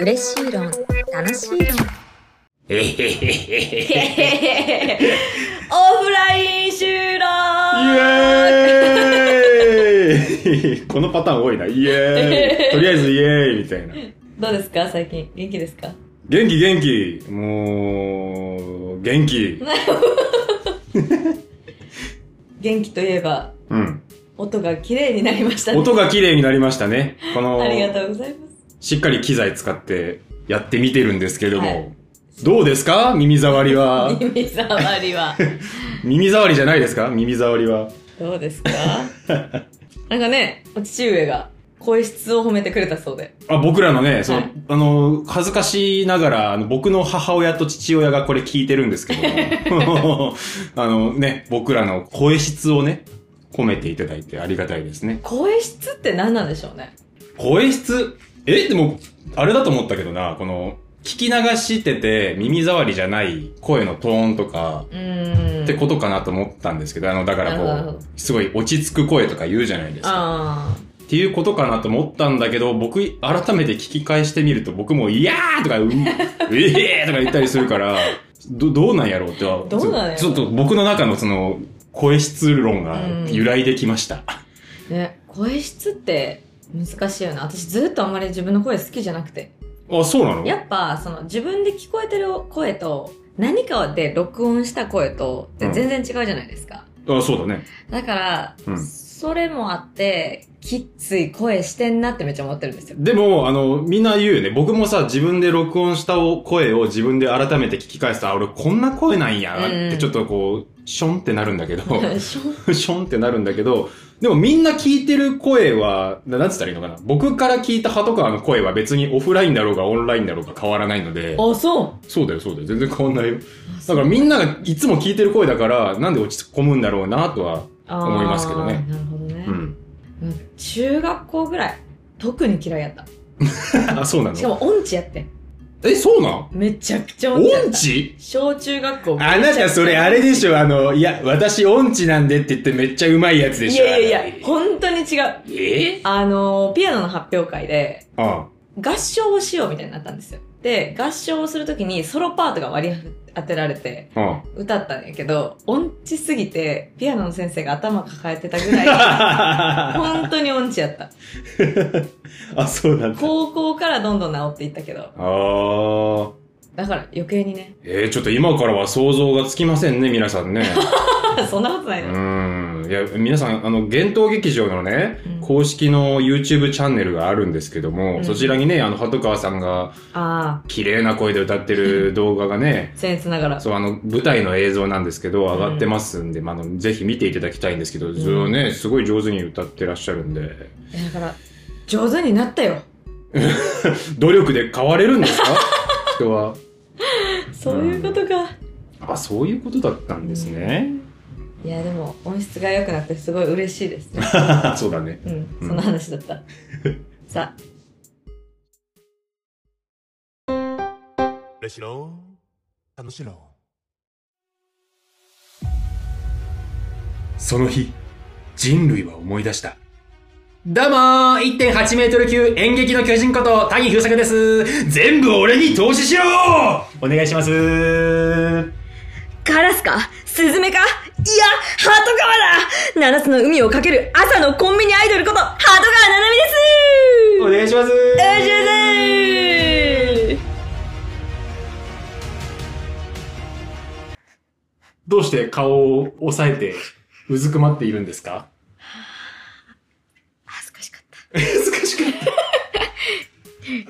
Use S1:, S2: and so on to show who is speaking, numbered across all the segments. S1: 嬉しい論、楽しい論。
S2: えへへへへ。
S3: オフライン収録
S2: イエーイ このパターン多いな。イエーイ。とりあえずイエーイみたいな。
S3: どうですか最近元気ですか
S2: 元気元気。もう、元気。
S3: 元気といえば
S2: うん。
S3: 音が綺麗になりましたね
S2: 音が綺麗になりましたね。この
S3: あ、りがとうございます
S2: しっかり機材使ってやってみてるんですけども。
S3: はい。
S2: どうですか耳障りは
S3: 耳障りは
S2: 耳障りじゃないですか耳障りは。
S3: ど うですかなんかねお父上が声質を褒めてくれたそうで
S2: あ僕らのね、その、
S3: はい
S2: あの、恥ずかしながら、あの、僕の母親と父親がこれ聞いてるんですけど も、あのね、僕らの声質をね、込めていただいてありがたいですね。
S3: 声質って何なんでしょうね
S2: 声質えでも、あれだと思ったけどな、この、聞き流してて耳障りじゃない声のトーンとか、
S3: うーん
S2: ってことかなと思ったんですけど、あの、だから
S3: なるほ
S2: こ
S3: ど
S2: う、すごい落ち着く声とか言うじゃないですか。
S3: あ
S2: っていうことかなと思ったんだけど、僕、改めて聞き返してみると、僕も、いやーとか、う えーとか言ったりするから、ど、どうなんやろうっては、
S3: どうなんやろう
S2: ちょっと僕の中のその、声質論が
S3: うん
S2: 由来できました。
S3: あね声質って難しいよな私ずっとあんまり自分の声好きじゃなくて
S2: あ、そうなの
S3: やっぱその自分で聞こえてる声と何かで録音した声とって全然違うじゃないですか、
S2: あ、そうだね。
S3: だから、
S2: うん
S3: それもあってきっつい声してんなってめっちゃ思ってるんですよ
S2: でも、あの、みんな言うよね。僕もさ、自分で録音した声を自分で改めて聞き返すと、あ、俺こんな声なんや、っ
S3: う
S2: て
S3: ん
S2: ちょっとこう、ションってなるんだけど。
S3: しょう
S2: ションってなるんだけど、でもみんな聞いてる声は、ななんつったらいいのかな僕から聞いた鳩川の声は別にオフラインだろうがオンラインだろうが変わらないので、
S3: あそう
S2: そうだよそうだよ、全然変わんないよ。だからみんながいつも聞いてる声だから、なんで落ち込むんだろうなとは、
S3: あー
S2: 思いますけどね
S3: なるほどね
S2: う、ん。
S3: うん中学校ぐらい特に嫌いやった
S2: あ、そうな
S3: しか
S2: の
S3: も音痴やってん
S2: え、そうなん
S3: めちゃくちゃ音痴やっ
S2: 音
S3: た
S2: 痴
S3: 小中学校
S2: あなたそれあれで
S3: ょ
S2: しょあの、いや、私音痴なんでって言ってめっちゃうまいやつで
S3: い
S2: しょ
S3: やいやいや本当に違う
S2: え
S3: あのピアノの発表会で
S2: あ
S3: 合唱をしようみたいになったんですよ。で、合唱をするときにソロパートが割り当てられて
S2: あ、 あ
S3: 歌ったんやけど、音痴すぎてピアノの先生が頭抱えてた ぐらい、
S2: あ。
S3: 本当に音痴やった。
S2: あ、そうなんだ。
S3: 高校からどんどん治っていったけど、
S2: ああ。
S3: だから余計にね、
S2: えー、ちょっと今からは想像がつきませんね、皆さんね。
S3: そんなことな
S2: う
S3: いの、
S2: ーん。いや、皆さん、あの、幻冬劇場のね、
S3: うん
S2: 公式の YouTube チャンネルがあるんですけども、
S3: うん
S2: そちらにね、あの、鳩川さんが
S3: ああ、
S2: 綺麗な声で歌ってる動画がね、
S3: 僭越ながら。
S2: そう、あの、舞台の映像なんですけど、上がってますんで、まあ、あの、ぜひ見ていただきたいんですけど、それをね、すごい上手に歌ってらっしゃるんで、
S3: えだから、上手になったよ。
S2: 努力で変われるん ですか人は。
S3: そういうことか。
S2: あ、そういうことだったんですね。
S3: いや、でも音質が良くなってすごい嬉しいです ね。
S2: そうだね。
S3: うん、そんな話 だった。さあ、
S4: 嬉しいの楽しいの
S2: その日、人類は思い出した。どうもー、1.8メートル級演劇の巨人こと、谷風作です。全部俺に投資しろお願いします
S5: カラスかスズメかいや、ハート川だ七つの海をかける朝のコンビニアイドルこと、ハート川ななみです
S2: お願いしますどうして顔を押さえて、うずくまっているんですか
S5: 恥ずかしかった。
S2: 難しかった。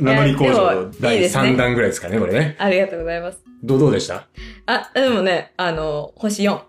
S2: 鉛工場第3弾ぐらいですかね、これね。
S3: ありがとうございます。
S2: どうどうでした
S3: あ、でもね、あの、星4。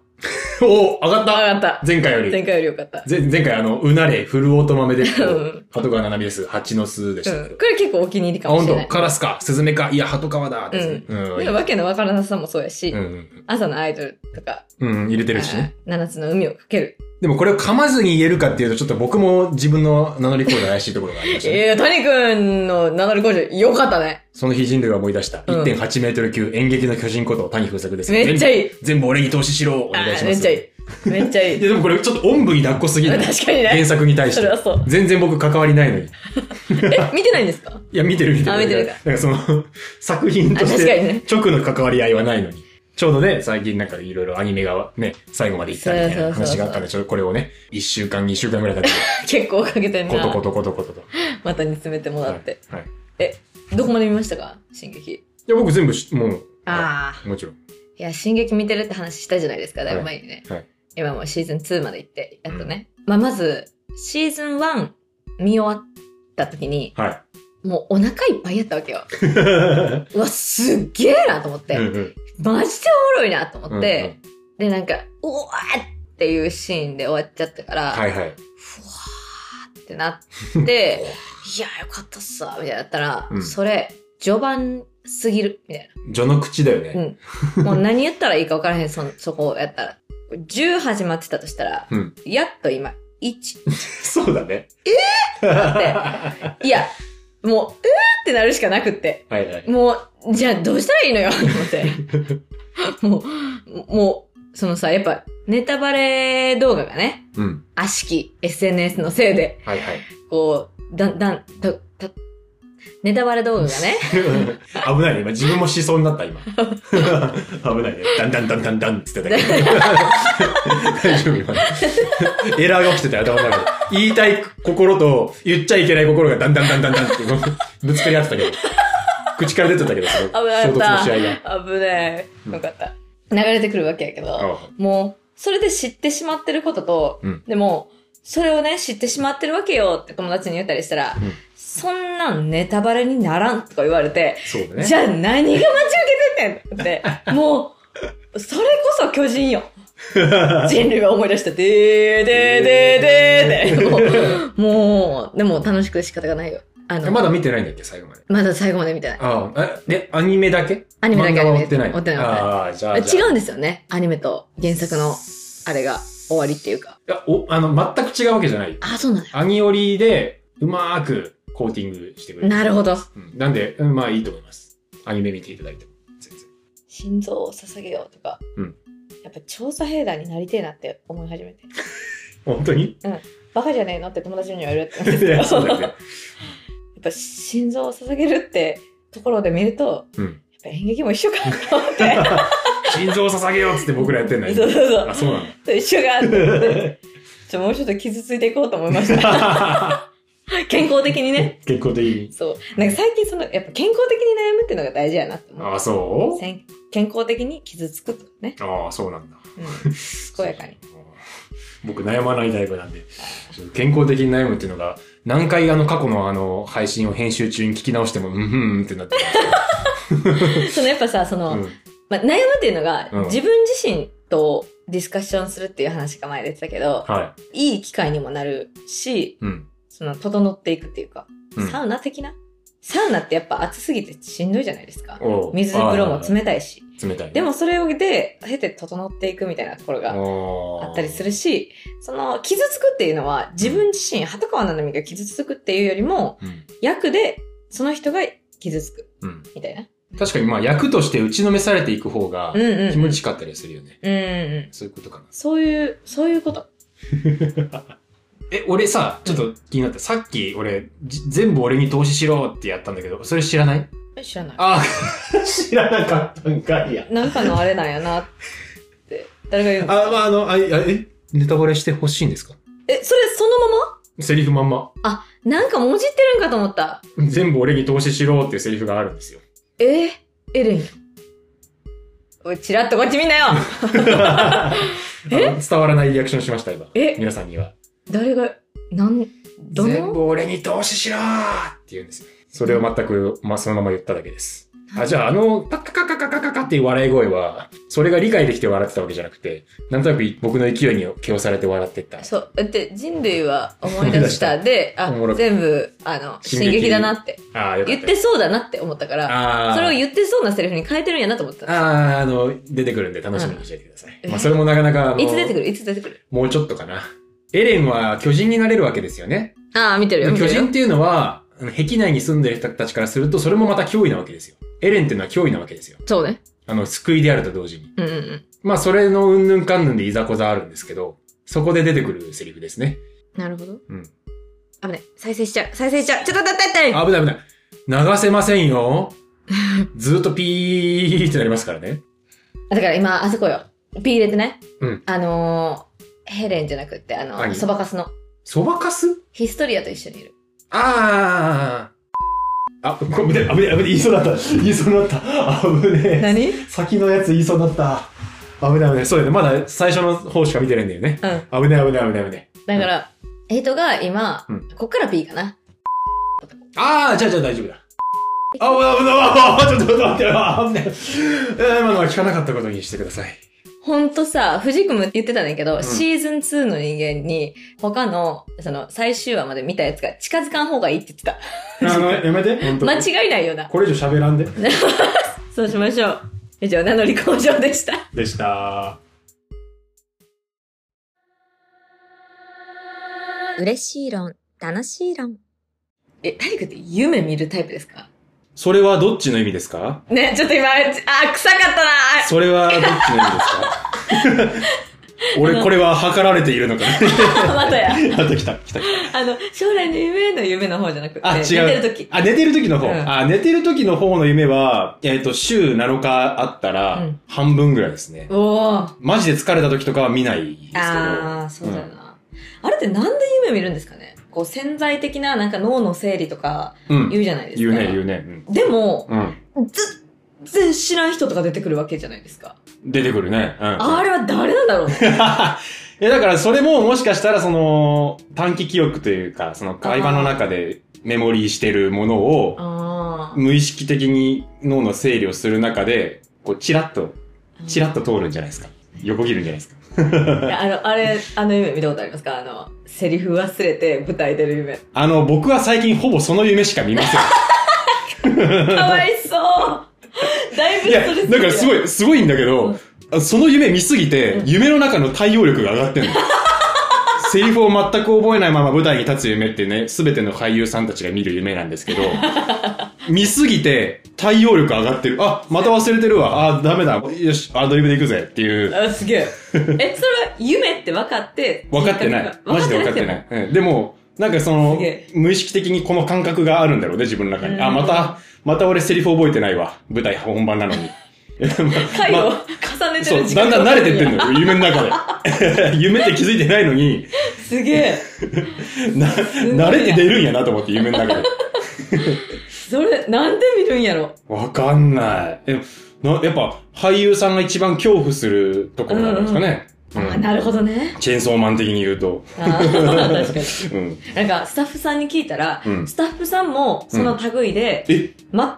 S2: おお上がった
S3: 上がった
S2: 前回より。
S3: 前回より良かった。
S2: ぜ前回あの、うなれ、フルオート豆で、鳩
S3: うん
S2: 川ななみです。蜂の巣でしたけ
S3: う
S2: ど
S3: ん。。これ結構お気に入りか
S2: あ、
S3: も
S2: 本
S3: しれな
S2: 当
S3: い。
S2: カラスか、スズメか、いや、鳩川だ、ですね。うん。う
S3: でもわけのわからなさもそうやし、
S2: ん。
S3: 朝のアイドルとか、
S2: うん、入れてるし
S3: あ
S2: ね。
S3: 七つの海をかける
S2: でもこれを噛まずに言えるかっていうと、ちょっと僕も自分の名乗り声が怪しいところがありました、ね。
S3: ええ谷くんの名乗り工場よかったね。
S2: その日人類が思い出した、
S3: うん
S2: 1.8メートル級演劇の巨人こと谷風作です。
S3: めっちゃいい
S2: 全部全部俺に投資しろお願いします。
S3: あーめっちゃいい。めっちゃい
S2: い
S3: い。
S2: やでもこれちょっとおんぶに抱っこすぎない
S3: 確かにね
S2: 原作に対して。
S3: それはそう
S2: 全然僕関わりないのに。い
S3: え、見てないんですか
S2: や、見てる見てる。
S3: あ見てるか
S2: なんかその、作品とし
S3: あ確かに
S2: て
S3: ね
S2: 直の関わり合いはないのに。ちょうどね、最近なんかいろいろアニメがね、最後まで行ったみたいな
S3: そうそうそう
S2: 話
S3: そう
S2: があったんで、ちょっとこれをね、1週間、2週間ぐらい経って、
S3: 結構かけてん
S2: コ
S3: な。
S2: トコトコトコトと。
S3: また煮詰めてもらって。
S2: はい。はい
S3: え、どこまで見ましたか進撃。
S2: いや、僕全部し、もう、
S3: あ
S2: もちろん。
S3: いや、進撃見てるって話したじゃないですか、だいぶ前にね。
S2: はいはい
S3: 今もうシーズン2まで行って、やっとね。まあ、まず、シーズン1見終わった時に、
S2: はい。
S3: もうお腹いっぱいやったわけよ。うわ、すっげえなと思って、
S2: うんうん
S3: マジでおもろいなと思って、で、なんか、うわーっていうシーンで終わっちゃったから、
S2: はいはい。
S3: ふわーってな って、いや、よかったっすわ、みたいになったら、
S2: うん
S3: それ、序盤すぎる、みたい
S2: 序の口だよね。
S3: な。もう何言ったらいいか分からへん、そんそこをやったら。10始まってたとしたら、
S2: うん。
S3: やっと今、1。
S2: そうだね。え
S3: だいや、もう、えーってなるしかなくって。
S2: はいはい。
S3: もう、じゃあどうしたらいいのよ、と思って。 もう、もう、そのさ、やっぱ、ネタバレ動画がね、
S2: うん。
S3: 悪しき SNS のせいで、
S2: はいはい。
S3: こう、だんだん、た、た、ネタバレ動画がね、
S2: 危ないね。今、自分もしそうになった、 今。危ないね。ダンダンダンダンダンって言ってたけど。大丈夫、今。エラーが起きてたよ、頭の中で。言いたい心と、言っちゃいけない心がダンダンダンダンダンって、ぶつかり合ってたけど。口から出てたけど、その
S3: 危な
S2: 衝
S3: かっ
S2: 突の
S3: た。
S2: 試合が。
S3: 危ね
S2: う
S3: え。
S2: ん
S3: よかった。流れてくるわけやけど、
S2: あ
S3: もう、それで知ってしまってることと、
S2: うん
S3: でも、それをね、知ってしまってるわけよって友達に言ったりしたら、
S2: うん
S3: そんなんネタバレにならんとか言われて、
S2: そうだね。
S3: じゃあ何が待ち受けてんねんって。もう、それこそ巨 人よ。人類は思い出した。でーでーでーでーって。もう、でも楽しく仕方がないよ。あの、
S2: まだ見てないんだっけ、最後まで。
S3: まだ最後まで見てない。
S2: ああ、え、で、アニメだけ
S3: アニメだけ
S2: 漫画は
S3: ア
S2: 追
S3: ニメ
S2: ってない。
S3: 追ってない追ってない
S2: ああ、じゃあ。じ
S3: 違
S2: ゃあ
S3: うんですよね。アニメと原作の、あれが終わりっていうか。
S2: いや、お、あの、全く違うわけじゃない。
S3: あ、そうなのよ。
S2: アニオリで、うまーくコーティングしてくれる。
S3: なるほど。
S2: うんなんで、うんまあいいと思います。アニメ見ていただいても。全然。
S3: 心臓を捧げようとか。
S2: うん
S3: やっぱ調査兵団になりてえなって思い始めて。
S2: 本当に
S3: バカじゃねえのって友達には言われてたんです
S2: い
S3: けど。
S2: や、そうだよね。
S3: やっぱ心臓を捧げるってところで見ると、
S2: うん
S3: やっぱ演劇も一緒かと思 って。
S2: 心臓を捧げようっつって僕らやってんのに
S3: そうそうそう
S2: あ、そうなん
S3: と一緒が、ちょもうちょっと傷ついていこうと思いま した。
S2: だ。
S3: 健康的にね。
S2: 結構的に。
S3: そう。なんか最近その、やっぱ健康的に悩むっていうのが大事やなって思う。
S2: あ、そ
S3: せん健康的に傷つくとかね。
S2: うああ、そうなんだ。
S3: うん。健やかに。
S2: 僕悩まないタイプなんで、健康的に悩むっていうのが、何回あの過去のあの配信を編集中に聞き直しても、うんふんってなって
S3: そのやっぱさ、そ
S2: ま
S3: の、
S2: す。うん
S3: まあ、悩むっていうのが、
S2: うん
S3: 自分自身とディスカッションするっていう話が前出てたけど、
S2: はい
S3: い機会にもなるし、
S2: い。うん。
S3: その、整っていくっていうか、
S2: うん
S3: サウナ的なサウナってやっぱ暑すぎてしんどいじゃないですか。
S2: おう
S3: 水風呂も
S2: あー
S3: 冷たいし。
S2: 冷たいね。
S3: でもそれをで、経て整っていくみたいなところが
S2: おー、
S3: あったりするし、その、傷つくっていうのは自分自身、鳩川七海が傷つくっていうよりも、
S2: うん。
S3: 役でその人が傷つく、
S2: うん。
S3: みたいな。
S2: 確かにまあ役として打ちのめされていく方が
S3: うんうんうん
S2: 気持ちよかったりするよね。
S3: うんうん。
S2: そういうことかな。
S3: そういう、そういうこと。
S2: え、俺さ、ちょっと気になった。さっき俺、じ全部俺に投資しろってやったんだけど、それ知らない
S3: え知らない。
S2: あ 知らなかったんかいや。
S3: なんかのあれなんやなって、誰が言う
S2: あ、
S3: の
S2: まあ、あの、あ、いやえ、ネタバレしてほしいんですか
S3: え、それそのまま
S2: セリフまんま。
S3: なんかもじってるんかと思った。
S2: 全部俺に投資しろっていうセリフがあるんです よ。
S3: えー、エレンや。おい、チラッとこっち見んなよ
S2: あの伝わらないリアクションしました、今。
S3: え
S2: 皆さんには。
S3: 誰が、なん、ど
S2: 全
S3: の
S2: 部俺に投資しろーって言うんですよ。それを全く、まあ、そのまま言っただけです。あ、じゃあ、あの、パッカカカカカカカっっていう笑い声は、それが理解できて笑ってたわけじゃなくて、なんとなく僕の勢いに気をされて笑ってった。
S3: そう。だって、人類は思い出した。
S2: 思
S3: で、あ
S2: おもろ、い
S3: 全部、あの、
S2: 進
S3: 進
S2: 撃
S3: 撃だなって。
S2: ああ、よかっ。
S3: 言ったてそうだなって思ったから、
S2: ああ。
S3: それを言ってそうなセリフに変えてるんやなと思ってた。
S2: ああ、あの、出てくるんで楽しみにしていてください。
S3: うん
S2: まあ、それもなかなか、あの
S3: いつ出てくるいつ出てくる
S2: もうちょっとかな。エレンは巨人になれるわけですよね。
S3: ああ、見てるよ、
S2: で
S3: 見て
S2: 巨
S3: る
S2: 人っ
S3: よ。
S2: ていうのは、あの壁内に住んでる人たちからすると、それもまた脅威なわけですよ。エレンっていうのは脅威なわけですよ。
S3: そうね。
S2: あの、救いであると同時に。
S3: うんうんうん。
S2: まあ、それのうんぬんかんぬんでいざこざあるんですけど、そこで出てくるセリフですね。
S3: なるほど。
S2: うん。
S5: 危ない。再生しちゃう。再生しちゃう。ちょっと待って待って待っ
S2: 危ない危ない。流せませんよ。ずっとピーってなりますからね。
S3: あだから今、あそこよ。ピー入れてね。
S2: うん
S3: あのー、ヘレンじゃなくて、あの、
S2: 何
S3: そばかすの。
S2: そばかす
S3: ヒストリアと一緒にいる。
S2: ああ。あ、ごめん、危ねえ、危ねえ、言いそうだった。言いそうになった。危ね
S3: 何
S2: え。先のやつ言いそうになった。危ない危ない。そうだよね。まだ最初の方しか見てないんだよね。
S3: うん。
S2: 危ない危ない危ない危ない。
S3: だから、エイトが今、
S2: うん
S3: こっから P かな。
S2: ああ、じゃあじゃあ大丈夫だ。あ、危ない危ない。ちょっと待って、あ危ない。えー今のは聞かなかったことにしてください。
S3: ほんとさ、藤君も言ってたんだけど、
S2: ん
S3: シーズン2の人間に、他の、その、最終話まで見たやつが近づかん方がいいって言ってた。
S2: あ の、やめて、本当に
S3: 間違いないよな。
S2: これ以上喋らんで。
S3: そうしましょう。以上、名乗り工場でした。
S2: でした。
S1: 嬉しい論、楽しい論。
S3: え、体育って夢見るタイプですか
S2: それはどっちの意味ですか
S3: ね、ちょっと今、あ、臭かったな。
S2: それはどっちの意味ですか 俺、これは測られているのかね。
S3: あ またや。
S2: あと来た、来た。
S3: あの、将来の夢の夢の方じゃなくて、
S2: あ、違う。
S3: 寝てる時。
S2: あ、寝てる時の方。
S3: うん
S2: あ、寝てる時の方の夢は、えっ、と、週7日あった
S3: う
S2: ら
S3: ん、
S2: 半分ぐらいですね。
S3: おー。
S2: マジで疲れた時とかは見ないですけど。
S3: ああ、そうだよな。あれってなんで夢見るんですかねこう潜在的ななんか脳の整理とか
S2: うん。
S3: 言うじゃないです
S2: 言う
S3: か。
S2: ね、言うね。うん
S3: でも、
S2: うん。
S3: 全然知らん人とか出てくるわけじゃないですか。
S2: 出てくるね。うん。
S3: あれは誰なんだろ うね。
S2: え、だからそれももしかしたらその短期記憶というか、その会話の中でメモリーしてるものを
S3: あ
S2: 無意識的に脳の整理をする中で、こうチラッと、
S3: あ。
S2: チラッと通るんじゃないですか。横切るんじゃないですか。
S3: いやあの、あれ、あの夢見たことありますかあの、セリフ忘れて舞台出 る夢。
S2: あの、僕は最近ほぼその夢しか見ません。
S3: かわいそうだいぶ
S2: いや
S3: ストレ、ス
S2: だからすご
S3: い。
S2: い、すごいんだけど、あその夢見すぎて、夢の中の対応力が上がってん の。セリフを全く覚えないまま舞台に立つ夢ってね、すべての俳優さんたちが見る夢なんですけ ど、見すぎて対応力上がってる。あ、また忘れてるわ。あ、ダメだ。よし、アドリブで行くぜっていう。
S3: あ、すげえ。 え、それは夢って分かって。
S2: 分かってない。マジで分かってない。うんでも、なんかその
S3: すげえ、
S2: 無意識的にこの感覚があるんだろうね、自分の中に。あ、
S3: うん
S2: また、また俺セリフ覚えてないわ。舞台本番なのに。
S3: 回
S2: ま
S3: を重ねて
S2: そ
S3: る
S2: う、
S3: 時
S2: だ
S3: 間
S2: んだん慣れてってんのよ、夢の中で。 夢って気づいてないのに、
S3: すげえ。
S2: な、
S3: ごい
S2: 慣れて出るんやなと思って、夢の中で。
S3: それ、なんで見るんやろ
S2: わかんない。え、な、やっぱ、俳優さんが一番恐怖するところなんですかね。う
S3: あ、
S2: ん。
S3: なるほどね。
S2: チェーンソーマン的に言うと。
S3: あ ー確か
S2: うん。
S3: に。なんか、スタッフさんに聞いたら、
S2: うん
S3: スタッフさんも、その類で、
S2: え、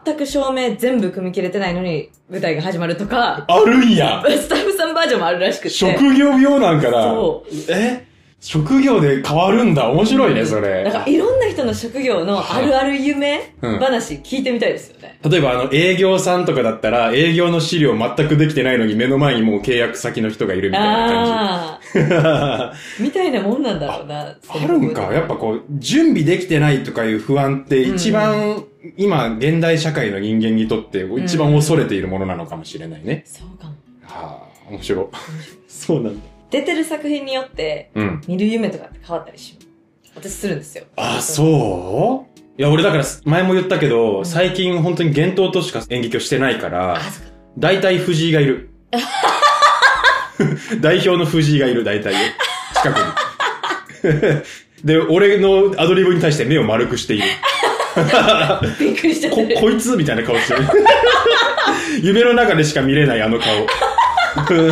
S3: 全く照明全部組み切れてないのに、舞台が始まると か、
S2: あるんや
S3: スタッフさんバージョンもあるらしくて。
S2: 職業病なんかな
S3: そ
S2: え職業で変わるんだ。面白いね、それ。
S3: なんか、いろんな人の職業のあるある夢
S2: うん
S3: 話聞いてみたいですよね。
S2: 例えばあの営業さんとかだったら営業の資料全くできてないのに目の前にもう契約先の人がいるみたいな感じ。
S3: ああ、みたいなもんなんだろうな。
S2: あるんか。やっぱこう、準備できてないとかいう不安って
S3: うん
S2: 一番、今、現代社会の人間にとって
S3: ん
S2: 一番恐れているものなのかもしれないね。
S3: そうかも。
S2: はあ、面白い。 そうなんだ。
S3: 出てる作品によって、
S2: うん。
S3: 見る夢とかって変わったりします。私するんですよ。
S2: あ、そういや、俺だから、前も言ったけど、
S3: ん
S2: 最近本当に幻灯としか演劇をしてないから
S3: あ、、そっか。
S2: 大体藤井がいる。 代表の藤井がいる、大体。近くに。 で、俺のアドリブに対して目を丸くしている。
S3: びっくりしちゃっ
S2: こ
S3: て、る。
S2: こいつみたいな顔してる。 夢の中でしか見れないあ の顔。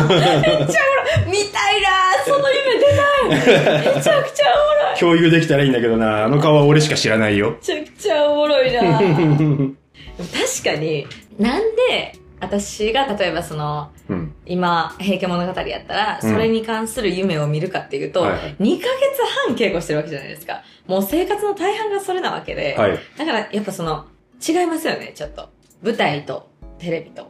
S3: 見たいなーその夢出ないめちゃくちゃおもろい
S2: 共有できたらいいんだけどな、あの顔は俺しか知らないよ。
S3: めちゃくちゃおもろいな
S2: う
S3: ー
S2: ん
S3: 確かに、なんで私が例えばその、
S2: うん。
S3: 今、平家物語やったら、
S2: う
S3: そ
S2: ん
S3: れに関する夢を見るかっていうと、
S2: はいはい
S3: 2ヶ月半稽古してるわけじゃないですか。もう生活の大半がそれなわけで、
S2: はい。
S3: だからやっぱその、違いますよね、ちょっと。舞台と、テレビと。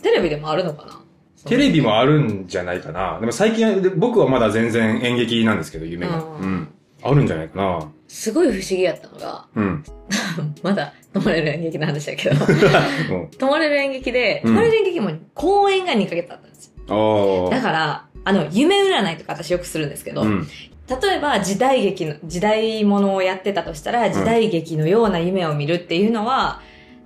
S3: テレビでもあるのかな
S2: テレビもあるんじゃないかな。でも最近は、で僕はまだ全然演劇なんですけど、夢が。
S3: うん
S2: うん。あるんじゃないかな。
S3: すごい不思議やったのが、
S2: うん。
S3: まだ、泊まれる演劇の話だけど、
S2: うん
S3: 泊まれる演劇で、
S2: うん
S3: 泊まれる演劇も公演が2ヶ月あったんですよ。
S2: あ
S3: だ
S2: あ。
S3: から、あの、夢占いとか私よくするんですけど、
S2: うん。
S3: 例えば時代劇の、時代ものをやってたとしたら、時代劇のような夢を見るっていうのは、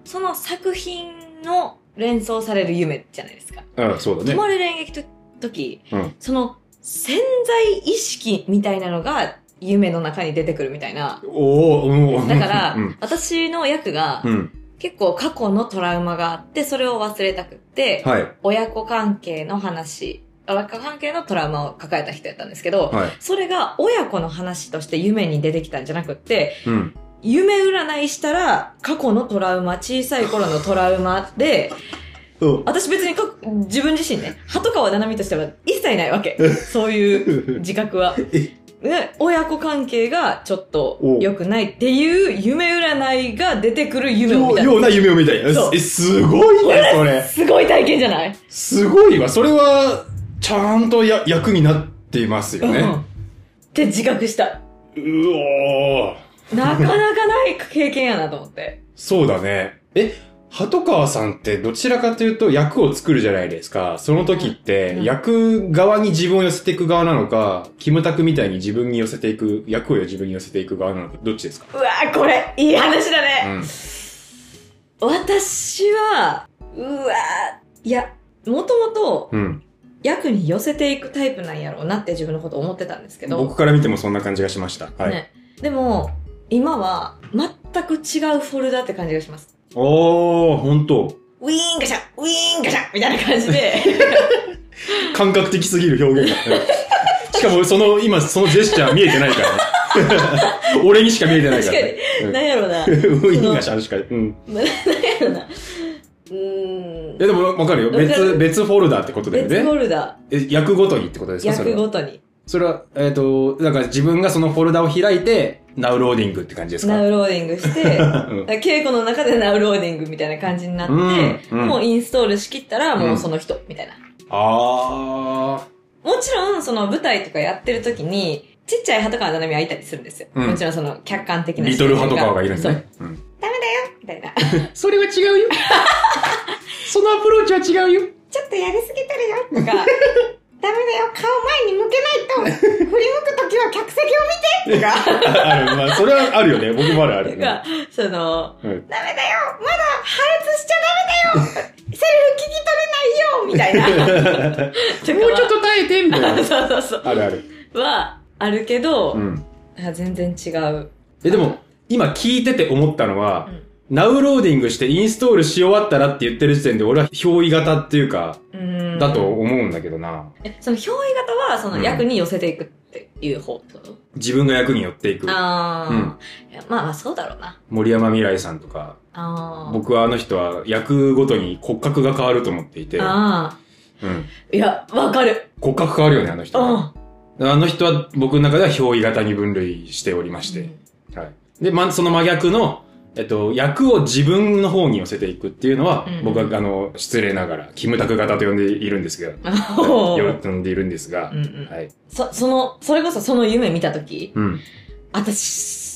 S3: その作品の連想される夢じゃないですか。
S2: うん、そうだ
S3: 泊
S2: ね。
S3: まれる演劇と時、
S2: うん
S3: その潜在意識みたいなのが夢の中に出てくるみたいな。
S2: おお、うん
S3: だから、
S2: うん。
S3: 私の役が
S2: うん。
S3: 結構過去のトラウマがあって、それを忘れたくって、
S2: はい。
S3: 親子関係の話、親子関係のトラウマを抱えた人やったんですけど、
S2: はい。
S3: それが親子の話として夢に出てきたんじゃなくって、
S2: うん。
S3: 夢占いしたら過去のトラウマ、小さい頃のトラウマで、
S2: うん。
S3: 私別にか自分自身ね、鳩川七海としては一切ない わけ。そういう自覚は。
S2: え
S3: ね親子関係がちょっと
S2: お
S3: 良くないっていう夢占いが出てくる夢を
S2: よ
S3: 見
S2: う
S3: た。
S2: ような夢を見たい。
S3: そう
S2: え、すごいね、それ。
S3: すごい体験じゃない、
S2: すごいわ。それは、ちゃんとや役になっていますよ
S3: うん。っ
S2: ね。
S3: て自覚した。
S2: うおー。
S3: なかなかない経験やなと思って。
S2: そうだね。え、鳩川さんってどちらかというと役を作るじゃないですか。その時って
S3: うん
S2: 役側に自分を寄せていく側なのか、キムタクみたいに自分に寄せていく、役を自分に寄せていく側なのか、どっちですか
S3: うわーこれ、いい話だね。
S2: うん。
S3: 私は、うわーいや、もともと
S2: うん。
S3: 役に寄せていくタイプなんやろうなって自分のこと思ってたんですけど。
S2: 僕から見てもそんな感じがしました。はい。
S3: ね。でも、今は全く違うフォルダって感じがします。
S2: おー、ほんと。
S3: ウィーンガシャウィーンガシャみたいな感じで。
S2: 感覚的すぎる表現が。しかもその、今そのジェスチャー見えてないからね。 俺にしか見えてないから、ね。うん
S3: なんや ろな。
S2: ウィンがしゃしか。 うん。
S3: なんやろな。うーん
S2: いや。でもわかるよ。
S3: わかる
S2: 別、別フォルダってことだよ
S3: 別フ
S2: ね。
S3: ォルダ、
S2: え役ごとにってことですかそれ
S3: 役
S2: は。
S3: ごとに。
S2: それは、えっ、と、だから自分がそのフォルダを開いて、ナウローディングって感じです
S3: ナ
S2: か
S3: ウローディン グして、だか
S2: うん
S3: ら稽古の中でナウローディングみたいな感じになって、
S2: うんうん
S3: もうインストールしきったらもううんその人、みたいな。
S2: あ
S3: もちろん、その舞台とかやってる時に、ちっちゃい鳩川七海はいたりするんですよ。
S2: うん
S3: もちろんその客観的
S2: ー。
S3: な
S2: リ
S3: 視点
S2: ト
S3: と
S2: ルハ
S3: か。
S2: トカワがいるんです
S3: そう
S2: ね。うん
S3: ダメだよみたいな。
S2: それは違 うよ。そのアプローチは違うよ。
S3: ちょっとやりすぎてるよとか、ダメだよ、顔前に向けないと、振り向くときは客席を見てとか、
S2: ある、まあ、それはあるよね。僕もあるある。
S3: がその、
S2: うん
S3: ダメだよ、まだ破裂しちゃダメだよ、セリフ聞き取れな いよみたいな。もうちょっ と。
S2: 耐えてみたいな
S3: そうそうそう。
S2: あるある。
S3: は、あるけど、
S2: うん。
S3: あ全然違う。
S2: え、でも、今聞いてて思ったのは、
S3: うん
S2: ナウローディングしてインストールし終わったらって言ってる時点で俺は憑依型っていうか、
S3: うん
S2: だと思うんだけどな。
S3: えその憑依型は、その役に寄せていくっていう方ってこと、
S2: 自分が役に寄っていく。
S3: ああ、いやまあまあそうだろうな。
S2: 森山未来さんとか、
S3: あー
S2: 僕はあの人は役ごとに骨格が変わると思っていて、う
S3: あ
S2: ん、
S3: ー。いや、わかる。
S2: 骨格変わるよね、あの人
S3: う
S2: は。
S3: ん。
S2: あの人は僕の中では憑依型に分類しておりまして、はい。で、ま、その真逆の、えっと、役を自分の方に寄せていくっていうのは、
S3: うん
S2: 僕はあの、失礼ながら、キムタク型と呼んでいるんですけど、
S3: おー
S2: 呼んでいるんですが
S3: う、んうん
S2: はい。
S3: そ、その、それこそその夢見たとき、
S2: うん。
S3: 私、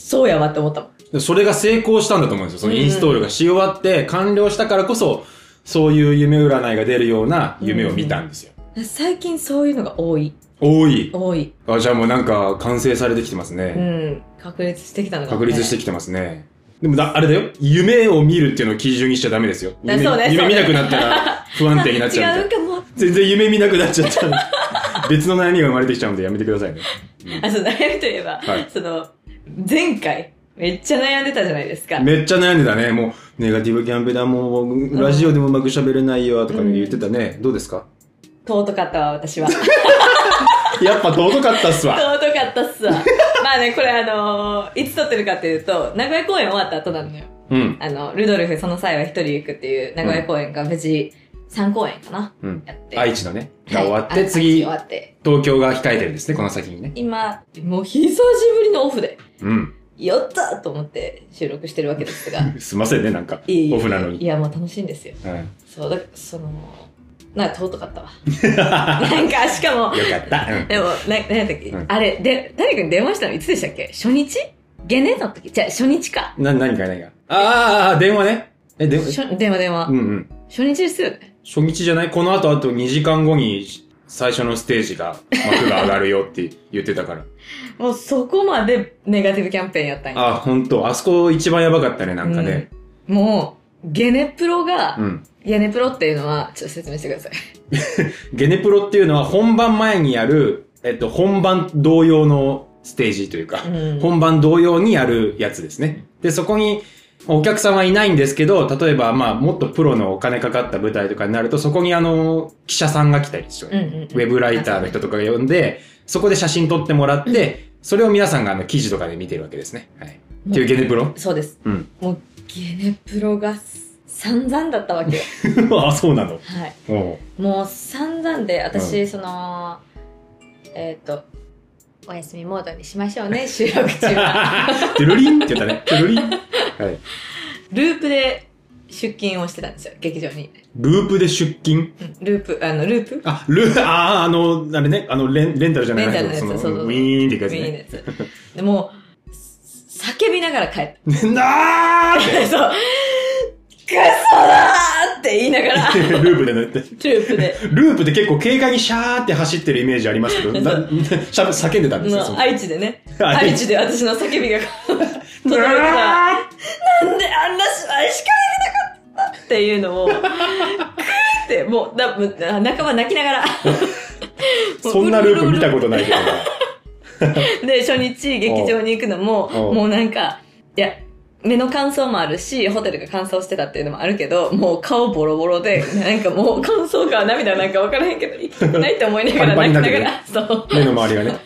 S3: そうやわって思ったもん。
S2: でそれが成功したんだと思うんですよ。そのインストールがし終わって、完了したからこそ、そういう夢占いが出るような夢を見たんですよ。
S3: 最近そういうのが多い。
S2: 多い。
S3: 多い。
S2: あ、じゃあもうなんか完成されてきてます
S3: う
S2: ね。
S3: ん。確立してきたのが、
S2: 確立してきてますね。でもだ、あれだよ。夢を見るっていうのを基準にしちゃダメです よ。
S3: だ
S2: 夢
S3: そうね
S2: 夢
S3: そう
S2: 見
S3: ね
S2: なくなった ら不安定になっちゃう
S3: 違
S2: み
S3: う
S2: たい
S3: かも。
S2: 全然夢見なくなっちゃったら。別の悩みが生まれてきちゃうんでやめてくださいね。
S3: あ、そう、悩みといえば、
S2: はい
S3: その、前回、めっちゃ悩んでたじゃないです か。
S2: めっちゃ悩んでたね。もう、ネガティブギャンベラもう、ラジオでもうまく喋れないよとか言ってたね。どうですか
S3: 尊かったわ、私は。尊
S2: やっぱ尊かったっすわ。
S3: かったっすわ。 まあね、これあのーいつ撮ってるかっていうと、名古屋公演終わった後なのよ。
S2: うん。
S3: あの、ルドルフその際は一人行くっていう名古屋公演が無事3公演かな、
S2: うん
S3: やって。
S2: 愛知のね、
S3: は
S2: が
S3: い
S2: 終わっ
S3: あ
S2: て、次
S3: 終、わって。
S2: 東京が控えてるんですね、この先にね。
S3: 今、もう久しぶりのオフで、
S2: うん。。
S3: やったーと思って収録してるわけですが
S2: すいませんね、なんか。
S3: いい
S2: オフなの
S3: い
S2: に。
S3: や、もう楽しいんですよ。
S2: うん。よ
S3: そう、だその、なんか尊かったわ。 なんか、しかも、
S2: かった。うん。
S3: でも、な、なんだっけ、
S2: うん
S3: あれ、で、誰かに電話したのいつでしたっけ初日ゲネの時じゃあ初日か。
S2: な、何か何か。ああああ、電話ね。え、電話。
S3: 初電話電話、
S2: うんうん。
S3: 初日ですよね。
S2: 初日じゃないこの後あと2時間後に最初のステージが、幕が上がるよって言ってた から。
S3: もうそこまでネガティブキャンペーンやったんや。
S2: あ、ほんと。あそこ一番やばかったね、なんかね。
S3: もう、ゲネプロが、
S2: うん。
S3: ゲネプロっていうのは、ちょっと説明してください。
S2: ゲネプロっていうのは本番前にやる、えっと、本番同様のステージというか、
S3: うん
S2: 本番同様にやるやつですね。で、そこに、お客さんはいないんですけど、例えば、まあ、もっとプロのお金かかった舞台とかになると、そこにあの、記者さんが来たりする、
S3: うんうんうん
S2: ウェブライターの人とかが呼んで、そこで写真撮ってもらって、それを皆さんがあの、記事とかで見てるわけですね。はい。っていうゲネプロ
S3: そうです。
S2: うん。
S3: もう、ゲネプロが散々だったわけよ。
S2: あ、そうなの。
S3: はい。
S2: おう
S3: もう散々で、私、その、えっ、と、お休みモードにしましょうね、収録中は。
S2: てるりんって言ったね。てるりん。はい。
S3: ループで出勤をしてたんですよ、劇場に。
S2: ループで出勤
S3: うんループ、あの、ループ
S2: あ、ル ー、ああ、あの、あれね、あの、レンレンタルじゃない
S3: レンタルのやつ、
S2: そ
S3: そう
S2: の
S3: そうそう。
S2: ウィーンっていくやつ
S3: ウィーンの
S2: ね。
S3: やつ。でもう、す叫びながら帰っ
S2: なー
S3: て、そう、クソだーって言いながら、ル
S2: って、ルー プで乗って。
S3: ープで、
S2: ループって結構軽快にシャーって走ってるイメージありますけど、 な しゃ叫んでたんですよ。そ
S3: の
S2: の
S3: 愛知でね、
S2: あ
S3: 愛知で私の叫びが
S2: う
S3: 届い
S2: わ
S3: て
S2: ー
S3: た。なんであんな芝居しかできなかったっていうのを、クーって、もう、だ仲間泣きながら。
S2: そんなループ見たことないけど。
S3: で、初日劇場に行くの
S2: お
S3: も、
S2: う
S3: もうなんか、いや、目の乾燥もあるし、ホテルが乾燥してたっていうのもあるけど、もう顔ボロボロで、なんかもう乾燥か涙なんかわからへんけど、行きたくないって思いながら
S2: パン
S3: 泣き
S2: パン
S3: な
S2: に
S3: が
S2: な
S3: ら、そう、
S2: 目の周りがね。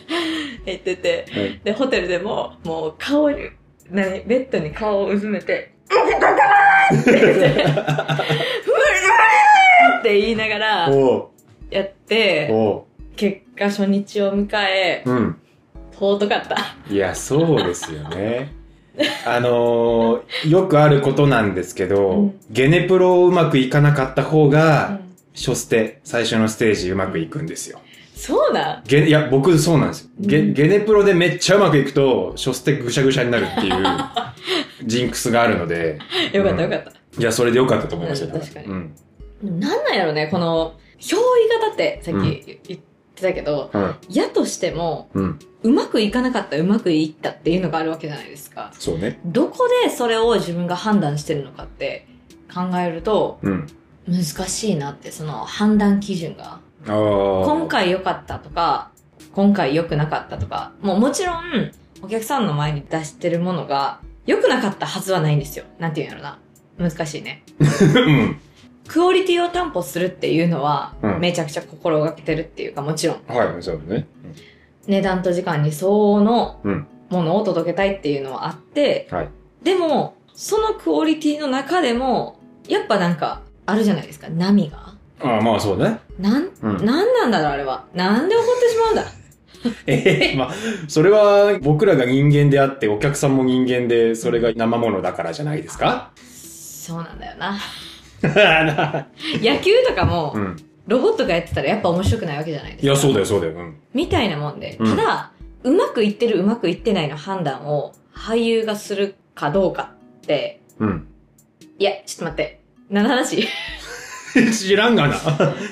S3: 言ってて。
S2: はい
S3: で、ホテルでも、もう顔に、何、ベッドに顔をうずめて、 って言いながら
S2: お
S3: やっ
S2: う
S3: て、
S2: お
S3: 結果初日を迎え、
S2: ううん。
S3: 尊かった。
S2: いや、そうですよね。 あのー、よくあることなんですけど、
S3: うん
S2: ゲネプロうまくいかなかった方が、
S3: うん
S2: 初ステ、最初のステージうまくいくんですよ。
S3: そうなん
S2: ゲいや、僕そうなんですよ。ゲ,、
S3: うん
S2: ゲネプロでめっちゃうまくいくと、初ステぐしゃぐしゃになるっていう ジンクスがあるので、
S3: よかったよかった。
S2: いや、それでよかったと思いますよ。
S3: うん確かに
S2: うん。
S3: なんなんやろね、この、憑依型って、さっ
S2: うん
S3: き言ってたけど、
S2: うん。
S3: やとしても、
S2: うん。
S3: うまくいかなかった、うまくいったっていうのがあるわけじゃないですか。
S2: そうね。
S3: どこでそれを自分が判断してるのかって考えると、
S2: うん。
S3: 難しいなって、その判断基準が。
S2: ああ。
S3: 今。回良かったとか、今回良くなかったとか、もうもちろん、お客さんの前に出してるものが、良くなかったはずはないんですよ。なんて言うんやろな。難しいね。
S2: うん。
S3: クオリティを担保するっていうのは、
S2: うん
S3: めちゃくちゃ心がけてるっていうか、もちろん、
S2: はい、そうね。
S3: 値段と時間に相応の
S2: うん
S3: ものを届けたいっていうのはあって、
S2: はい
S3: でも、そのクオリティの中でも、やっぱなんか、あるじゃないですか、波が。
S2: ああ、まあそうね。
S3: なん、
S2: うん。
S3: なんなんだろう、あれは。なんで怒ってしまうんだ。
S2: ええまあ、それは僕らが人間であって、お客さんも人間で、それが生ものだからじゃないです か
S3: そうなんだよ な。
S2: う
S3: 野球とかも、
S2: ん。
S3: ロボットがやってたらやっぱ面白くないわけじゃないです
S2: い
S3: か。
S2: や、そうだよ、そうだよ。うん。
S3: みたいなもんで、
S2: うん
S3: ただ、うまくいってる、うまくいってないの判断を俳優がするかどうかって、
S2: うん。
S3: いや、ちょっと待って。何の話い
S2: 知らん がな。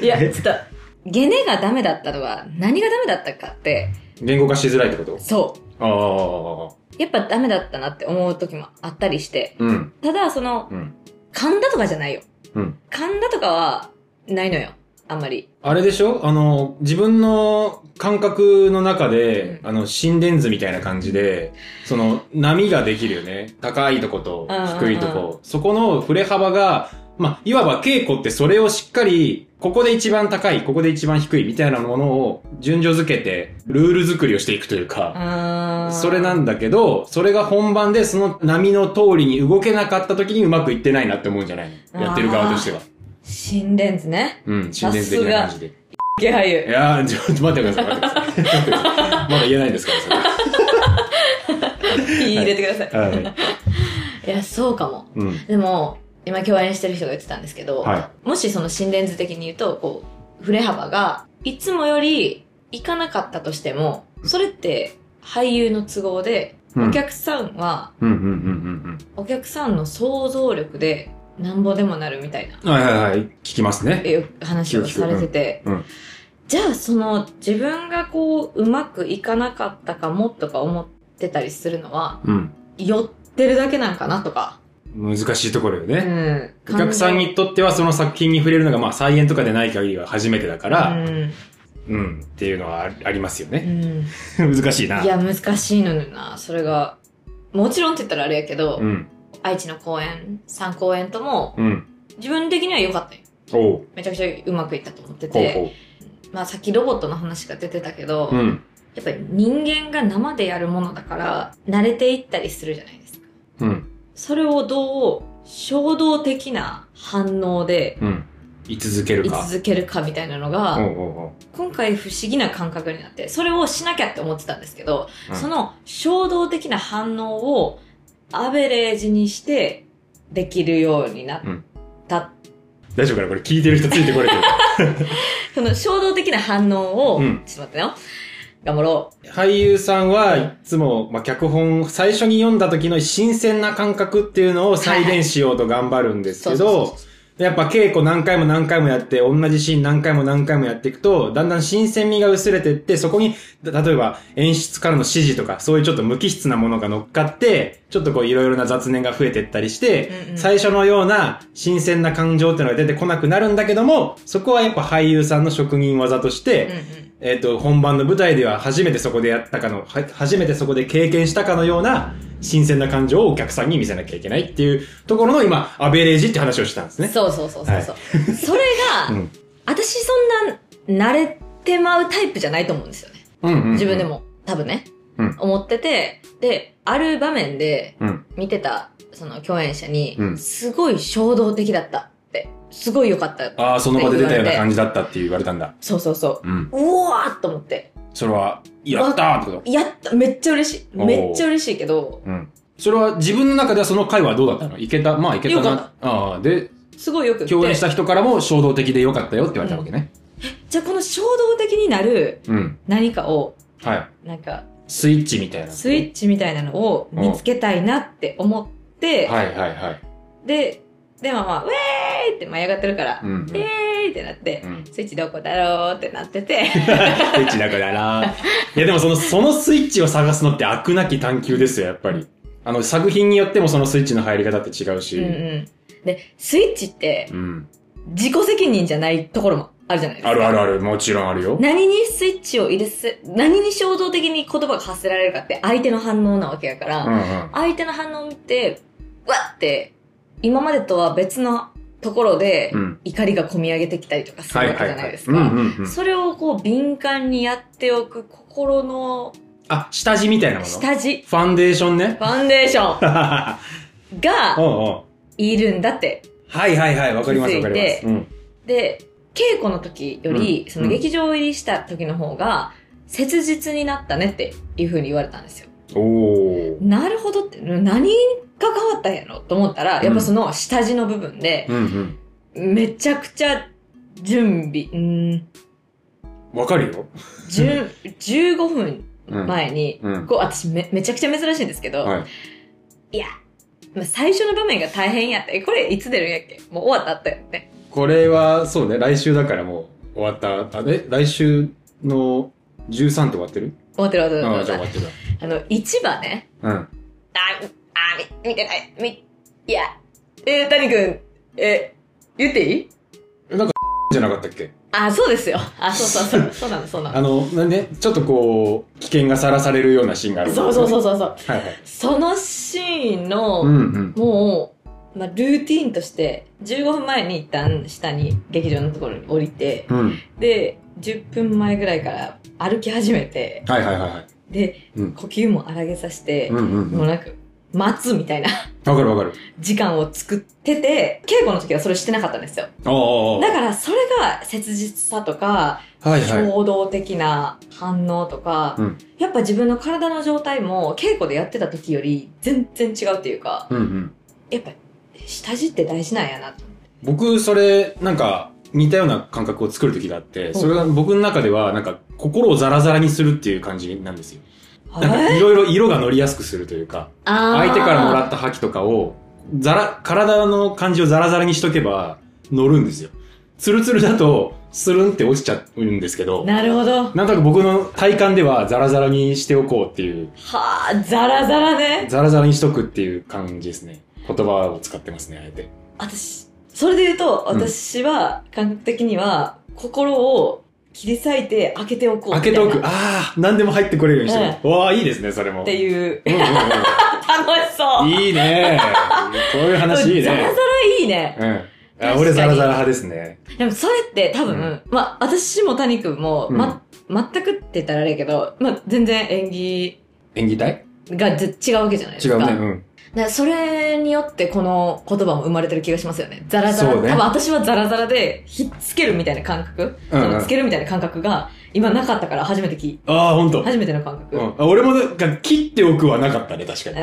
S3: や、ちょっと、ゲネがダメだったのは何がダメだったかって、
S2: 言語化しづらいってこと
S3: そ
S2: ああ。
S3: う。やっぱダメだったなって思う時もあったりして、
S2: うん。
S3: ただ、その、
S2: うん。
S3: 噛んだとかじゃないよ。
S2: うん
S3: 噛んだとかは、ないのよ。あんまり。
S2: あれでしょあの、自分の感覚の中で、
S3: う
S2: あの、心電図みたいな感じで、その、波ができるよね。高いとこと
S3: うんうんうん
S2: 低いとこ。そこの振れ幅が、まあ、いわば稽古ってそれをしっかり、ここで一番高い、ここで一番低いみたいなものを順序づけて、ルール作りをしていくというか、それなん
S3: だ。
S2: だけど、それが本番でその波の通りに動けなかった時にうまくいってないなって思うんじゃないのやってる側としては。
S3: 心電図ね。
S2: うん、心電図的な感じで。
S3: ゲ俳優
S2: い。やー、ちょっと待ってください。待ってくださいまだ言えないんですから、それ
S3: 入れてください。
S2: はい。
S3: いや、そうかも。
S2: うん。
S3: でも、今共演してる人が言ってたんですけど、
S2: は
S3: もしその心電図的に言うと、こう、振れ幅が、いつもより行かなかったとしても、それって俳優の都合で、
S2: うん
S3: お客さんは、
S2: うんうんうんうん
S3: お客さんの想像力で、なんぼでもなるみたいな
S2: うん。はいはいはい。聞きますね。
S3: え話をされてて、
S2: うんうん
S3: じゃあその自分がこう、うまくいかなかったかもとか思ってたりするのは、
S2: うん。
S3: 寄ってるだけなんかなとか、
S2: 難しいところよ
S3: う
S2: ね。
S3: ん。
S2: お客さんにとってはその作品に触れるのが、まあ、再演とかでない限りは初めてだか
S3: 感
S2: ら、
S3: 情、うん
S2: うん、っていうのはあありますよ
S3: う
S2: ね。
S3: ん
S2: 難しいな。
S3: いや、難しいのよな、それが。もちろんって言ったらあれやけど、
S2: うん、
S3: 愛知の公演、3公演とも、
S2: うん。
S3: 自分的には良かったよ。
S2: おう、
S3: めちゃくちゃうまくいったと思って
S2: ほう
S3: て、
S2: ほ
S3: まあさっきロボットの話が出てたけど、
S2: う。うん、
S3: やっぱり人間が生でやるものだから、慣れていったりするじゃないですか。
S2: うん、
S3: それをどう、衝動的な反応で、
S2: うん。居続ける
S3: 居
S2: か。
S3: 続けるかみたいなのが、
S2: おうおうおう
S3: 今回不思議な感覚になって、それをしなきゃって思ってたんですけど、
S2: うん
S3: その衝動的な反応をアベレージにしてできるようになった。
S2: 大丈夫かなこれ聞いてる人ついてこれてる。
S3: その衝動的な反応を、
S2: うん
S3: ちょっと待ってよ。頑張ろ
S2: 俳優さんはいつも、まあ、脚本、最初に読んだ時の新鮮な感覚っていうのを再現しようと頑張るんですけ
S3: はいはいそうそう
S2: ど、やっぱ稽古何回も何回もやって、同じシーン何回も何回もやっていくと、だんだん新鮮味が薄れてって、そこに、た例えば演出からの指示とか、そういうちょっと無機質なものが乗っかって、ちょっとこういろいろな雑念が増えてったりして、
S3: うんうん
S2: 最初のような新鮮な感情っていうのが出てこなくなるんだけども、そこはやっぱ俳優さんの職人技として、
S3: う。うんうん。
S2: えっ、と、本番の舞台では初めてそこでやったかの、は初めてそこで経験したかのような、新鮮な感情をお客さんに見せなきゃいけないっていうところの今、アベレージって話をしたんですね。
S3: そうそうそうそうそう。それが、
S2: うん
S3: 私そんな慣れてまうタイプじゃないと思うんですよね。
S2: うんうんうん
S3: 自分で。も、多分ね、
S2: うん
S3: 思ってて、で、ある場面で
S2: うん。
S3: 見てた、その共演者に、
S2: うん
S3: すごい衝動的だったって、すごい良かったって。
S2: ああ、その場で出たような感じだったって言われたんだ。
S3: そうそうそう。
S2: うん。
S3: うわーっと思って。
S2: それは、やったーってこと
S3: やった、めっちゃ嬉しい。
S2: おー
S3: めっちゃ嬉しいけど、
S2: うん。それは自分の中ではその回はどうだったのいけた、まあいけた
S3: よか
S2: な。
S3: っ
S2: ああ、で、
S3: すごいよくって。
S2: 共演した人からも衝動的でよかったよって言われたわけね。
S3: じゃあこの衝動的になる
S2: うん。
S3: 何かを、
S2: はい。
S3: なんか、
S2: スイッチみたいな。
S3: スイッチみたいなのを見つけたいなって思って、
S2: はいはいはい。
S3: で、でもまあ、ウェーイって舞い上がってるから、
S2: うんうん。
S3: イェーイってなって、
S2: うん
S3: スイッチどこだろうってなってて、
S2: スイッチだからな。いやでもその、そのスイッチを探すのって飽くなき探求ですよ、やっぱり。あの、作品によってもそのスイッチの入り方って違う
S3: う
S2: し。
S3: んうん。で、スイッチって
S2: うん。
S3: 自己責任じゃないところもあるじゃないですか。
S2: あるあるある、もちろんあるよ。
S3: 何にスイッチを入れす、何に衝動的に言葉が発せられるかって相手の反応なわけやから、
S2: うんうん。
S3: 相手の反応を見て、うわって、今までとは別のところで
S2: うん。
S3: 怒りが込み上げてきたりとかす
S2: は
S3: るわ
S2: い
S3: け
S2: はい
S3: じゃ
S2: は
S3: ない
S2: い
S3: で。す
S2: うんう
S3: か。
S2: んうん。
S3: それをこう敏感にやっておく心の
S2: あ、下地みたいなもの。フ
S3: 下地、
S2: ァンデーションね
S3: フ。ァンデーション
S2: う
S3: が
S2: んうん。
S3: いるんだって
S2: はいはいはい、わかります
S3: 気づ
S2: わ
S3: いて
S2: かります。うん。
S3: で、稽古の時より、
S2: うん
S3: その劇場入りした時の方が、切実になったねっていう風に言われたんですよ。
S2: おー。
S3: なるほどって、何が変わったんやろと思ったら、
S2: うん
S3: やっぱその下地の部分で、
S2: うんうん。
S3: めちゃくちゃ準備、うん、
S2: わかるよ。
S3: 10 15分
S2: うん。
S3: 前に、
S2: うん。
S3: こう、私め、めちゃくちゃ珍しいんですけど、
S2: はい。
S3: まあ最初の場面が大変やって、えこれいつ出るんやっけもう終わったったよね。
S2: これは、そうね、来週だからもう終わった。あ、え、来週の13って終わってる
S3: 終わってる終
S2: あ
S3: わ
S2: あ、じ
S3: って
S2: ゃあ終
S3: る終わ
S2: わ
S3: っ
S2: ってるわ。
S3: てる。あの、市場ね、
S2: うん。
S3: あ、あ、み、見てない、み、いや、えー、谷くん、え、言っていい
S2: じゃなかったっけ
S3: あ、そうですよ。あ、そうそうそう。そうなの、そうな
S2: あ
S3: の。
S2: の、なんで、ちょっとこう、危険がさらされるようなシーンがあるんだ
S3: そ
S2: よ
S3: う
S2: ね
S3: そうそうそうそう。
S2: はいはい。
S3: そのシーンの、
S2: うんうん。
S3: もう、まあ、ルーティーンとして、15分前に一旦下に、劇場のところに降りて、
S2: うん。
S3: で、10分前ぐらいから歩き始めて、
S2: はいはいはいはい。
S3: で、
S2: うん
S3: 呼吸も荒げさせて、
S2: うんうん
S3: も
S2: う。
S3: うんなんか、待つみたいな
S2: わかるわかる。
S3: 時間を作ってて、稽古の時はそれしてなかったんですよ。
S2: ああ。
S3: だからそれが切実さとか、
S2: はいはい。
S3: 衝動的な反応とか、
S2: うん
S3: やっぱ自分の体の状態も稽古でやってた時より全然違うっていうか、
S2: うんうん。
S3: やっぱ下地って大事なんやなと。
S2: 僕、それ、なんか、似たような感覚を作る時があって、それが僕の中では、なんか、心をザラザラにするっていう感じなんですよ。なん
S3: えー
S2: か、 いろいろ色が乗りやすくするというか、相手からもらった覇気とかを、ザラ、体の感じをザラザラにしとけば、乗るんですよ。ツルツルだと、スルンって落ちちゃうんですけど、
S3: なるほど。は
S2: なんとなく僕の体感では、ザラザラにしておこうっていう
S3: あ、ザラザラね。
S2: ザラザラにしとくっていう感じですね。言葉を使ってますね、あえて。
S3: 私、それで言うと、
S2: うん
S3: 私は感覚的には、心を切り裂いて開けておこう
S2: 開けておく
S3: み。たいな
S2: ああ、何でも入ってこれるようにしてる。わあ、いいですね、それも。
S3: って
S2: う。
S3: いう、
S2: うんうん
S3: 楽しそう
S2: うん。いい ね。こういう話いい
S3: ザラザ
S2: ね。
S3: ラいいね。
S2: うん。あ
S3: かに
S2: 俺ザラザラ派ですね。
S3: でもそれって多分、
S2: うん
S3: まあ私も谷君も、ま、全くって言ったらあれやけど、まあ全然演技
S2: 演技体
S3: がぜ違うわけじゃないで
S2: 違
S3: すか。
S2: うね。うん。
S3: だからそれによってこの言葉も生まれてる気がしますよね。ザラザ
S2: そ
S3: ラ。
S2: うね
S3: 多分私はザラザラで、ひっつけるみたいな感覚、
S2: うんうん
S3: つけるみたいな感覚が今なかったから初めてき、
S2: ああ、ほんと。
S3: 初めての感覚。
S2: うんあ俺もなんか、切っておくはなかったね、確か に。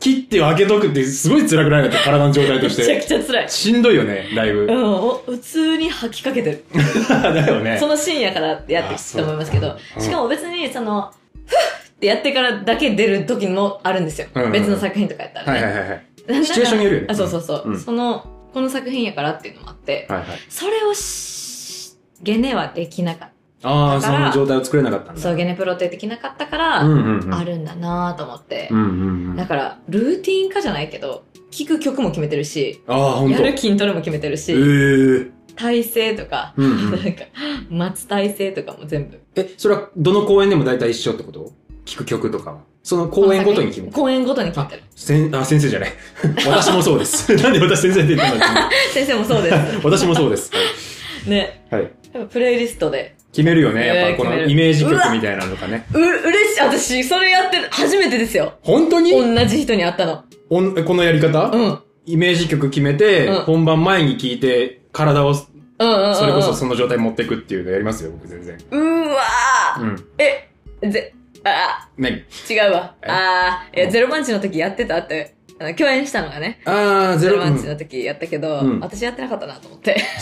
S2: 切って開けとくってすごい辛くないだって、体の状態と
S3: め
S2: し
S3: ちゃく
S2: て。
S3: ちゃ辛い。
S2: しんどいよね、だいぶ
S3: う。ん、お普通に吐きかけてる。
S2: だよね
S3: そ。の深夜からやってきたと思いますけ
S2: あ
S3: ど
S2: そうう、ん
S3: しかも別にその、ふっってやってからだけ出る時もあるんですよ。
S2: うんうん
S3: 別の作品とかやったら
S2: は
S3: ね。
S2: いはいはいはい。
S3: なんか
S2: シチュエーションによるよね
S3: あ、そうそうそう。
S2: うん
S3: その、この作品やからっていうのもあって、
S2: はいはい。
S3: それをし、ゲネはできなかっ
S2: ああ、
S3: だ
S2: そ
S3: から
S2: の状態を作れなかったん
S3: た。
S2: だ。
S3: そう、ゲネプロってできなかったから、
S2: うんうんうん。
S3: あるんだなぁと思って。
S2: うんうんうん。
S3: だ
S2: あ
S3: から、ルーティン化じゃないけど、聴く曲も決めてるし、
S2: あ、ほん
S3: や
S2: と。
S3: る筋トレも決めてる
S2: え
S3: し、
S2: ー
S3: 体勢とか、
S2: うんう
S3: なん
S2: ん、
S3: か、待つ体勢とかも全部。
S2: え、それはどの公演でも大体一緒ってこと聞く曲とかは。その公演ごとに決めて
S3: 公演ごとに決めてる。
S2: せんあ、先生じゃ ない。私もそうです。なんで私先生って言ったんだ
S3: 先生もそうで
S2: ろう私もそうです。
S3: す。ね。
S2: はい。
S3: やっぱプレイリストで。
S2: 決めるよね。
S3: えー
S2: やっぱこ
S3: 決
S2: の
S3: める
S2: イメージ曲みたいなのとかね。
S3: う、嬉しい。私、それやってる。初めてですよ。
S2: 本当に
S3: 同じ人に会ったの。
S2: おんこのやり方、
S3: うん。うん
S2: イメージ曲決めて、
S3: うん
S2: 本番前に聞いて、体をそ
S3: うんうんうん。
S2: れこそその状態持ってくっていうのやりますよ、僕全然。
S3: うーわー
S2: うん。
S3: え、ぜ、あ
S2: 何
S3: ー、違うわ。
S2: え
S3: あー、いや
S2: うん
S3: ゼロ番地の時やってたって、あの、共演したのがね、
S2: ああ、ゼ
S3: ゼ
S2: ロ
S3: ロ番地の時やったけど、
S2: うん
S3: 私やってなかったなと思って。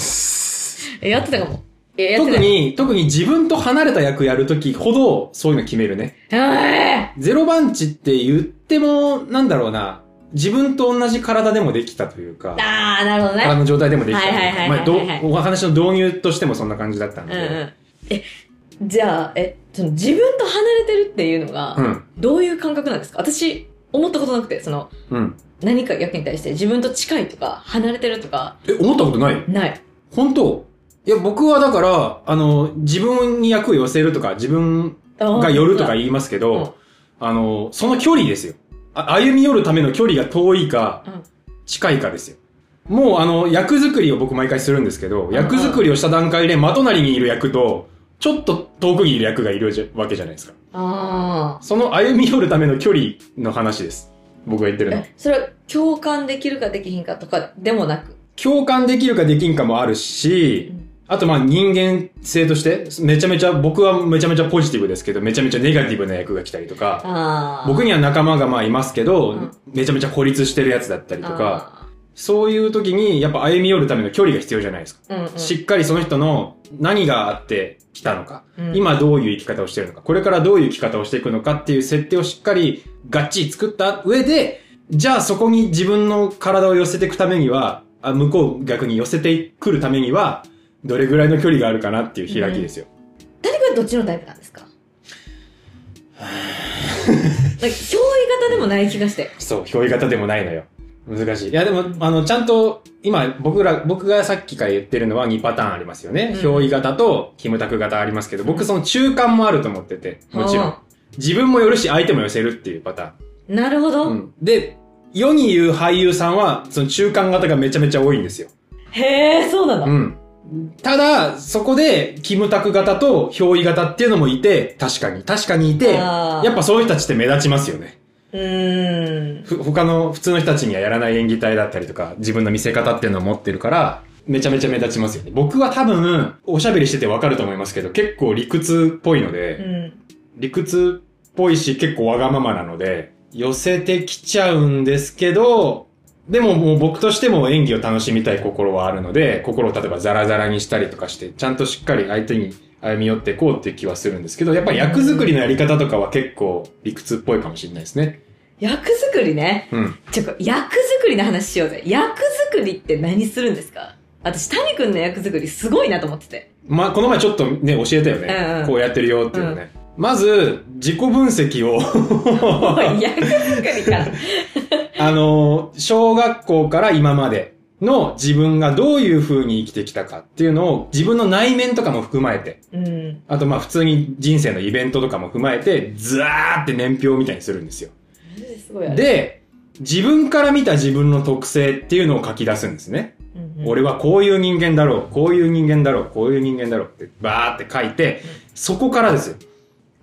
S3: えやってたかも。え、やって
S2: 特
S3: た。
S2: に、特に自分と離れた役やるときほど、そういうの決めるね。
S3: え
S2: ゼロ番地って言っても、なんだろうな、自分と同じ体でもできたというか
S3: ー、あー、なるほど
S2: 体
S3: ね。
S2: の状態でもできたというか。
S3: はいはいはいはいはい
S2: まあどうお話の導入としてもそんな感じだったん
S3: うんう
S2: で。
S3: ん。え、じゃあ、え、その自分と離れてるっていうのが、
S2: うん。
S3: どういう感覚なんですか私、思ったことなくて、その、
S2: うん。
S3: 何か役に対して自分と近いとか、離れてるとか、
S2: え、思ったことない
S3: ない。
S2: 本当いや、僕はだから、あの、自分に役を寄せるとか、自分が寄るとか
S3: い
S2: 言いますけ
S3: うん
S2: ど、あの、その距離ですよ。あ歩み寄るための距離が遠いか
S3: うん、
S2: 近いかですよ。もうあの、役作りを僕毎回するんですけど、役作りをした段階で、まとなりにいる役と、ちょっと遠くにいる役がいるじゃわけじゃないですか。
S3: あ
S2: その歩み寄るための距離の話です。僕が言って
S3: あ。
S2: るの。
S3: え、それは共感できるかできひんかとかでもなく。
S2: 共感できるかできんかもあるし、あとまあ人間性として、めちゃめちゃ、僕はめちゃめちゃポジティブですけど、めちゃめちゃネガティブな役が来たりとか、
S3: ああ。
S2: 僕
S3: に
S2: には仲間がまあいますけど、
S3: うん
S2: めちゃめちゃ孤立してるやつだったりとか、。そういう時にやっぱ歩み寄るための距離が必要じゃないですか。
S3: うんうん。
S2: しっかりその人の何があってきたのか、
S3: うん
S2: 今どういう生き方をしてるのか、これからどういう生き方をしていくのかっていう設定をしっかりがっちり作った上で、じゃあそこに自分の体を寄せていくためには、あ向こう逆に寄せてくるためには、どれぐらいの距離があるかなっていう開きですよ。
S3: 誰がどっちのタイプなんです かなんか、憑依型でもない気がして。
S2: そう、憑依型でもないのよ。難しい。いや、でも、あの、ちゃんと、今、僕ら、僕がさっきから言ってるのは2パターンありますよね。
S3: うん
S2: 憑依型と、キムタク型ありますけど、僕その中間もあると思ってて、もちろん
S3: あ。
S2: 自分も寄るし、相手も寄せるっていうパタ
S3: なるほ
S2: ーン。
S3: ど。
S2: うん。で、世に言う俳優さんは、その中間型がめちゃめちゃ多いんですよ。
S3: へえ、そうなんだ。
S2: うん。ただ、そこで、キムタク型と憑依型っていうのもいて、確かに、確かにいて、
S3: あ
S2: や
S3: ー
S2: っぱそういう人たちって目立ちますよね。
S3: うーん。
S2: ふ他の普通の人たちにはやらない演技体だったりとか、自分の見せ方っていうのを持ってるから、めちゃめちゃ目立ちますよね。僕は多分、おしゃべりしててわかると思いますけど、結構理屈っぽいので、
S3: うん。
S2: 理屈っぽいし結構わがままなので、寄せてきちゃうんですけど、でももう僕としても演技を楽しみたい心はあるので、心を例えばザラザラにしたりとかして、ちゃんとしっかり相手に歩み寄っていこうっていう気はするんですけど、やっぱ役作りのやり方とかは結構理屈っぽいかもしれないですね。
S3: 役作りね。
S2: うん。
S3: ちょ、役作りの話しようぜ。役作りって何するんですか私、谷くんの役作りすごいなと思ってて。
S2: まあ、この前ちょっとね、教えたよね。
S3: うんうん
S2: こうやってるよっていうのね。まず、自己分析を
S3: おい役作りから。
S2: あの、小学校から今までの自分がどういう風に生きてきたかっていうのを自分の内面とかも含まれて、
S3: うん。
S2: あとまあ普通に人生のイベントとかも踏まえて、ずわーって年表みたいにするんですよ。
S3: すごいあれ、
S2: で、自分から見た自分の特性っていうのを書き出すんですね。
S3: うんうん、
S2: 俺はこういう人間だろう、こういう人間だろう、こういう人間だろうってバーって書いて、そこからですよ。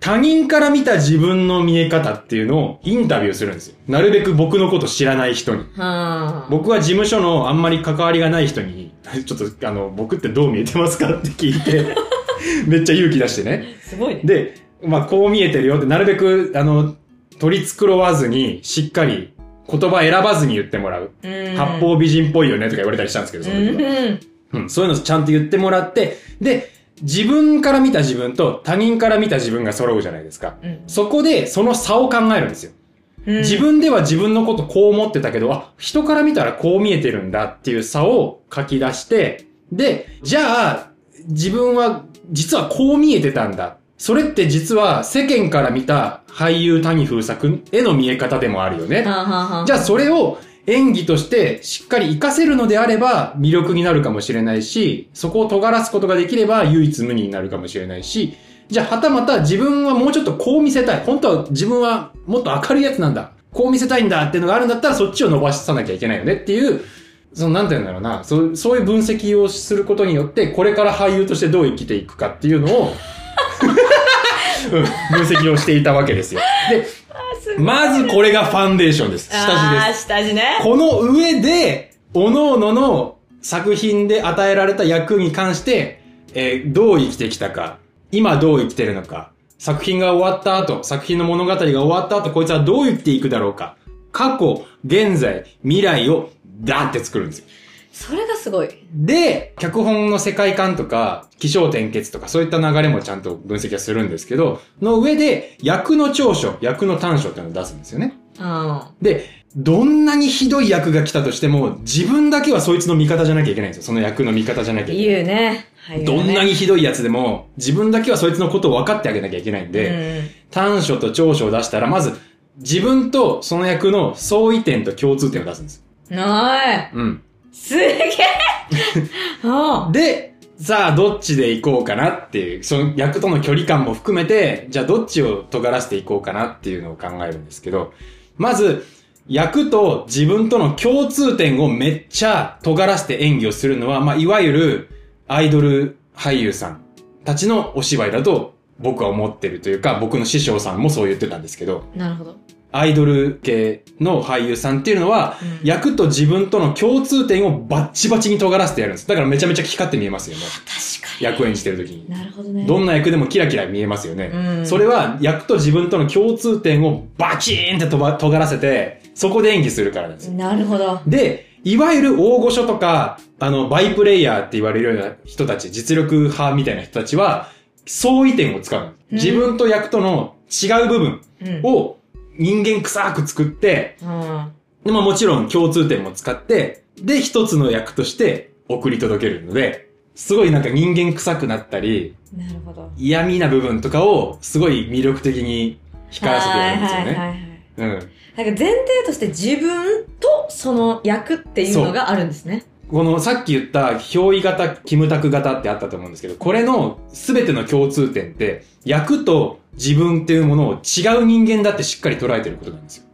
S2: 他人から見た自分の見え方っていうのをインタビューするんですよ。なるべく僕のこと知らない人に。
S3: はあ。
S2: 僕は事務所のあんまり関わりがない人に、 ちょっとあの、僕ってどう見えてますかって聞いて、 めっちゃ勇気出してね。
S3: すごいね。
S2: で、まあこう見えてるよって、なるべく、あの、取り繕わずに、しっかり言葉選ばずに言ってもらう。
S3: うん
S2: 八方美人っぽいよねとか言われたりしたんですけど、その時は。
S3: うん。
S2: うん、そういうのちゃんと言ってもらって、で、自分から見た自分と他人から見た自分が揃うじゃないですか。
S3: うん
S2: そこでその差を考えるんですよ。
S3: うん
S2: 自分では自分のことこう思ってたけど、あ、人から見たらこう見えてるんだっていう差を書き出して、で、じゃあ、自分は実はこう見えてたんだ。それって実は世間から見た俳優谷風作への見え方でもあるよね。
S3: はあはあはあ
S2: じゃあそれを演技としてしっかり活かせるのであれば魅力になるかもしれないし、そこを尖らすことができれば唯一無二になるかもしれないし、じゃあはたまた自分はもうちょっとこう見せたい。本当は自分はもっと明るいやつなんだ。こう見せたいんだっていうのがあるんだったらそっちを伸ばさなきゃいけないよねっていう、そのなんて言うんだろうな、そうそういう分析をすることによって、これから俳優としてどう生きていくかっていうのを、 うん分析をしていたわけですよ。で、まずこれがファンデーションです。下地です
S3: あー。下地ね。
S2: この上で、各々の作品で与えられた役に関して、えーどう生きてきたか、今どう生きてるのか、作品が終わった後、作品の物語が終わった後、こいつはどう生きていくだろうか、過去、現在、未来をダーって作るんですよ。
S3: それがすごい。
S2: で、脚本の世界観とか、気象転結とか、そういった流れもちゃんと分析はするんですけど、の上で、役の長所、役の短所っていうのを出すんですよね。
S3: うん。
S2: で、どんなにひどい役が来たとしても、自分だけはそいつの味方じゃなきゃいけないんですよ。その役の味方じゃなきゃいけない。
S3: 言うね。はい
S2: どんなにひどいやつでも、自分だけはそいつのことを分かってあげなきゃいけないんで、短所と長所を出したら、まず、自分とその役の相違点と共通点を出すんですよ。
S3: うん。ない。
S2: うん。
S3: す げえうん
S2: で、さあ、どっちで行こうかなっていう、その役との距離感も含めて、じゃあどっちを尖らせていこうかなっていうのを考えるんですけど、まず、役と自分との共通点をめっちゃ尖らせて演技をするのは、まあ、いわゆるアイドル俳優さんたちのお芝居だと僕は思ってるというか、僕の師匠さんもそう言ってたんですけど、
S3: なるほど。
S2: アイドル系の俳優さんっていうのは、
S3: うん
S2: 役と自分との共通点をバッチバチに尖らせてやるんです。だからめちゃめちゃ光って見えますよね。
S3: 確か
S2: 役演じてる時に
S3: に。。なるほどね。
S2: どんな役でもキラキラ見えますよね。
S3: うん
S2: それは役と自分との共通点をバチーンってとば尖らせて、そこで演技するからなんですよ。
S3: なるほど。
S2: で、いわゆる大御所とか、あの、バイプレイヤーって言われるような人たち、実力派みたいな人たちは、相違点を使うんです。自分と役との違う部分
S3: うん。
S2: を人間臭く作って、
S3: うん。
S2: で、まあもちろん共通点も使って、で、一つの役として送り届けるので、すごいなんか人間臭くなったり、
S3: なるほど。
S2: 嫌味な部分とかをすごい魅力的に光らせてやるんですよ
S3: はいはい
S2: ね。
S3: はい
S2: うん。
S3: はい。なんか前提として自分とその役っていうのがあるんですね。
S2: このさっき言った憑依型、キムタク型ってあったと思うんですけど、これの全ての共通点って、役と自分っていうものを違う人間だってしっかり捉えてることなんですよ。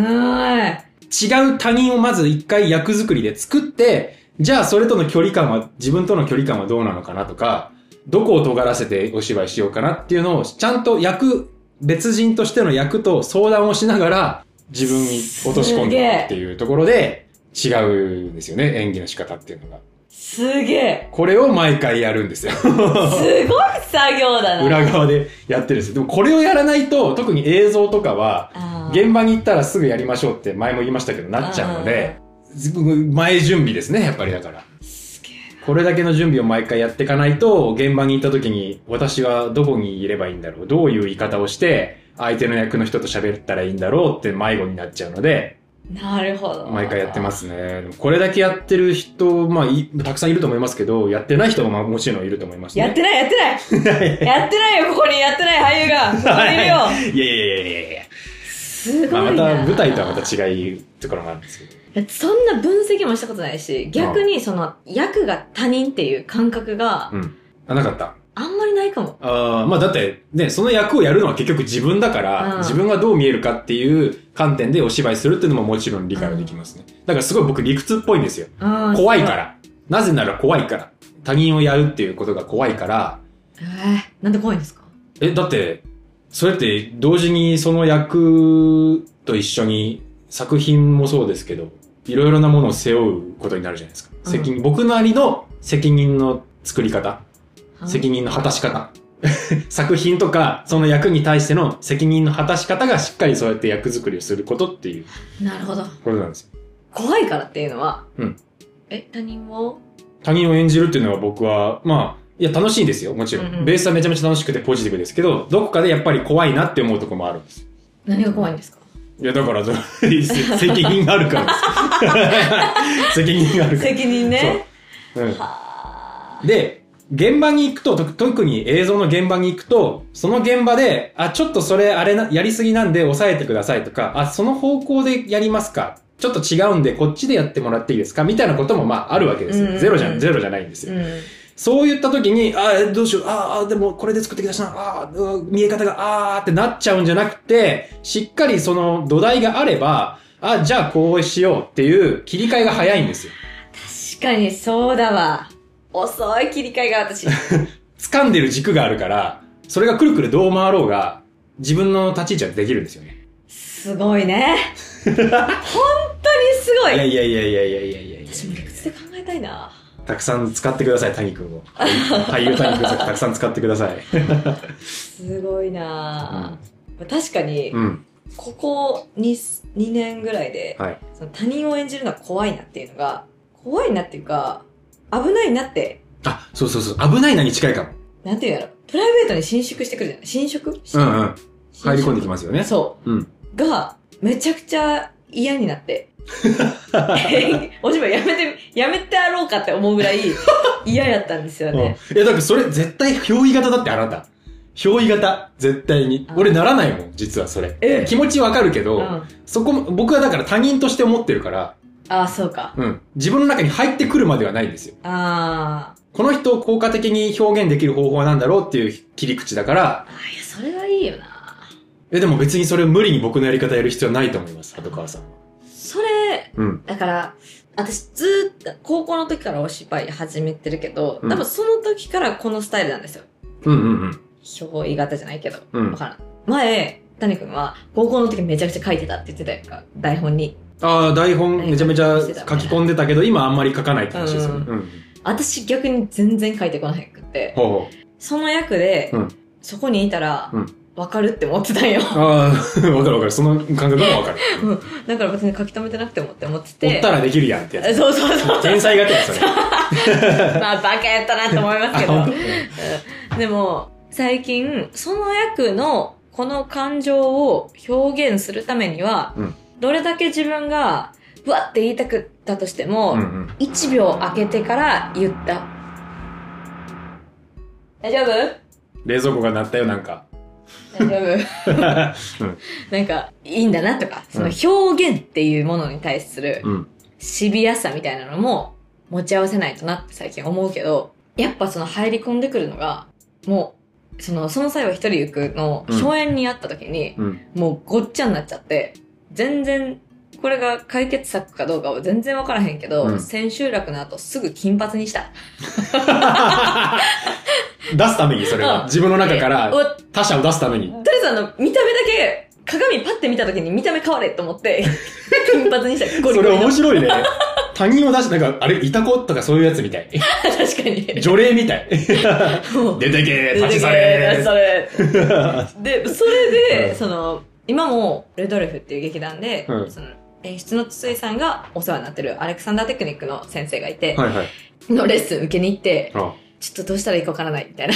S3: な
S2: 違う他人をまず一回役作りで作って、じゃあそれとの距離感は、自分との距離感はどうなのかなとか、どこを尖らせてお芝居しようかなっていうのを、ちゃんと役、別人としての役と相談をしながら、自分に落とし込んでいくっていうところで、違うんですよね、演技の仕方っていうのが。
S3: すげえ。
S2: これを毎回やるんですよ。
S3: すごい作業だな。
S2: 裏側でやってるんですよ。でもこれをやらないと、特に映像とかは、
S3: あー
S2: 現場に行ったらすぐやりましょうって前も言いましたけど、なっちゃうので、自分前準備ですね、やっぱりだから。
S3: すげえ
S2: これだけの準備を毎回やっていかないと、現場に行った時に、私はどこにいればいいんだろう、どういう言い方をして、相手の役の人と喋ったらいいんだろうって迷子になっちゃうので、
S3: なるほど。
S2: 毎回やってますね。でもこれだけやってる人、まあい、たくさんいると思いますけど、やってない人もまあもちろんいると思いますね。
S3: やってない、やってない。 やってないよ、ここにやってない俳優が。ここにいるよ。
S2: いやいやいやいやいや
S3: すご
S2: まあ、
S3: いな。
S2: また舞台とはまた違いところもあるんですけど。
S3: そんな分析もしたことないし、逆にその役が他人っていう感覚が
S2: うん。あ、なかった。
S3: あんまりないかも。
S2: あーまあだって、ね、その役をやるのは結局自分だから、
S3: うん。
S2: 自分がどう見えるかっていう観点でお芝居するっていうのももちろん理解はできますね。だからすごい僕理屈っぽいんですよ。怖いからら。なぜなら怖いから。他人をやるっていうことが怖いから、
S3: えー、なんで怖いんですか
S2: え、だって、それって同時にその役と一緒に作品もそうですけど、いろいろなものを背負うことになるじゃないですか。
S3: うん
S2: 責任、僕なりの責任の作り方。責任
S3: 任。
S2: の果たし方。 作品とか、その役に対しての責任の果たし方がしっかりそうやって役作りをすることっていう
S3: なるほど。
S2: ことなんですよ。
S3: 怖いからっていうのは、
S2: うん
S3: え、他人を
S2: 他人を演じるっていうのは僕は、まあ、いや、楽しいんですよ、もちろ
S3: うんうん
S2: ん。ベースはめちゃめちゃ楽しくてポジティブですけど、どこかでやっぱり怖いなって思うとこもあるんです。
S3: 何が怖いん ですか
S2: いや、だから、そ 責任があるからです。 責任があるから。
S3: 責任ね。
S2: そううん
S3: は
S2: で、現場に行くと、と特に映像の現場に行くと、その現場で、あ、ちょっとそれあれな、やりすぎなんで抑えてくださいとか、あ、その方向でやりますか。ちょっと違うんで、こっちでやってもらっていいですかみたいなことも、まあ、あるわけです
S3: うんうんう
S2: よ。
S3: ん
S2: ゼロじゃ、ゼロじゃないんです
S3: ーう
S2: よ。
S3: ん。
S2: そういった時に、あーどうしよう、あーあー、でもこれで作ってきたしな、あーうわ見え方が、あーってなっちゃうんじゃなくて、しっかりその土台があれば、あ、じゃあこうしようっていう切り替えが早いんですよ。
S3: 確かにそうだわ。遅い切り替えが私。
S2: 掴んでる軸があるから、それがくるくるどう回ろうが、自分の立ち位置はできるんですよね。
S3: すご いね。本当にすご
S2: いや
S3: い。
S2: いやいやいやいやいやいやいや
S3: 私も理屈で考えたいな。
S2: たくさん使ってください、谷君を。俳優谷君をたくさん使ってください。
S3: すごいな、確かに、
S2: うん。
S3: ここ 2, 2年ぐらいで、
S2: はい。
S3: その他人を演じるのは怖いなっていうのが、怖いなっていうか、危ないなって、
S2: あ、そうそうそう。危ないなに近いかも。
S3: なんていうんだろう。プライベートに侵食してくるじゃない侵食
S2: うんうん。入り込んでき
S3: ま
S2: ますよね。。
S3: そう
S2: うん。
S3: う。が、めちゃくちゃ嫌に なって。おしばやめて、やめてやろうかって思うぐらい嫌やったんですよ
S2: うん、い
S3: ね。
S2: や、だからそれ絶対憑依型だってあなた。憑依型。絶対に
S3: あ。
S2: 俺ならないもん、実はそれ。
S3: ええ
S2: 気持ちわかるけど、
S3: うん。
S2: そこも、僕はだから他人として思ってるから、
S3: ああ、そうか。
S2: うん。自分の中に入ってくるまではないんですよ。
S3: あー
S2: この人を効果的に表現できる方法は何だろうっていう切り口だから
S3: あ、、いや、それはいいよな。
S2: え、でも別にそれを無理に僕のやり方やる必要はないと思います、鳩川さんは。
S3: それ、
S2: うん。
S3: だから、私ずーっと高校の時からお芝居始めてるけど、
S2: うん
S3: 多分その時からこのスタイルなんですよ。
S2: うんうんうん。
S3: 表意型じゃないけど。
S2: うん
S3: わからん。前、谷くんは高校の時めちゃくちゃ書いてたって言ってたやんか、台本に。
S2: ああ、台本めちゃめちゃ書き込んでたけど、今あんまり書かないって話ですよね。
S3: う
S2: うん。
S3: 私逆に全然書いてこなくて、
S2: ほうほう。
S3: その役で、
S2: うん
S3: そこにいたら
S2: うん、
S3: わかるって思ってたんよ。
S2: ああ、 わかるわかる。その感覚もわかる。
S3: だから別に書き留めてなくてもって思って
S2: 追ってた。ら できるやんってやつ。
S3: そうそ うそう。
S2: 天才が手やそれ。
S3: まあ、バカやったなって思いますけ
S2: あ
S3: ど
S2: 本当。
S3: でも、最近、その役のこの感情を表現するためには、
S2: うん
S3: どれだけ自分が、うわって言いたくったとしても、
S2: うんうん。
S3: 1秒空けてから言った。大丈夫
S2: 冷蔵庫が鳴ったよ、なんか。
S3: 大丈
S2: う
S3: 夫
S2: ん
S3: なんか、いいんだなとか、その表現っていうものに対する
S2: うん。
S3: シビアさみたいなのも持ち合わせないとなって最近思うけど、やっぱその入り込んでくるのが、もう、その、その際は一人行くの、
S2: うん
S3: 初演にあった時に、
S2: うん。
S3: もうごっちゃになっちゃって、全然、これが解決策かどうかは全然わからへんけど、
S2: うん
S3: 千秋楽の後すぐ金髪にした。
S2: 出すために、それ
S3: うん
S2: は。自分の中から
S3: でうわ
S2: 他者を出すために。
S3: とりあえずあの、見た目だけ、鏡パッて見た時に見た目変われと 思って、金髪にしたゴリ
S2: そ
S3: ゴ
S2: れ
S3: リの
S2: 面。白いね。他人を出して、なんか、あれ、いたことかそういうやつみ たい。
S3: 確かに。
S2: 除霊みたい。
S3: もう
S2: 出てけ 立ち去
S3: 立ち
S2: れ
S3: 去れで、それで、
S2: うん
S3: その、今も、レドルフっていう劇団で、
S2: うん
S3: その、演出の筒井さんがお世話になってるアレクサンダーテクニックの先生がいて、
S2: はいはい。
S3: のレッスン受けに行って、
S2: あ
S3: ちょっとどうしたらいいかわからない、み たいな。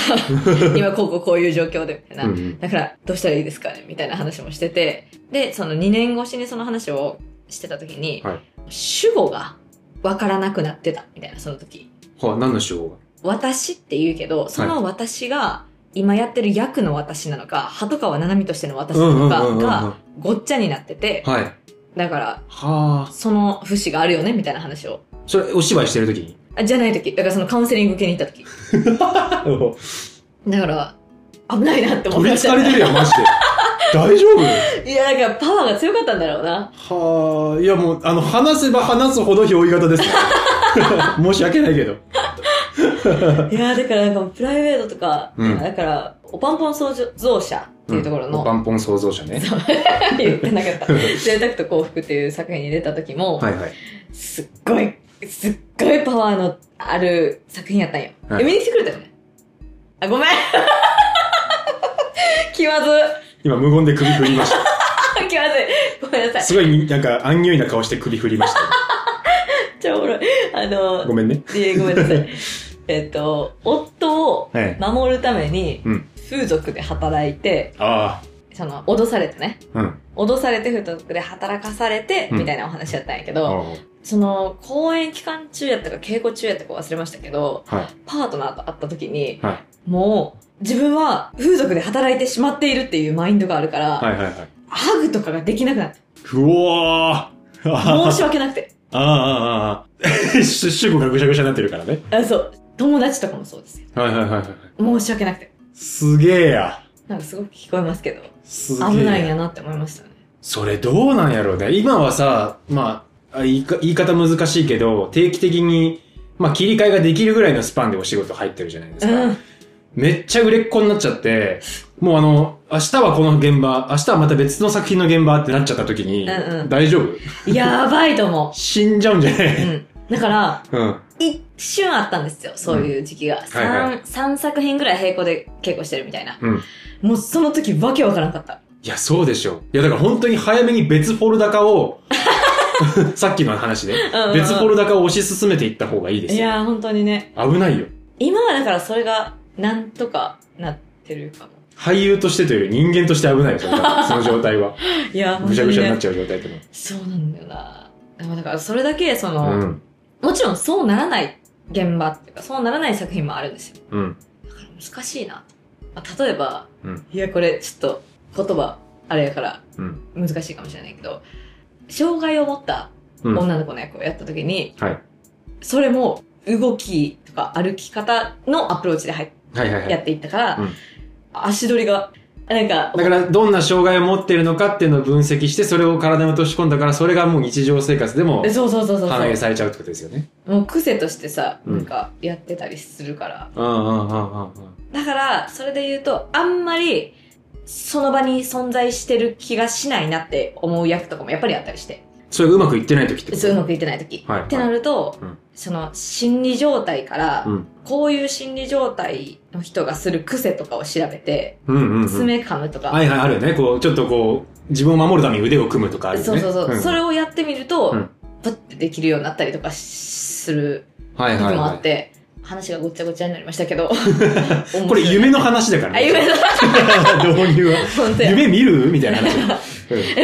S3: 今こうこうこういう状況で、みたいな。
S2: うんうん
S3: だから、どうしたらいいですかねみたいな話もしてて。で、その2年越しにその話をしてた時に、
S2: はい
S3: 主語がわからなくなってた、みたいな、その時。
S2: はあ、何の手法
S3: 私って言うけど、その私が、今やってる役の私なのか、鳩川七海としての私なのか
S2: うんうんうんうんうん
S3: が、ごっちゃになってて、
S2: がはい。
S3: だから、
S2: はあ。
S3: その節があるよね、みたいな話を。
S2: それ、お芝居してるとき に。
S3: あじゃない時、だからそのカウンセリング受けに行った時。だから、危ないなって思っ
S2: 取り
S3: ま
S2: 憑
S3: した。
S2: かれてるやん、マジで。大丈夫
S3: いや、だからパワーが強かったんだろうな。
S2: はあ、いやもう、あの、話せば話すほど憑依型 ですね。申し訳ないけど。
S3: いや、だからなんかプライベートとか、
S2: うん
S3: だから、おパンポン創造者っていうところの、
S2: バンポン創造者ね。
S3: 言ってなかった。贅沢と幸福っていう作品に出た時も、
S2: はいはい。
S3: すっごい、すっごいパワーのある作品やったんよ。
S2: はい
S3: え見に来てくれたよね。あ、ごめん 気まず。
S2: 今、無言で首振りまし
S3: 気まずい。ごめんなさ
S2: た。
S3: い。
S2: すごい、なんか、安ュイな顔して首振りました。
S3: めっちゃおもろい。あの、
S2: ごめんね。
S3: いえごめん なさい。えっと、夫を
S2: はい
S3: 守るために
S2: うん、
S3: 風俗で働いて、
S2: あ
S3: その、脅されてね。
S2: あ。うん。
S3: 脅されて風俗で働かされて、
S2: うん
S3: みたいなお話やったんやけ
S2: あ
S3: ど、
S2: あ
S3: その、公演期間中やったか稽古中やったか忘れましたけど、
S2: はい。
S3: パートナーと会った時に、
S2: は
S3: もう、自分は風俗で働いてしまっているっていうマインドがあるから、
S2: はいはいはい。
S3: ハグとかができなくなって、
S2: うわー あ
S3: 申し訳なくて。
S2: あ、ああ、ああ。 主語がぐしゃぐしゃになってるからね。
S3: あそう。友達とかもそうですよ。
S2: はいはいはいはい。
S3: 申し訳なくて。
S2: すげえや。
S3: なんかすごく聞こえますけど、
S2: すげえ。
S3: 危ないんやなって思いましたね。
S2: それどうなんやろうね。今はさ、まあ、あ言いか言い方難しいけど、定期的に、まあ、切り替えができるぐらいのスパンでお仕事入ってるじゃないですか。
S3: うん。
S2: めっちゃ売れっ子になっちゃって、もうあの、明日はこの現場、明日はまた別の作品の現場ってなっちゃった時に、
S3: うんうん
S2: 大丈夫
S3: やばいと思
S2: 死んじゃうんじゃな
S3: う。う
S2: い、
S3: ん。だから、
S2: うん、
S3: 一瞬あったんですよ、そういう時期が。
S2: はいは
S3: 三三作品ぐらい並行で稽古してるみたいな。
S2: うん
S3: もうその時わけわからんかった。
S2: いや、そうでしょう。いや、だから本当に早めに別フォルダ化 を、さっきの話で、
S3: んうんうん
S2: 別フォルダ化を推し進めていった方がいいで
S3: い
S2: すよ。
S3: やー、本当にね。
S2: 危ないよ。
S3: 今はだからそれが、なんとかなってるかも。
S2: 俳優としてというより人間として危ないよ、それ多 分その状態は。
S3: いやー、
S2: ぐ
S3: 本
S2: ち
S3: 当
S2: ゃ
S3: に、
S2: ぐ
S3: ね。
S2: ちゃになっちゃう状態っての
S3: そうなんだよな。でもだからそれだけ、そ
S2: は。
S3: の、
S2: うん。
S3: もちろんそうならない現場っていうか、そうならない作品もあるんですよ。
S2: うん。
S3: だから難しいな。まあ、例えば、
S2: うん
S3: いや、これちょっと言葉、あれやから
S2: うん。
S3: 難しいかもしれないけど、障害を持った
S2: うん。
S3: 女の子の役をやった時に、
S2: はい。
S3: それも動きとか歩き方のアプローチで入っ
S2: はいはいは
S3: や
S2: い。
S3: っていったから、
S2: うん
S3: 足取りが、なんか、
S2: だから、どんな障害を持っているのかっていうのを分析して、それを体に落とし込んだから、それがもう日常生活でも
S3: そうそうそうそう
S2: 反映
S3: そ
S2: されちゃうってことですよね。
S3: う。もう癖としてさ、
S2: うん
S3: なんかやってたりするから。
S2: うんうんうんうんうん。
S3: だから、それで言うと、あんまり、その場に存在してる気がしないなって思う役とかもやっぱりあったりして、
S2: それがうまくいってない時ってこと
S3: そううまくいってない時。
S2: はい
S3: ってなると、
S2: うん
S3: その心理状態から、
S2: うん
S3: こういう心理状態の人がする癖とかを調べて、
S2: うんうんうん。
S3: 爪噛むとか、
S2: はいはい、あるよね。こう、ちょっとこう、自分を守るために腕を組むとかあるよね。
S3: そうそうそう、
S2: ん
S3: それをやってみると、
S2: うん
S3: パッてできるようになったりとかする
S2: はい
S3: 時
S2: はい、
S3: もあ
S2: は
S3: って、話がごっちゃごちゃになりました けど
S2: い。これ夢の話だから
S3: あ夢の
S2: 導入は。
S3: 本当や
S2: 夢見るみたいな 話。うん
S3: だ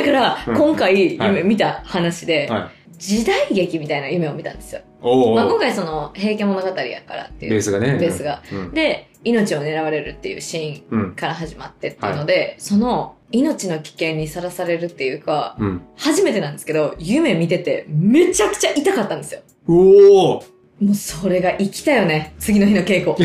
S3: から、
S2: うん
S3: 今回
S2: はい
S3: 夢見た話で、
S2: はい。
S3: 時代劇みたいな夢を見たんですよ、
S2: おう
S3: まあ、
S2: お
S3: 今
S2: う。
S3: 回その「平家物語」やからって
S2: ベ
S3: い
S2: ー
S3: う
S2: スがね。
S3: ベースが
S2: うん。
S3: で命を狙われるっていうシーン
S2: うん。
S3: から始まってっていうので、その命の危険にさらされるっていうか
S2: うん。
S3: 初めてなんですけど夢見ててめちゃくちゃ痛かったんですよ
S2: おお
S3: もうそれが生きたよね。次の日の稽古。も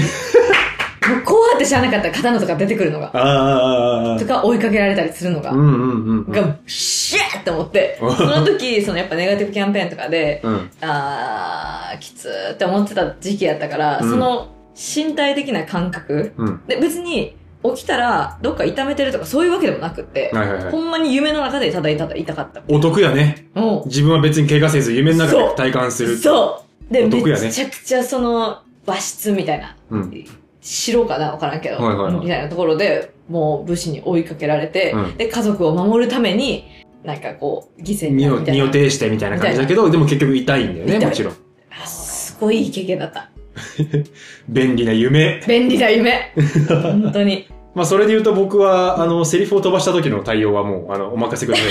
S3: うこうやって知らなかったら刀とか出てくるのが。
S2: あ
S3: とか追いかけられたりするのが。
S2: あ。うんうんうんうん。
S3: が、シェーって思って。その時、そのやっぱネガティブキャンペーンとかで、
S2: うん。
S3: あー、きつーって思ってた時期やったから、
S2: うん
S3: その身体的な感覚。
S2: うん。
S3: で、別に起きたら、どっか痛めてるとかそういうわけでもなくって、
S2: はいはいは
S3: ほ
S2: い。
S3: んまに夢の中でただただ痛かった。
S2: お得やね。
S3: うん
S2: 自分は別に怪我せず夢の中
S3: そ
S2: で
S3: う
S2: 体感する。
S3: そう。で、
S2: お得やね
S3: めちゃくちゃその、和室みたいな、
S2: うん。
S3: 白かなわからんけど、
S2: はいはいはい
S3: みたいなところで、もう武士に追いかけられて、
S2: うん
S3: で、家族を守るために、なんかこう、犠牲に
S2: 身
S3: な
S2: を、
S3: るみたい
S2: 身
S3: な。
S2: を挺してみたいな感じだけど、でも結局痛いんだよね、
S3: 痛い
S2: もちろん。
S3: あすごいいい経験だった。
S2: 便利な夢。
S3: 便利な夢。本当に。
S2: まあ、それで言うと僕は、あの、セリフを飛ばした時の対応はもう、あの、お任せくだ
S3: よ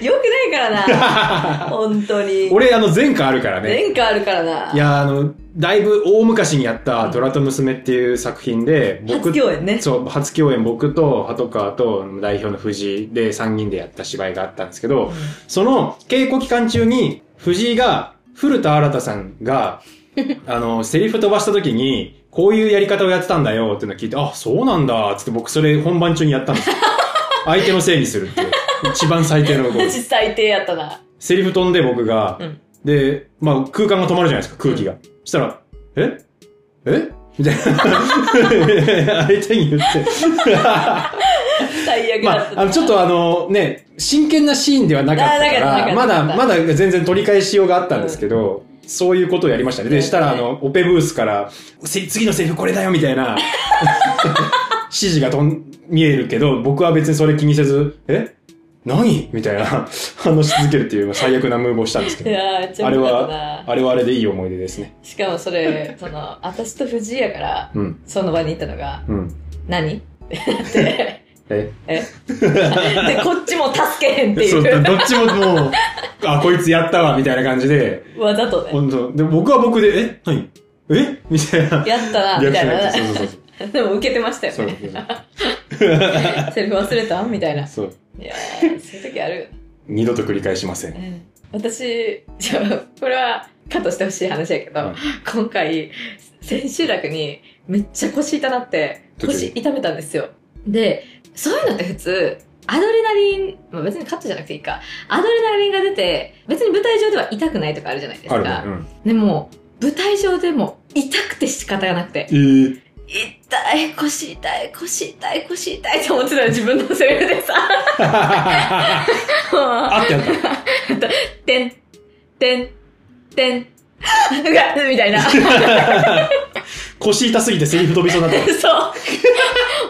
S3: くないからな。
S2: さい。
S3: 本当に。
S2: 俺、あの、前科あるからね。
S3: 前科あるからな。
S2: いやあのだいぶ大昔にやった「ドラと娘」っていう作品で
S3: 初共演ね
S2: そう初共演僕と鳩川と代表の藤井で3人でやった芝居があったんですけど、その稽古期間中に藤井が古田新太さん があのセリフ飛ばした時にこういうやり方をやってたんだよっていうのを聞いてあそうなんだっつって僕それ本番中にやったん ですよ相手のせいにするっていう一番最低の動き
S3: 私最低やったな。
S2: セリフ飛んで僕が、
S3: うん
S2: で、まあ空間が止まるじゃないですか、空気が。したら、ええみたい な。相手に言って。
S3: 最悪
S2: ま
S3: だっ
S2: あ
S3: た、な。
S2: あの、ちょっとあの、ね、真剣なシーンではなかったか、
S3: あなからったな
S2: ま
S3: かった
S2: だ、まだ全然取り返しようがあったんですけど、そういうことをやりましたね。で、したら、あの、オペブースから、せ次のセリフこれだよみたい な、指示がとん見えるけど、僕は別にそれ気にせず、え何みたいな、話し続けるっていう最悪なムーブをしたんですけど
S3: い。やー、ちょ
S2: あ
S3: っ
S2: れ
S3: とだった
S2: は、
S3: な。
S2: あれはあれでいい思い出ですね。
S3: しかもそれ、その、私と藤井やから、
S2: うん。
S3: その場に行ったのが、
S2: うん。
S3: 何 ってなって、
S2: え
S3: えで、こっちも助けへんって
S2: そう、
S3: いう。
S2: どっちももう、あ、こいつやったわ、みたいな感じで、
S3: わざとね。
S2: 本当で、僕は僕で、え何えみたいな。
S3: やったな、みたい
S2: リアクションやって
S3: な。 でも受けてましたよ
S2: そうそう
S3: ね。
S2: そう。そうそう
S3: セリフ忘れたみたいな。い
S2: そうそう。
S3: やー、そういう時ある。
S2: 二度と繰り返しません。
S3: 私、じゃあこれはカットしてほしい話やけど、
S2: うん
S3: 今回、千秋楽にめっちゃ腰痛なって、
S2: 途中
S3: 腰痛めたんですよ。で、そういうのって普通、アドレナリン、まあ、別にカットじゃなくていいか、アドレナリンが出て、別に舞台上では痛くないとかあるじゃないです
S2: ある
S3: か。
S2: ね。うん。
S3: でも、舞台上でも痛くて仕方がなくて、
S2: えー、
S3: 痛い、腰痛い、腰痛い、腰痛いと思ってたら自分のセリフでさ、
S2: あってやった。
S3: てん、てん、てん、うがみたいな。
S2: 腰痛すぎてセリフ飛びそうになっ
S3: そ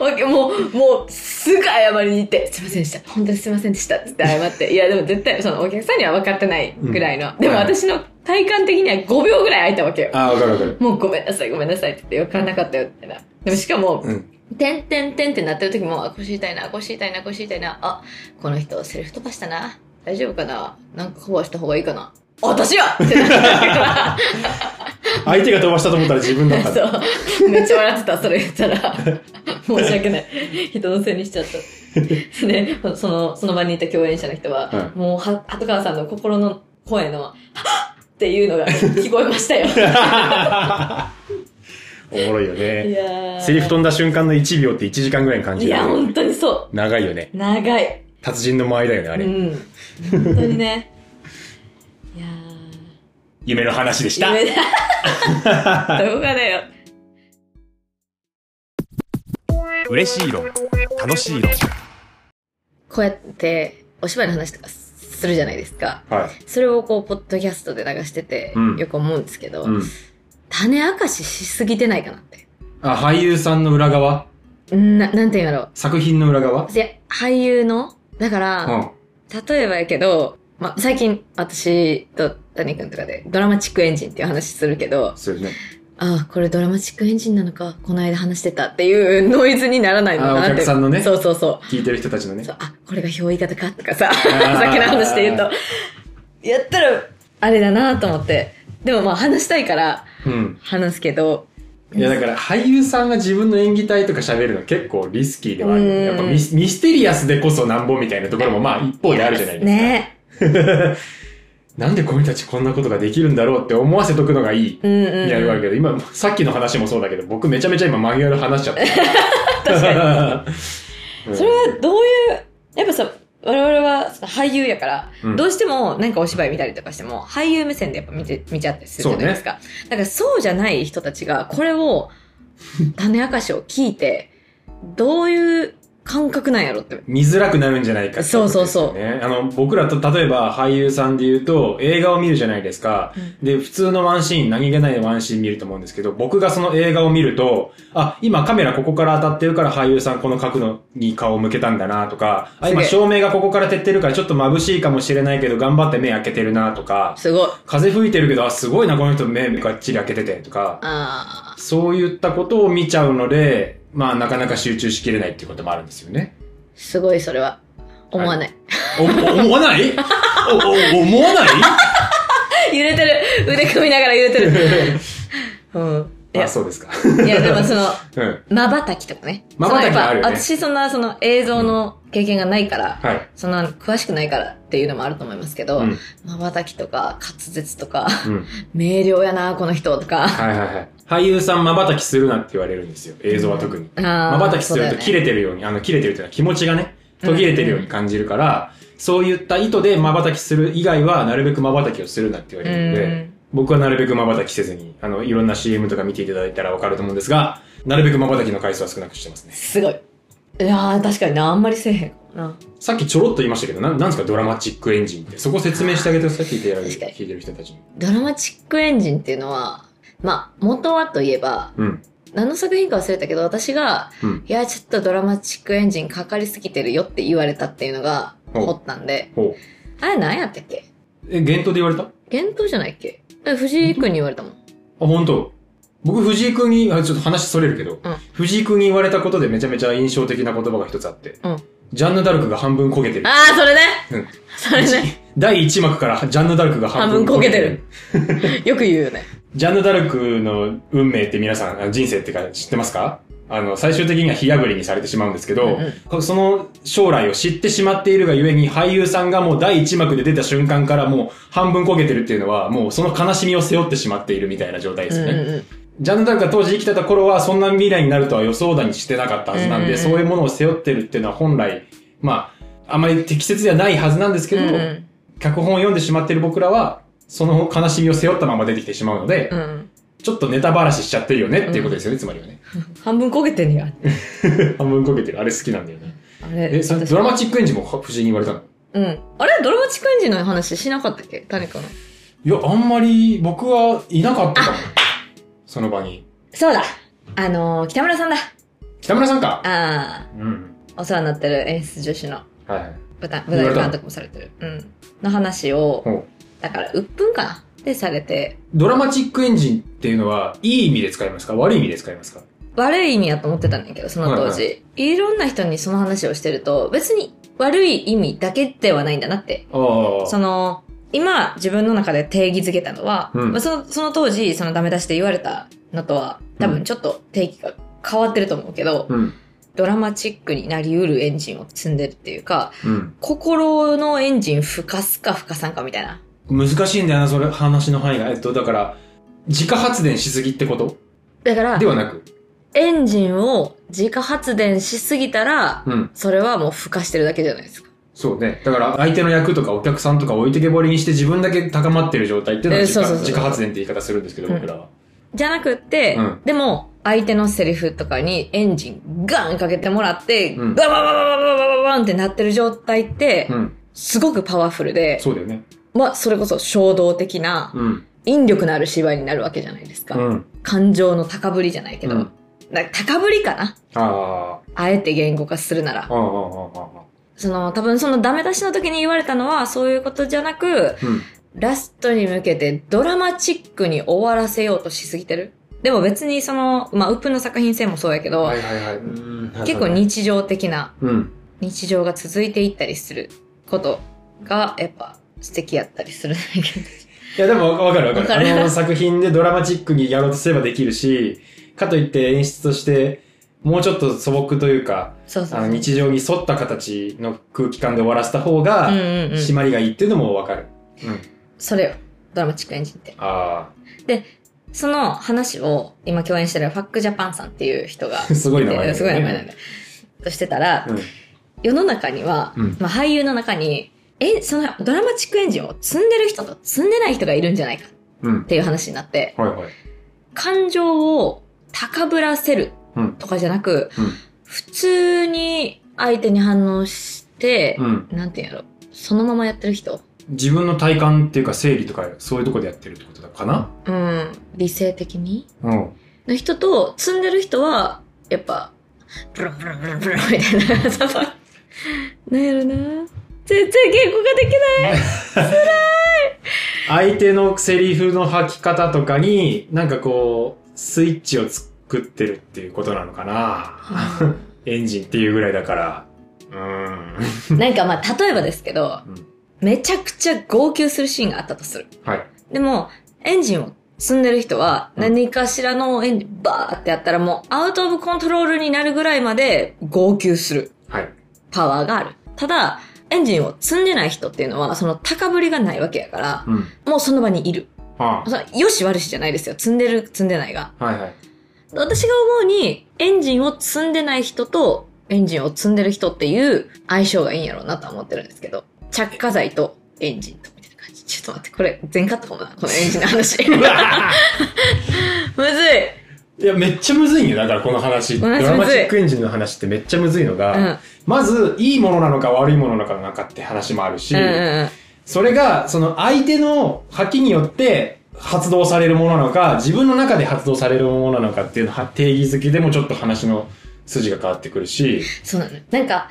S3: う。わけもう、もう、すぐ謝りに行って、すいませんでした。本当にすいませんでした。つって謝って。いや、でも絶対、そのお客さんには分かってないぐらいの。
S2: ん
S3: でも
S2: はい
S3: 私の体感的には5秒ぐらい空いたわけよ。
S2: た。あー、わかるわかる。
S3: もうごめんなさい、ごめんなさいって言って、よくわかんなかったよ、みたいな。でもしかも、
S2: うん。
S3: てんてんてんってなってる時も、あ腰痛いな、腰痛いな、腰痛いな。あ、この人、セリフ飛ばしたな。大丈夫かななんか壊した方がいいかな。私やってなった から。
S2: 相手が飛ばしたと思ったら自分だった。
S3: そう。めっちゃ笑ってた、それ言ったら。申し訳ない。人のせいにしちゃった。で、その、その場にいた共演者の人は、
S2: は
S3: もう、は、鳩川さんの心の声の、はっっていうのが聞こえましたよ。
S2: おもろいよ
S3: い
S2: ね。
S3: やー
S2: セリフ飛んだ瞬間の1秒って1時間ぐらいに感じ
S3: い
S2: る
S3: や、。本当にそ
S2: 長いよね。
S3: う。長い。
S2: 達人の間合いだよね、あ
S3: う
S2: れ。
S3: ん。本当にね。いやー。
S2: 夢の話でし
S3: ダ
S2: た。
S3: メ だ。どこがだよ。
S4: 嬉しい論楽しい論
S3: こうやって、お芝居の話とかするじゃないですか。
S2: はい。
S3: それをこう、ポッドキャストで流してて、
S2: うん
S3: よく思うんですけど、
S2: うん。
S3: 種明かししすぎてないかなって。
S2: あ、俳優さんの裏側
S3: な、なんて言うんだろ
S2: 作品の裏側
S3: う。で、俳優のだから、
S2: うん。
S3: 例えばやけど、ま、最近私と谷くんとかでドラマチックエンジンっていう話するけど、
S2: そうですね。
S3: ああ、これドラマチックエンジンなのか、この間話してたっていうノイズにならないのかなって。
S2: あお客さんのね
S3: そうそうそう。
S2: 聞いてる人たちのね
S3: そ。うあ、これが憑依型かとかさ、
S2: ー
S3: さっきの話で言うと、やったら、あれだなと思って。でもまあ話したいから
S2: うん。
S3: 話すけど、
S2: いや、だから俳優さんが自分の演技体とか喋るの結構リスキーではあるよ
S3: うん
S2: ね。やっぱミスミステリアスでこそなんぼみたいなところもまあ一方であるじゃないですか。
S3: ね
S2: なんでこの人たちこんなことができるんだろうって思わせとくのがいい。
S3: うんうん。
S2: いや、言われるけど、今、さっきの話もそうだけど、僕めちゃめちゃ今マニュアル話しちゃった。確かに。
S3: それはどういう、やっぱさ、我々はその俳優やから、
S2: うん
S3: どうしてもなんかお芝居見たりとかしても、俳優目線でやっぱ見て、見ちゃったりするじゃないですか。だからそうじゃない人たちが、これを、種明かしを聞いて、どういう感覚なんやろって。
S2: 見づらくなるんじゃないかってことですよね
S3: そうそうそ
S2: あの、僕らと、例えば俳優さんで言うと、映画を見るじゃないですか。で、普通のワンシーン、何気ないワンシーン見ると思うんですけど、僕がその映画を見ると、あ、今カメラここから当たってるから俳優さんこの角度に顔を向けたんだなとか、あ、
S3: すげ
S2: 今
S3: え
S2: 照明がここから照ってるからちょっと眩しいかもしれないけど、頑張って目開けてるなとか、
S3: すごい。
S2: 風吹いてるけど、あ、すごいな、この人目がっちり開けててとか、
S3: ああ。
S2: そういったことを見ちゃうので、まあ、なかなか集中しきれないっていうこともあるんですよね。
S3: すごい、それは。思わない。
S2: お思わないおお思わない
S3: 揺れてる。腕組みながら揺れてる。 うん。い や
S2: あ、、そうですか。
S3: いやでもその、
S2: うん。
S3: まばたきとかね。
S2: 瞬きあるよね
S3: そのやっぱ私そんなその映像の経験がないから、
S2: はい。
S3: そんな詳しくないからっていうのもあると思いますけど、
S2: うん。
S3: まばたきとか、滑舌とか、
S2: うん。
S3: 明瞭やな、この人とか。
S2: はいはいはい。俳優さん、瞬きするなって言われるんですよ。映像は特に。
S3: ま
S2: 瞬きすると切
S3: れ
S2: れてるように、あの、切れてるというのは気持ちがね、途切れてるように感じるから、そういった意図で瞬きする以外は、なるべく瞬きをするなって言われるので、僕はなるべく瞬きせずに、あの、いろんな CM とか見ていただいたらわかると思うんですが、なるべく瞬きの回数は少なくしてますね。
S3: すごい。いやー、確かにな、あんまりせえへんかもな。
S2: さっきちょろっと言いましたけど、なんなんですかドラマチックエンジンって。そこ説明してあげてください、聞いてやる
S3: 確かに
S2: 聞いてる人たちに。
S3: ドラマチックエンジンっていうのは、まあ、元はといえば、
S2: うん。
S3: 何の作品か忘れたけど、私が、
S2: うん
S3: いや、ちょっとドラマチックエンジンかかりすぎてるよって言われたっていうのが、
S2: ほう
S3: 掘ったんで、
S2: ほう。
S3: あれ何やったっけ
S2: え、幻冬で言われたあ、
S3: 幻冬じゃないっけえ藤井君に言われたもん。
S2: 本当僕、藤井君に、あ、ちょっと話それるけど、
S3: うん
S2: 藤井君に言われたことでめちゃめちゃ印象的な言葉が一つあって、
S3: うん
S2: ジャンヌ・ダルクが半分焦げてる。
S3: ああ、それね、
S2: うん
S3: それね。
S2: 第1幕からジャンヌ・ダルクが半分焦
S3: 半分焦
S2: げ
S3: げ
S2: て
S3: て
S2: る
S3: る。よく言う よね。
S2: ジャンヌ・ダルクの運命って皆さん、あ人生っていうか知ってますかあの、最終的には火破りにされてしまうんですけど、
S3: う
S2: その将来を知ってしまっているがゆえに俳優さんがもう第一幕で出た瞬間からもう半分焦げてるっていうのは、もうその悲しみを背負ってしまっているみたいな状態ですよね。
S3: うんうんうん
S2: ジャンヌ・ダルクが当時生きてた頃はそんな未来になるとは予想だにしてなかったはずなんで、
S3: うんうん
S2: そういうものを背負ってるっていうのは本来、まあ、あまり適切ではないはずなんですけど、
S3: うんうん
S2: 脚本を読んでしまっている僕らは、その悲しみを背負ったまま出てきてしまうので、
S3: うん
S2: ちょっとネタばらししちゃってるよねっていうことですよね、つまりはね。
S3: 半分焦げてんねや。
S2: 半分こけてる。あれ好きなんだよね。
S3: あれ
S2: え、それ
S3: 私
S2: ドラマチックエンジンもは藤井に言われたの
S3: うん。あれドラマチックエンジンの話しなかったっけ誰かの。
S2: いや、あんまり僕はいなかったかも。その場に。
S3: そうだあのー、北村さんだ
S2: 北村さんか。
S3: あ
S2: うん。
S3: あ、お世話になってる演出女子の
S2: はいはい。
S3: 舞台、
S2: 言わ
S3: 舞
S2: れた
S3: 台監督もされてる。うん。の話を
S2: ほう、
S3: だから、鬱憤かなでされて、
S2: ドラマチックエンジンっていうのは、いい意味で使いますか悪い意味で使いますか
S3: 悪い意味やと思ってたんだけど、その当時。
S2: はい
S3: ろんな人にその話をしてると、別に悪い意味だけではないんだなって。
S2: ああ。
S3: その、今自分の中で定義づけたのは、
S2: うん
S3: まあ、そのその当時、そのダメ出しで言われたのとは、多分ちょっと定義が変わってると思うけど、
S2: うん。
S3: ドラマチックになりうるエンジンを積んでるっていうか、
S2: うん。
S3: 心のエンジン吹かすか吹かさんかみたいな。
S2: 難しいんだよな、それ、話の範囲が。えっと、だから、自家発電しすぎってこと
S3: だから
S2: で、はなく。
S3: エンジンを自家発電しすぎたら、
S2: うん。
S3: それはもう吹かしてるだけじゃないですか。
S2: そうね。だから、相手の役とかお客さんとか置いてけぼりにして自分だけ高まってる状態っていうのは
S3: え
S2: 自
S3: そう
S2: 家
S3: そうそう
S2: 自家発電って言い方するんですけど、
S3: うん
S2: 僕らは。
S3: じゃなくって、
S2: うん
S3: でも、相手のセリフとかにエンジンガンかけてもらって、
S2: うん
S3: バババババババババンってなってる状態って
S2: う、ん。
S3: すごくパワフルで、
S2: そうだよね。
S3: まあ、それこそ衝動的な、
S2: うん。
S3: 引力のある芝居になるわけじゃないですか。
S2: うん。
S3: 感情の高ぶりじゃないけど、
S2: うん
S3: だから高ぶりかな
S2: ああ。
S3: あえて言語化するな
S2: あ
S3: ら
S2: あ、あ。あ、あ
S3: その、多分そのダメ出しの時に言われたのは、そういうことじゃなく、
S2: うん。
S3: ラストに向けてドラマチックに終わらせようとしすぎてる。でも別にその、まあ、うっぷんの作品性もそうやけど、
S2: はいはいはい。結
S3: 結構、日常的な、
S2: うん。
S3: 日常が続いていったりすることが、やっぱ素敵やったりするんだけど。
S2: いや、でもわかるわかる。
S3: わかる
S2: あの作品でドラマチックにやろうとすればできるし、かといって演出として、もうちょっと素朴というか、
S3: そうそう
S2: あ
S3: そ
S2: の
S3: う。
S2: 日常に沿った形の空気感で終わらせた方が
S3: うん、うんうん。
S2: 締まりがいいっていうのもわかる。うん。
S3: それよ。ドラマチックエンジンって。
S2: あ
S3: その話を今共演してるファックジャパンさんっていう人が、
S2: あ、すごい名前だよね。
S3: すごい名前なんで。としてたら、
S2: うん
S3: 世の中には、
S2: うん
S3: まあ、俳優の中に、え、そのドラマチックエンジンを積んでる人と積んでない人がいるんじゃないかっ
S2: うん。
S3: ていう話になって、
S2: はいはい。
S3: 感情を高ぶらせる
S2: うん
S3: とかじゃなく、
S2: うん
S3: 普通に相手に反応して、
S2: うん。
S3: なんていうんやろ、そのままやってる人
S2: 自分の体感っていうか生理とかそういうとこでやってるってことだかな
S3: うん、理性的に
S2: うん。
S3: の人と、積んでる人は、やっぱ、ブルンブルンブルンブルンみ たいな、そうそう。なんやろな全然言語ができない。
S2: 相手のセリフの吐き方とかに、なんかこう、スイッチを作ってるっていうことなのかな エンジンっていうぐらいだから。うー
S3: なんかまあ、例えばですけど、
S2: ん。うん
S3: めちゃくちゃ号泣するシーンがあったとする。
S2: はい。
S3: でも、エンジンを積んでる人は、
S2: うん
S3: 何かしらのエンジン、バーってやったらもう、アウトオブコントロールになるぐらいまで、号泣する
S2: はい。
S3: パワーがある。ただ、エンジンを積んでない人っていうのは、その高ぶりがないわけやから、
S2: うん。
S3: もうその場にいる。
S2: あ
S3: そのよし悪しじゃないですよ。積んでる、積んでないが。
S2: あ。はいはい。
S3: 私が思うに、エンジンを積んでない人と、エンジンを積んでる人っていう相性がいいんやろうなとは思ってるんですけど、着火剤とエンジンとみたいな感じ。ちょっと待って、これ、全カットかもな、このエンジンの話。むずい。
S2: いや、めっちゃむずいんよ。だからこの話。
S3: ん
S2: ド
S3: むずい
S2: ラマチックエンジンの話ってめっちゃむずいのが、
S3: うん。
S2: まず、いいものなのか悪いものなのかって話もあるし、
S3: うんうん
S2: それが、その相手の吐きによって発動されるものなのか、自分の中で発動されるものなのかっていうのは定義づきでもちょっと話の筋が変わってくるし、
S3: そうなの。なんか、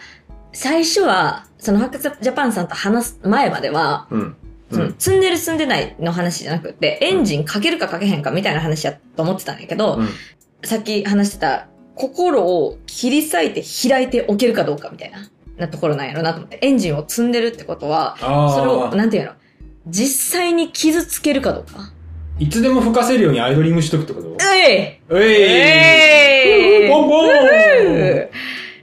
S3: 最初は、そのハックジャパンさんと話す前までは、
S2: うん。
S3: その、積んでる積んでないの話じゃなくて、エンジンかけるかかけへんかみたいな話やと思ってたんやけど、
S2: うん
S3: さっき話してた、心を切り裂いて開いておけるかどうかみたいな、なところなんやろなと思って、エンジンを積んでるってことは、
S2: あ
S3: それを、
S2: あ、
S3: なんていうの、実際に傷つけるかどうか。
S2: いつでも吹かせるようにアイドリングしとくってこと
S3: うえ
S2: う
S3: い
S2: え
S3: え
S2: ボンボンだか
S3: ー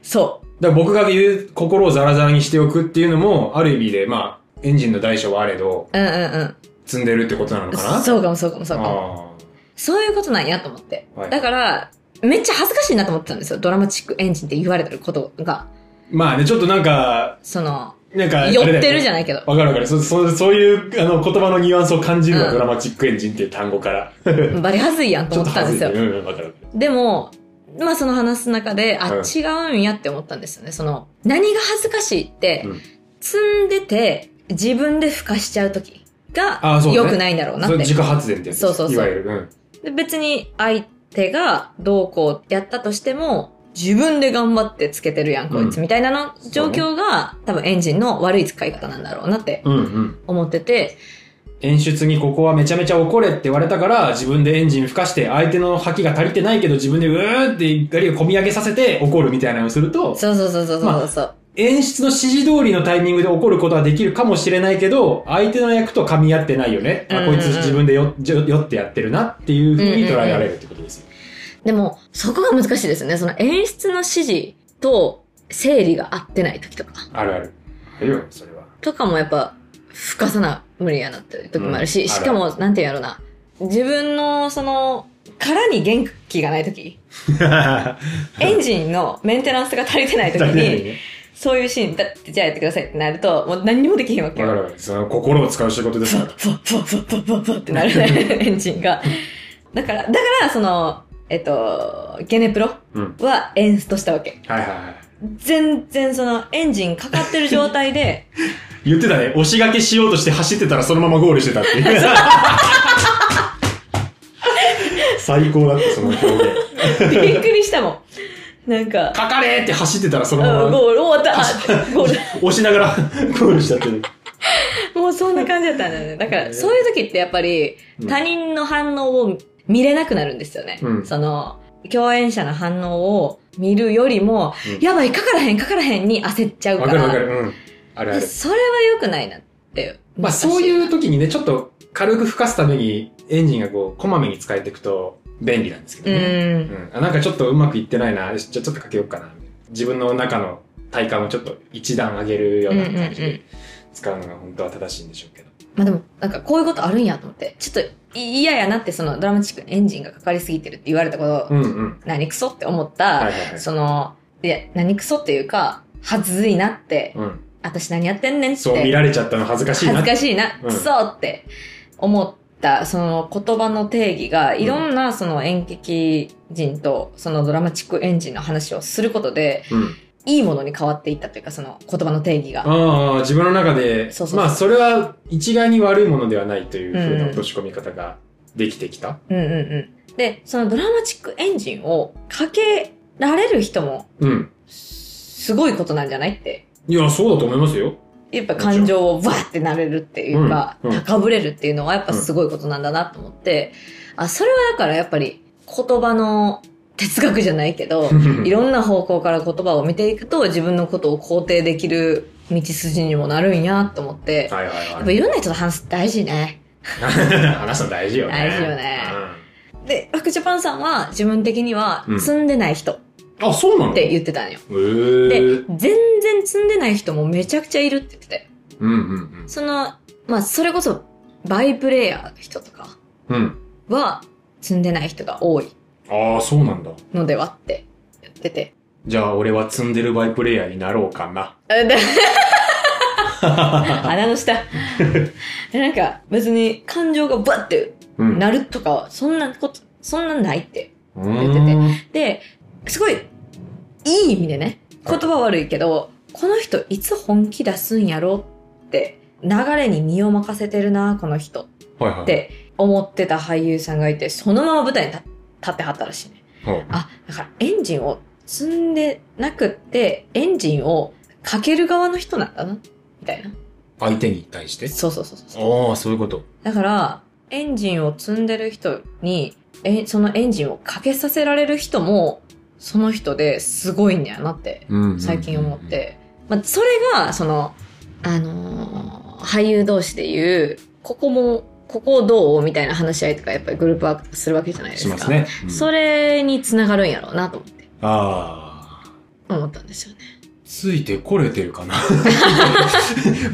S3: そ
S2: ら僕が言う心をザラザラにしておくっていうのも、ある意味で、まあ、エンジンの大小はあれど、
S3: う。うんうん
S2: 積んでるってことなの
S3: うん。
S2: かな
S3: そうかもそうかもそうかも。
S2: あ
S3: そういうことなんやと思って。
S2: はい
S3: だから、めっちゃ恥ずかしいなと思ってたんですよ。ドラマチックエンジンって言われてることが。
S2: ーまあね、ちょっとなんか、
S3: その、
S2: なんか、
S3: 寄ってるじゃ
S2: ん。
S3: ないけど。
S2: わかるわかる。そ、そ、そういう、あの、言葉のニュアンスを感じるわ、
S3: うん
S2: ドラマチックエンジンっていう単語から。
S3: バリはずいやんと
S2: ちょっ
S3: 思
S2: と
S3: ってたんですよ
S2: 恥。ずいねうん、わかるわか
S3: でも、まあその話す中で、あ、
S2: うん
S3: 違うんやって思ったんですよね。その、何が恥ずかしいって、
S2: うん
S3: 積んでて、自分で孵化しちゃう時が
S2: あ、そうね
S3: 良くないんだろうな
S2: る。そ
S3: っ
S2: れ
S3: て
S2: 自。家発電ってやつ。
S3: そうそうそう
S2: いわゆる。うん。
S3: で別に相手がどうこうやったとしても、自分で頑張ってつけてるやん、こいつ、
S2: うん
S3: みたいなの状況が、多分エンジンの悪い使い方なんだろうなって
S2: うんうん。
S3: 思ってて、
S2: 演出にここはめちゃめちゃ怒れって言われたから、自分でエンジン吹かして、相手の吐きが足りてないけど、自分でうーって怒りを込み上げさせて怒るみたいなのをすると、
S3: そうそうそうそうそうそう。
S2: 演出の指示通りのタイミングで怒ることはできるかもしれないけど、相手の役と噛み合ってないよね。
S3: うん
S2: あ、
S3: うん
S2: こ
S3: うん
S2: いつ自分でよ、よよってやってるなっていうふうに捉えられるってことですよ。
S3: でも、そこが難しいですね。その演出の指示と整理が合ってない時とか。
S2: あるある。あるよ、それは。
S3: とかもやっぱ、吹かさな無理やなっていう時もあるし、
S2: うん
S3: しかも、なんていうんやろな。自分の、その、殻に元気がない時、 エンジンのメンテナンスが足りてない時
S2: だね
S3: に、そういうシーン、だってじゃあやってくださいってなると、もう何にもできへんわけ
S2: わか
S3: よ。
S2: るわかる。その心を使う仕事ですから。
S3: ふわふわふわふわふわふわってなる ね、エンジンが。だから、だから、その、えっと、ゲネプロ
S2: うん。
S3: は演出としたわけ。
S2: はいはいはい。
S3: 全然そのエンジンかかってる状態 で、
S2: 言ってたね。押し掛けしようとして走ってたらそのままゴールしてたっていう。最高だった、その表現。
S3: びっくりしたもん。なんか、
S2: かかれーって走ってたらその
S3: う
S2: ま
S3: ん
S2: ま
S3: ゴール終わったってゴー
S2: 押しながらゴールしちゃってる。
S3: ル。もうそんな感じだったんだよね。だから、そういう時ってやっぱり
S2: うん
S3: 他人の反応を見れなくなるんですよね。
S2: うん
S3: その、共演者の反応を見るよりも、
S2: うん
S3: やばい、かからへん、かからへんに焦っちゃう
S2: わ
S3: か。
S2: からるわかる。うん。あるある。
S3: それは良くないなって。
S2: まあそういう時にね、ちょっと軽く吹かすためにエンジンがこう、こまめに使えていくと便利なんですけど
S3: う
S2: ね。
S3: ん。
S2: うん。あなんかちょっとうまくいってないな。よしじゃあちょっとかけようかな。自分の中の体感をちょっと一段上げるような感じ
S3: うんうんう
S2: で使うのが本当は正しいんでしょうけど。
S3: まあでも、なんかこういうことあるんやと思って、ちょっとい嫌やなって、そのドラマチックエンジンがかかりすぎてるって言われたこと、
S2: うんうん。
S3: 何クソって思っ
S2: はい
S3: た、
S2: はいはい。
S3: その、いや、何クソっていうか、はずいなって、
S2: うん。
S3: 私何やってんねんって、
S2: そう見られちゃったの恥ずかしい
S3: 恥
S2: な
S3: ず
S2: って。
S3: かしいな、
S2: うん
S3: クソって思っったその言葉の定義がいろんなその演劇人とそのドラマチックエンジンの話をすることで
S2: うん。
S3: いいものに変わっていったというかその言葉の定義が。
S2: ああ、自分の中で、
S3: そうそうそう
S2: まあ、それは一概に悪いものではないというふうな落とし込み方ができてきた。
S3: うんうんうん、でそのドラマチックエンジンをかけられる人も
S2: うん。
S3: すごいことなんじゃないって
S2: いや、そうだと思いますよ。
S3: やっぱ感情をわーってなれるっていうか、
S2: うんうん
S3: 高ぶれるっていうのはやっぱすごいことなんだなと思って、あそれはだからやっぱり言葉の哲学じゃないけどいろんな方向から言葉を見ていくと自分のことを肯定できる道筋にもなるんやと思って、
S2: はいはい
S3: やっ
S2: は
S3: ぱ
S2: い。
S3: いろんな人と話す大事ね。
S2: 話すの大事よね。
S3: 大事よねで、ファクジャパンさんは自分的には
S2: うん
S3: 積んでない人っ
S2: うん。あ、そうなの
S3: て
S2: へ
S3: 言ってたのよ。
S2: え。
S3: で、
S2: うん
S3: 全然積んでない人もめちゃくちゃいるって言ってて。
S2: うん
S3: その、まあ、それこそ、バイプレイヤーの人とか
S2: うん。うん。
S3: は、積んでない人が多い
S2: ああ、そうなんだ。
S3: のではって言ってて。
S2: じゃあ、俺は積んでるバイプレイヤーになろうかな。
S3: あで 鼻の下。でなんか、別に感情がバッて
S2: うん。
S3: なるとか、そんなこと、そんなんないって。
S2: う
S3: 言ってて
S2: ーん。
S3: で、すごい、いい意味でね、言葉悪いけど、この人いつ本気出すんやろって、流れに身を任せてるな、この人
S2: はいはい。
S3: って思ってた俳優さんがいて、そのまま舞台に立立ってはったらしいね。
S2: はい、
S3: あ、だからエンジンを積んでなくって、エンジンをかける側の人なんだな、みたいな。
S2: 相手に対して
S3: そうそうそうそう。
S2: ああ、そういうこと。
S3: だから、エンジンを積んでる人に、えそのエンジンをかけさせられる人も、その人ですごいんだよなって、
S2: うんうんうん
S3: 最近思っ。て。まあ、それが、その、あのー俳優同士で言う、ここも、ここをどうみたいな話し合いとか、やっぱりグループワークするわけじゃないで
S2: し
S3: すか。
S2: ますね。うん
S3: それにつながるんやろうなと思って、
S2: ああ。
S3: 思ったんですよね。
S2: ついてこれてるかな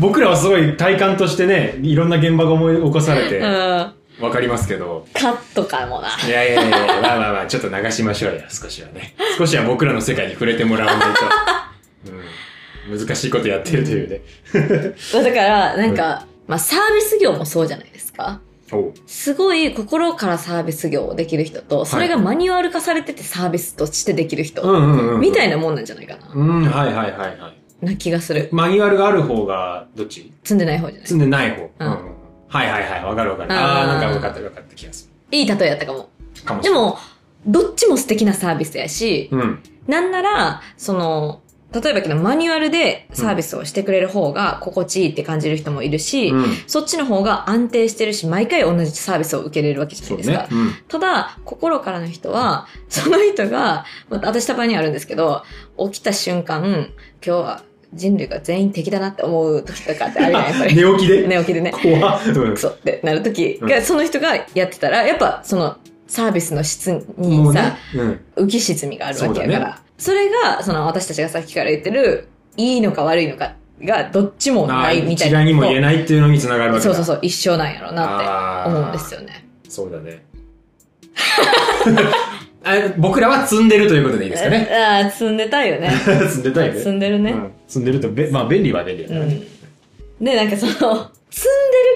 S2: 僕らはすごい体感としてね、いろんな現場が思い起こされて、
S3: うん。
S2: わかりますけど。
S3: カットかもな。
S2: いやいやいやいや、まあまあまあ、ちょっと流しましょうよ、少しはね。少しは僕らの世界に触れてもらわないと。うん、難しいことやってるというね。
S3: だから、なんか、まあ、サービス業もそうじゃないですか。
S2: おう
S3: すごい心からサービス業をできる人と、それがマニュアル化されててサービスとしてできる人、
S2: うんうんうん。
S3: みたい
S2: な。
S3: なもんなんじゃないかな、
S2: うん、はいはいはいはい。
S3: な気がする。
S2: マニュアルがある方が、どっち
S3: 積んでない方じゃない
S2: 積んでない方。
S3: うん
S2: うんはいはいはい、わかるわかる。
S3: あ
S2: あ
S3: ー
S2: あ、なんかわかったわかった気がす
S3: いい例えやったかも。
S2: る。かもし
S3: で
S2: れない。
S3: も、どっちも素敵なサービスやし、
S2: うん。
S3: なんなら、その、例えばけどマニュアルでサービスをしてくれる方が心地いいって感じる人もいるし、
S2: うん。
S3: そっちの方が安定してるし、毎回同じサービスを受けれるわけじゃな
S2: そ
S3: いうですか
S2: ね。。うん。
S3: ただ、心からの人は、 その人が、まあ私たまにあるんですけど、起きた瞬間、今日は人類が全員敵だなって思う時とかってあるやん、やっ ぱり。
S2: 寝起きで
S3: 寝起きでね、
S2: 怖っ。うん
S3: クソってなる時
S2: う
S3: が、その人がやってたら、やっぱそのサービスの質
S2: も
S3: に
S2: う
S3: さ
S2: ね、、うん。
S3: 浮き沈みがあるわけやか
S2: そ
S3: ら。そ,、
S2: うだね
S3: れが、その私たちがさっきから言ってる、いいのか悪いのかが、どっちもないみたい
S2: あ
S3: な。
S2: ー一概にも言えないっていうのにつながるわけ
S3: そ
S2: だ。
S3: うそう
S2: う。
S3: そう、一生なんやろうなって思うんですよね。
S2: そうだね。 あ僕らは積んでるということでいいですか ね。
S3: ああ、積んでたい よね。
S2: 積んでたい
S3: 積
S2: ね。
S3: んでる
S2: う
S3: ね。
S2: ん積んでるとべ、まあ便利は便利だ
S3: う
S2: ね。
S3: ん。で、なんかその、積んでる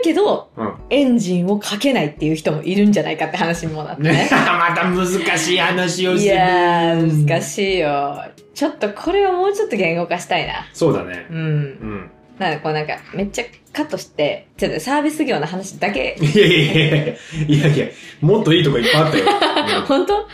S3: けど、
S2: うん。
S3: エンジンをかけないっていう人もいるんじゃないかって話にもなって
S2: ね
S3: ね。
S2: また難しい話をし
S3: い
S2: てる。
S3: やー、難しいよ。ちょっとこれはもうちょっと言語化したいな。
S2: そうだね
S3: う。ん
S2: う。ん。
S3: なんでこうなんか、めっちゃカットして、ちょっとサービス業の話だけ、
S2: いやいやいやいやいやいや、もっといいとこいっぱいあったよ。
S3: 本当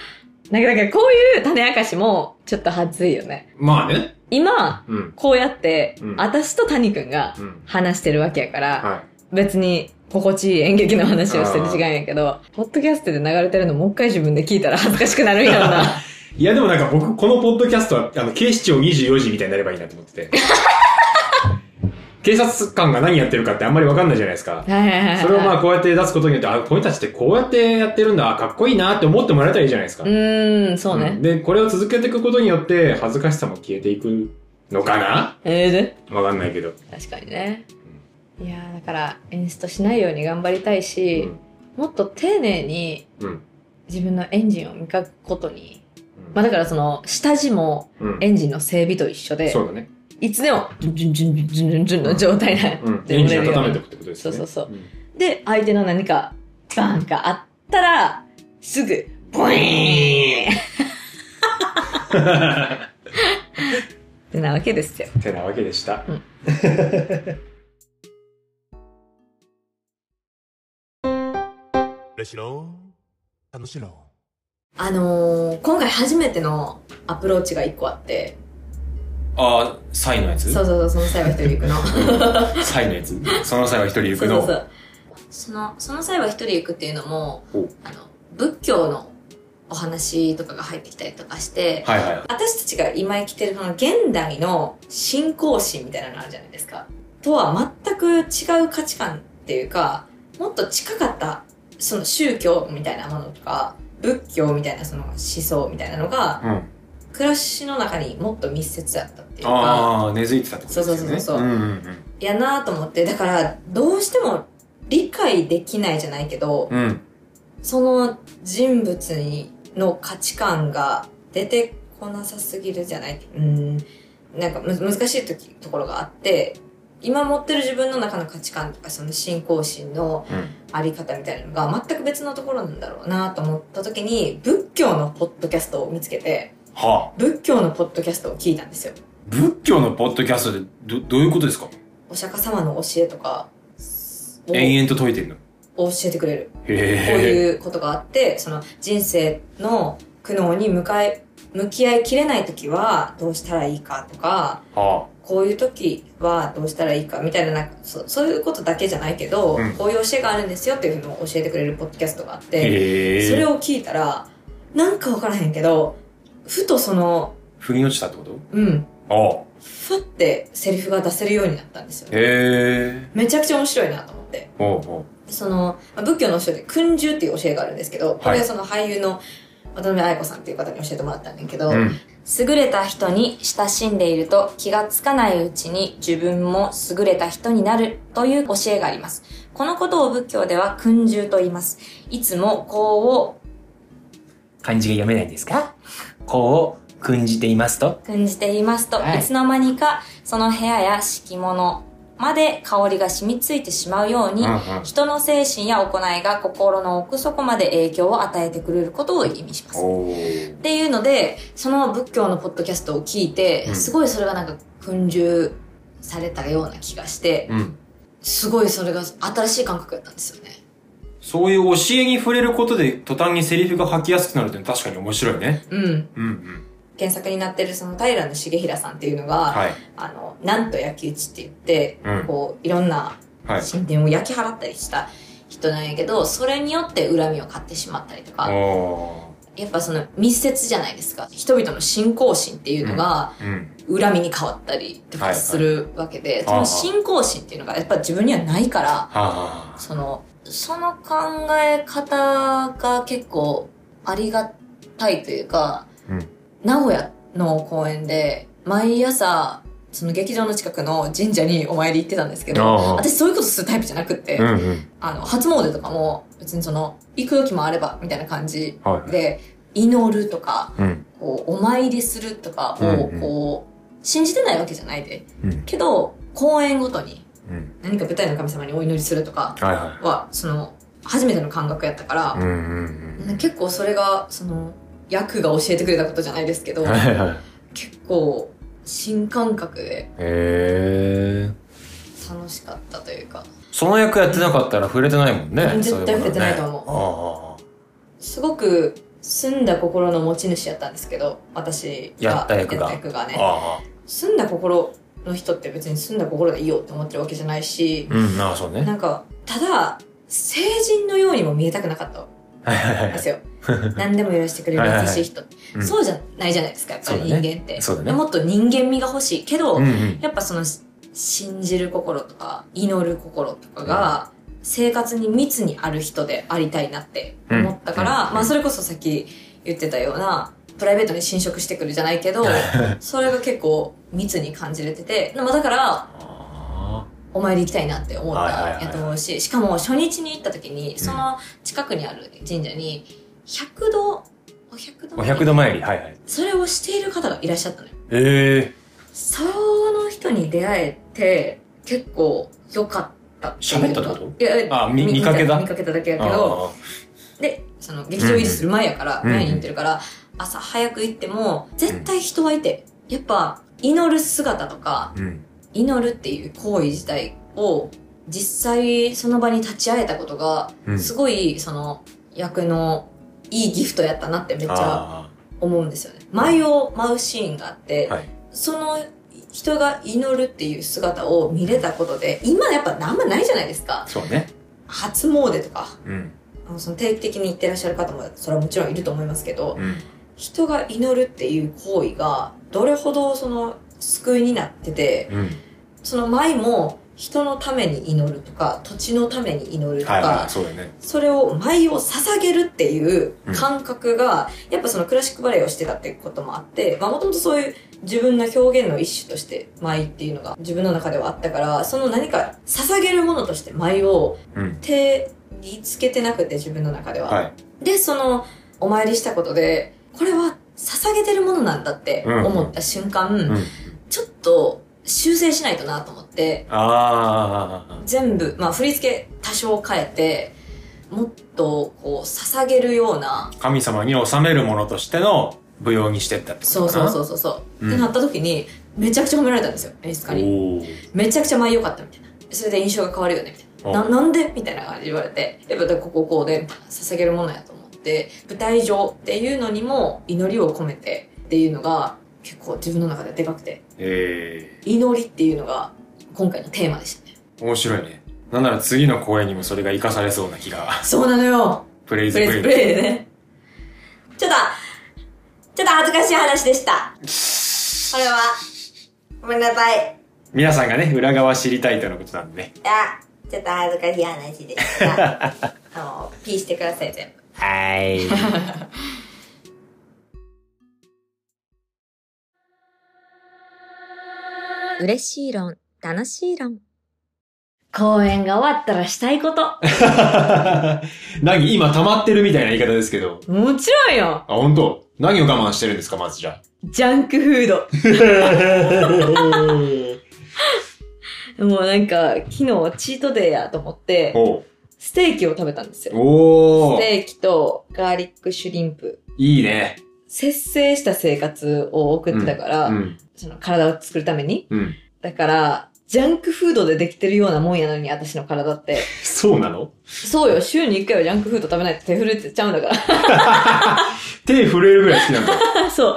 S3: なんか、なんかこういう種明かしも、ちょっと恥ずいよね。
S2: うんまあね。
S3: 今、
S2: うん。
S3: こうやって、
S2: うん
S3: 私と谷くんが
S2: うん。
S3: 話してるわけやから、
S2: は
S3: 別に心地いい演劇の話をしてる時間やけど、ポッドキャストで流れてるのもう一回自分で聞いたら恥ずかしくなるんやろな。
S2: い。いやでもなんか僕、このポッドキャストは、あの、警視庁24時みたいになればいいなと思 ってて。警察官が何やってるかってあんまりわかんないじゃないですか。
S3: はいはいはいはい。
S2: それをまあこうやって出すことによって、あ、この人たちってこうやってやってるんだ、あかっこいいなって思ってもらえたらいいじゃないですか。
S3: うーん、 そうね。
S2: んで、これを続けていくことによって、恥ずかしさも消えていくのかな
S3: ええで。
S2: わかんないけど。
S3: 確かにね。いやーだから、演出しないように頑張りたいうし、
S2: ん。
S3: もっと丁寧に
S2: うん。
S3: 自分のエンジンを磨くことに、
S2: うん
S3: まあだからその、下地も
S2: うん
S3: エンジンの整備と一緒で、
S2: そうだね。
S3: いつでも、ジュンジュンジュンジュンジュンジュンの状態なん
S2: うん。
S3: で
S2: エンジン
S3: 乗れるよう
S2: 温
S3: に
S2: めておくってことですね。
S3: そうそう
S2: うん。
S3: で、相手の何かバンがあったら、すぐ、ボイーン ってなわけですよ。
S2: てなわけでした。
S4: レシロン楽しろ
S3: あのー、今回初めてのアプローチが一個あって、
S2: ああ、サイのやつ
S3: そうそうそう、その際は一人で行くの。
S2: サイのや つその際は一人行
S3: そ
S2: く
S3: うそうそ
S2: の。
S3: う。その、その際は一人で行くっていうのも
S2: お、
S3: あの、仏教のお話とかが入ってきたりとかして、
S2: はいはい。
S3: 私たちが今生きてるその現代の信仰心みたいなのあるじゃないですか。とは全く違う価値観っていうか、もっと近かった、その宗教みたいなものとか、仏教みたいなその思想みたいなのが、
S2: うん。
S3: 暮らしの中にもっと密接だったっていうか、
S2: ああ、根付いてたってことですよね。
S3: そうそうそうそうん
S2: うん
S3: やなと思って、だからどうしても理解できないじゃないけど、
S2: うん。うん。
S3: その人物にの価値観が出てこなさすぎるじゃないうん、なんかむ難しいときところがあって、今持ってる自分の中の価値観とかその信仰心の
S2: うん。
S3: あり方みたいなのが全く別のところなんだろうなと思った時に仏教のポッドキャストを見つけて
S2: はあ。
S3: 仏教のポッドキャストを聞いたんですよ。
S2: 仏教のポッドキャストでど、どういうことですか
S3: お釈迦様の教えとかを
S2: 延々と解いてるの。
S3: を教えてくれる。こう
S2: へえ。
S3: いうことがあって、その人生の苦悩に向かい、向き合いきれない時はどうしたらいいかとか、
S2: は
S3: こういう時はどうしたらいいかみたいな、なんかそそういうことだけじゃないけど、
S2: うん
S3: こういう教えがあるんですよっていうのを教えてくれるポッドキャストがあっ
S2: あ。
S3: て、
S2: へえ。
S3: それを聞いたら、なんかわからへんけど、ふとその、
S2: 腑に落ちたってこと
S3: うん、
S2: ああ。
S3: ふってセリフが出せるようになったんですよ、ね。
S2: へえ。
S3: めちゃくちゃ面白いなと思って。
S2: おうおう。
S3: その、まあ仏教の教えで、訓授っていう教えがあるんですけど、これはその俳優の渡辺愛子さんっていう方に教えてもらったんだけど、
S2: うん。
S3: 優れた人に親しんでいると気がつかないうちに自分も優れた人になるという教えがあります。このことを仏教では訓授と言います。いつもこうを
S6: 漢字が読めないんですかこう、訓じていますと。
S3: 訓じていますと、、
S6: はいい
S3: つの間にかその部屋や敷物まで香りが染みついてしまうように、
S2: うんうん
S3: 人の精神や行いが心の奥底まで影響を与えてくれることを意味します。
S2: おー
S3: っていうので、その仏教のポッドキャストを聞いて、
S2: うん
S3: すごいそれがなんか訓授されたような気がして、
S2: うん。
S3: すごいそれが新しい感覚だったんですよね。
S2: そういう教えに触れることで途端にセリフが吐きやすくなるっていうのは確かに面白いね。
S3: うん。
S2: うんうん。
S3: 原作になってるその平野茂平さんっていうのが、
S2: はい。
S3: あの、なんと焼き打ちって言って、
S2: うん
S3: こう、いろんな
S2: はい。
S3: 神殿を焼き払ったりした人なんやけど、それによって恨みを買ってしまったりとか、
S2: お
S3: やっぱその密接じゃないですか。人々の信仰心っていうのが
S2: ー。うん。
S3: 恨みに変わったりと
S2: はい
S3: か
S2: はい
S3: するわけで、
S2: ああ
S3: その信仰心っていうのがやっぱ自分にはないから、
S2: はあ。
S3: その、その考え方が結構ありがたいというか、
S2: うん
S3: 名古屋の公園で毎朝、その劇場の近くの神社にお参り行ってたんですけど、
S2: あ
S3: 私そういうことするタイプじゃなくって、
S2: ー。うんうん。
S3: あの、初詣とかも、別にその、行く時もあれば、みたいな感じ
S2: はい。
S3: で、祈るとか、
S2: うん。
S3: こう、お参りするとか
S2: うん
S3: を、
S2: うん
S3: こう、信じてないわけじゃないで。
S2: うん
S3: けど、公演ごとに、
S2: うん。
S3: 何か舞台の神様にお祈りするとか
S2: はいは
S3: は、その、初めての感覚やったから
S2: い。、うんうんうん。
S3: 結構それが、その、役が教えてくれたことじゃないで すけど、
S2: はいはい。
S3: 結構、新感覚で
S2: へえ。
S3: 楽しかったというか、
S2: その役やってなかったら触れてないもんね。
S3: 絶対触れてないと思う
S2: 思う。
S3: すごく澄んだ心の持ち主やったんですけど、私が
S6: やった役が
S3: やった役が
S2: あ
S3: ね。
S2: あああ。ああ。
S3: 澄んだ心の人って別に澄んだ心でいいよって思ってるわけじゃないし、
S2: うん、ああ、そうね。
S3: なんか、ただ、成人のようにも見えたくなかったん
S2: はいはい
S3: で
S2: は
S3: すよ。何でも許してくれる優しい人。
S2: うん
S3: そうじゃないじゃないですか、やっぱり
S2: そう
S3: 人
S2: だね
S3: 間って。
S2: そうだね
S3: もっと人間味が欲しいけ
S2: い。
S3: ど、
S2: うんうん。
S3: やっぱその、信じる心とか、祈る心とかが、生活に密にある人でありたいなって思ったから、
S2: うん
S3: まあそれこそさっき言ってたような、プライベートに侵食してくるじゃないけど、それが結構密に感じれてて、まあだから、
S2: あ
S3: お参り行きたいなって思っ
S2: はいはいはいは
S3: た
S2: い
S3: やと思うし、しかも初日に行った時に、その近くにある神社に、百度、お百度
S2: あ。お百度参り、はいはい。
S3: それをしている方がいらっしゃったのよ。
S2: ええ。
S3: その人に出会えて、結構良かった
S2: 喋ったってこと
S3: いやいや
S6: あみ見かけた
S3: 見かけただけやけど
S2: あ
S3: でその劇場入りする前やから
S2: うん
S3: 前に行ってるから朝早く行っても絶対人はいてやっぱ祈る姿とか
S2: ーうん。
S3: 祈るっていう行為自体を実際その場に立ち会えたことが
S2: うん
S3: すごいその役のいいギフトやったなってめっちゃ
S2: あ
S3: 思うんですよね舞を舞うシーンがあって、
S2: はい
S3: その人が祈るっていう姿を見れたことで今やっぱあんまないじゃないですか
S2: ーそうね。
S3: 初詣とか
S2: うん。
S3: あのその定期的に行ってらっしゃる方もそれはもちろんいると思いますけど、
S2: うん。
S3: 人が祈るっていう行為がどれほどその救いになってて
S2: うん。
S3: その舞も人のために祈るとか土地のために祈るとか、
S2: はいはい、そうだよね。
S3: それを舞を捧げるっていう感覚が、やっぱそのクラシックバレエをしてたってこともあって、まあもともとそういう自分の表現の一種として舞っていうのが自分の中ではあったから、その何か捧げるものとして舞を
S2: うん。
S3: 手につけてなくて自分の中では。
S2: はい。
S3: で、そのお参りしたことで、これは捧げてるものなんだって思った瞬間、
S2: うん。
S3: ちょっと修正しないとなと思って、
S2: あ
S3: 全部、まあ、振り付け多少変えてもっとこう捧げるような
S2: あ。神様に納めるものとしての舞踊にしてったってこ
S3: そ
S2: と
S3: う
S2: か
S3: そ
S2: な。
S3: うそううそうそう、
S2: ん
S3: ってなった時にめちゃくちゃ褒められたんですよ演出家に
S2: おー
S3: めちゃくちゃ前良かったみたいなそれで印象が変わるよねみたいな
S2: お
S3: ななんでみたいな感じで言われてやっぱだからこここうでみたいな捧げるものやと思って舞台上っていうのにも祈りを込めてっていうのが結構自分の中ででかくて
S2: え
S3: 祈りっていうのが今回のテーマでしたね
S2: ー、面白いね。なんなら次の公演にもそれが活かされそうな気が。
S3: そうなのよ
S2: プレイズ
S3: プ
S2: プ
S3: レイズプ
S2: レイ。
S3: レイでね。ちょっと、ちょっと恥ずかしい話でした。これは、ごめんなさい。
S2: 皆さんがね、裏側知りたいとのことなんでね。
S3: いや、ちょっと恥ずかしい話でした。あの、ピーしてください、全部。
S6: はーい。
S1: 嬉しい論、楽しい論。
S5: 公演が終わったらしたいこと。
S2: 何今溜まってるみたいな言い方ですけど。
S3: もちろんよ。
S2: あ、本当何を我慢してるんですか、まずじゃ
S3: ジャンクフード。もうなんか、昨日チートデーやと思っ
S2: あ。
S3: て、
S2: おう
S3: ステーキを食べたんですよ。
S2: お
S3: ス
S2: ー
S3: テーキとガーリックシュリンプ。
S2: いいね。
S3: 節制した生活を送ってたから、
S2: うん。
S3: その体を作るために。
S2: うん。
S3: だから、ジャンクフードでできてるようなもんやのに、私の体って。
S2: そうなの
S3: そうよ、週に1回はジャンクフード食べないと手震えてちゃうんだか
S2: 手震えるぐらい好きなんだ。
S3: ら。 そう。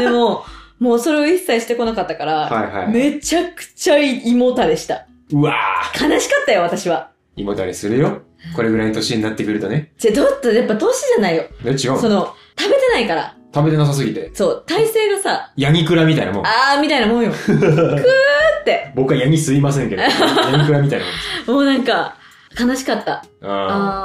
S3: でも、もうそれを一切してこなかったから、
S2: はいはい。
S3: めちゃくちゃ胃もたれした。
S2: うわー
S3: 悲しかったよ、私は。
S2: 胃もたれするよ。これぐらいの年になってくるとね。
S3: じゃ、ちょっとやっぱ年じゃないよ。
S2: え、違う
S3: そ
S2: の
S3: の、食べてないから。
S2: 食べてなさすぎて。
S3: そう、体勢がさ、
S2: ヤニクラみたいなもん。
S3: あーみたいなも んよ。くーって。
S2: 僕はヤニすいませんけど。ヤニクラみたいなもんです。
S3: もうなんか、悲しかった。
S2: あ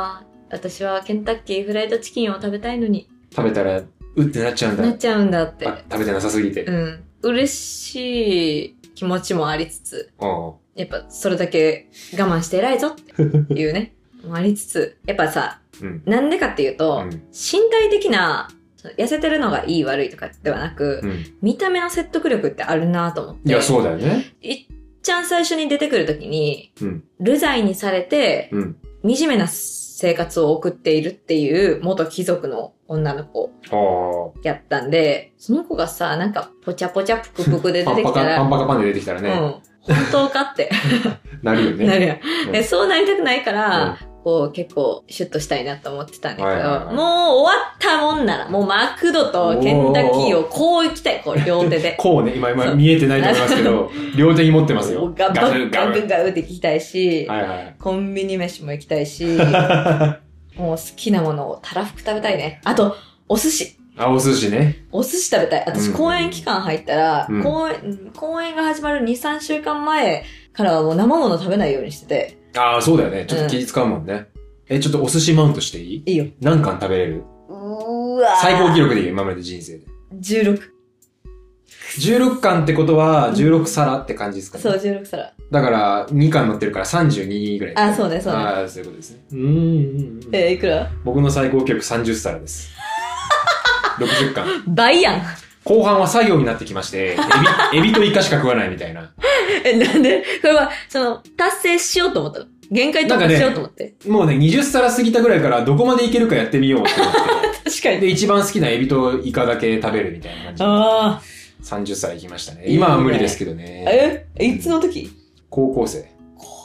S3: あー、私はケンタッキーフライドチキンを食べたいのに
S2: ー食べたら、うってなっちゃうんだ。
S3: なっちゃうんだって。
S2: あ食べてなさすぎて。
S3: うん。嬉しい気持ちもありつつ、
S2: うん。
S3: やっぱそれだけ我慢して偉いぞってい うね、もありつつ、やっぱさ、
S2: うん
S3: なんでかっていうと、
S2: うん
S3: 身体的な、その痩せてるのがいい悪いとかではなく、
S2: うん。
S3: 見た目の説得力ってあるなと思って。
S2: いや、そうだよね。
S3: いっちゃん最初に出てくるときに、
S2: うん
S3: 流罪にされて、
S2: うん。
S3: 惨めな生活を送っているっていう元貴族の女の子
S2: あー
S3: やったんで、その子がさ、なんかぽちゃぽちゃぷくぷくで
S2: パ
S3: 出
S2: ン
S3: て
S2: パ
S3: き
S2: カ、
S3: たら
S2: パ、ンパカパンで出てきたら
S3: うん
S2: ね。。
S3: 本当かって
S2: なるよね。
S3: なるやん。
S2: うん
S3: えそうなりたくないか
S2: うん
S3: ら、こう結構シュッとしたいなと思ってたんだけど、
S2: はいはいはい
S3: もう終わったもんなら、もうマクドとケンタッキーをこう行きたい、こう両手で。
S2: こうね、今、
S3: そ
S2: 今
S3: う
S2: 見えてないと思いますけど、両手に持ってます
S3: も
S2: よ。
S3: うガ
S2: ガブ
S3: ブ
S2: ル
S3: ガ
S2: ガブ
S3: ブ
S2: ル。
S3: ガブって行きたいし、
S2: はいはい。
S3: コンビニ飯も行きた いし、もう好きなものをたらふく食べたいね。あと、お寿司。
S2: 青寿司ね。
S3: お寿司食べたい。私、
S2: うん
S3: 公演期間入ったら、
S2: うん
S3: 公演、公演が始まる2、3週間前からはもう生もの食べないようにしてて、
S2: ああ、そうだよね。ちょっと気使うもんね。え、ちょっとお寿司マウントしていい
S3: いいよ。
S2: 何貫食べれる
S3: うーわ
S2: 最高記録でいいよ、今までの人生で。
S3: 16
S2: 16貫ってことは、16皿って感じですかね。
S3: そう16皿
S2: だから、2貫乗ってるから32ぐらい、
S3: あそうねそうね
S2: ああ、そういうことですね。うーんうんうん。
S3: えー、いくら
S2: 僕の最高記録30皿 です。60貫。
S3: 倍やん
S2: 後半は作業になってきまして、エビ、エビとイカしか食わないみたいな。
S3: え、なんでそれは、その、達成しようと思ったの限界突
S2: なんか
S3: 破
S2: ね
S3: しようと思って。
S2: もうね、20皿過ぎたぐらいからどこまでいけるかやってみようって思っ
S3: 確か
S2: て。
S3: に。
S2: で、一番好きなエビとイカだけ食べるみたいな感
S3: あ
S2: じ。30皿いきましたね。今は無理ですけど
S3: あ。
S2: ね。
S3: え、いつの時
S2: 高校生。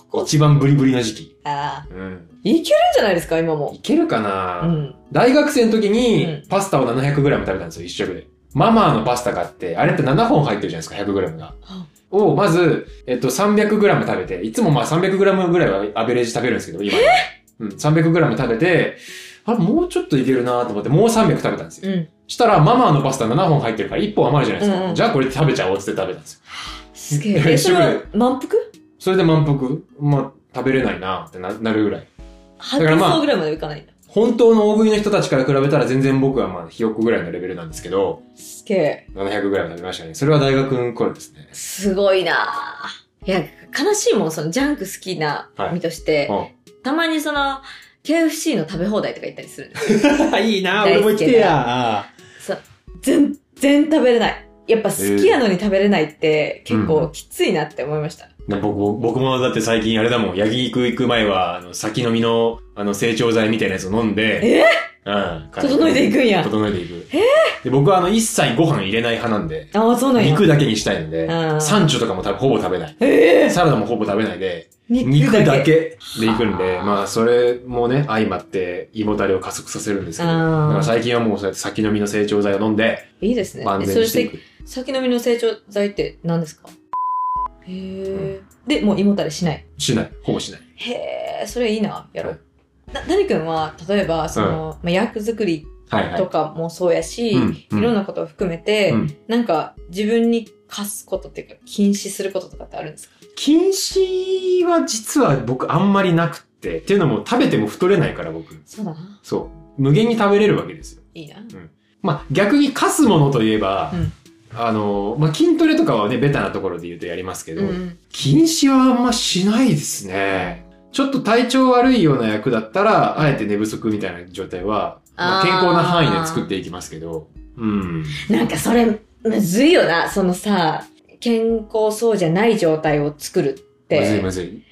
S3: 高校
S2: 一番ブリブリの時期。
S3: ああ。
S2: うん。
S3: いけるんじゃないですか、今も。
S2: いけるか
S3: う
S2: な、
S3: ん。
S2: 大学生の時
S3: うん
S2: にパスタを 700g 食べたんですよ、一食で。ママのパスタ買って、あれって7本入ってるじゃないですか、100g が。を、まず、えっと、300g 食べて、いつもまあ 300g ぐらいはアベレージ食べるんですけど、今。うん、300g 食べて、あれ、もうちょっといけるなと思って、もう300食べたんですよ。
S3: うん。
S2: したら、ママのパスタ7本入ってるから1本余るじゃないですか。
S3: うんうん
S2: じゃあこれ食べちゃおうっつって食べたんですよ。
S3: すげえ。 え、
S2: 一
S3: そ
S2: 緒
S3: れ
S2: ぐらい
S3: は満腹
S2: それで満腹、まあ、食べれないなってななるぐらい。
S3: 発
S2: からまあ
S3: 想ぐらいまでいかないんだ。
S2: 本当の大食いの人たちから比べたら全然僕はまあ、ひよっこぐらいのレベルなんですけど、
S3: すげえ。
S2: 700ぐらいは食べましたね。それは大学の頃です ね。
S3: すごいなぁいや、悲しいもん、そのジャンク好きな
S2: はい
S3: 身として、
S2: うん
S3: たまにその、KFC の食べ放題とか行ったりするんですよ
S2: いいな
S3: 俺も行きてえ
S2: や。
S3: 全然食べれない。やっぱ好きやのに食べれないって
S2: ー
S3: 結構
S2: う
S3: きついなって思いました。
S2: 僕も僕もだって最近あれだもん、焼肉行く前は、あの、先飲みの、あの、成長剤みたいなやつを飲んで、えうん。
S3: 整えていくんや
S2: 整えていく。えで僕はあの、一切ご飯入れない派なんで、
S3: ああ、そうなんや。
S2: 肉だけにしたいので
S3: うん、
S2: サンチュとかもたほぼ食べない。
S3: ええ
S2: サラダもほぼ食べないで、
S3: 肉
S2: 肉
S3: だけ。
S2: だけで行くんで、まあ、それもね、相まって、胃もたれを加速させるんですけど、だ
S3: あー
S2: から最近はもうそうやって先飲みの成長剤を飲んで、
S3: いいですね。
S2: 万
S3: え
S2: 全
S3: そ
S2: に
S3: れ
S2: してい
S3: で
S2: く。
S3: 先飲みの成長剤って何ですかへえ、で、もう胃もたれしない。
S2: しない。ほぼしない。
S3: へえ、それいいな、やろ
S2: は
S3: う。な、なにくんは、例えば、その、まあ、役作り
S2: はいはい
S3: と。かもそうやし、
S2: うんうん
S3: いろんなことを含めて、
S2: うん
S3: なんか自分に課すことっていうか禁止することとかってあるんですか
S2: 禁止は実は僕あんまりなくって、っていうのも食べても太れないから僕。
S3: そうだな。
S2: そう。無限に食べれるわけですよ。
S3: いいな。
S2: まあ逆に課すものといえば、
S3: うん
S2: あの、まあ筋トレとかはね、ベタなところで言うとやりますけど、
S3: うん。
S2: 禁止はあんましないですね。ちょっと体調悪いような役だったら、あえて寝不足みたいな状態は、ま
S3: あ
S2: あ、
S3: ー
S2: 健康な範囲で作っていきますけど、うん。
S3: なんかそれ、むずいよな。そのさ、健康そうじゃない状態を作るっ
S2: むずい
S3: て。
S2: むずい。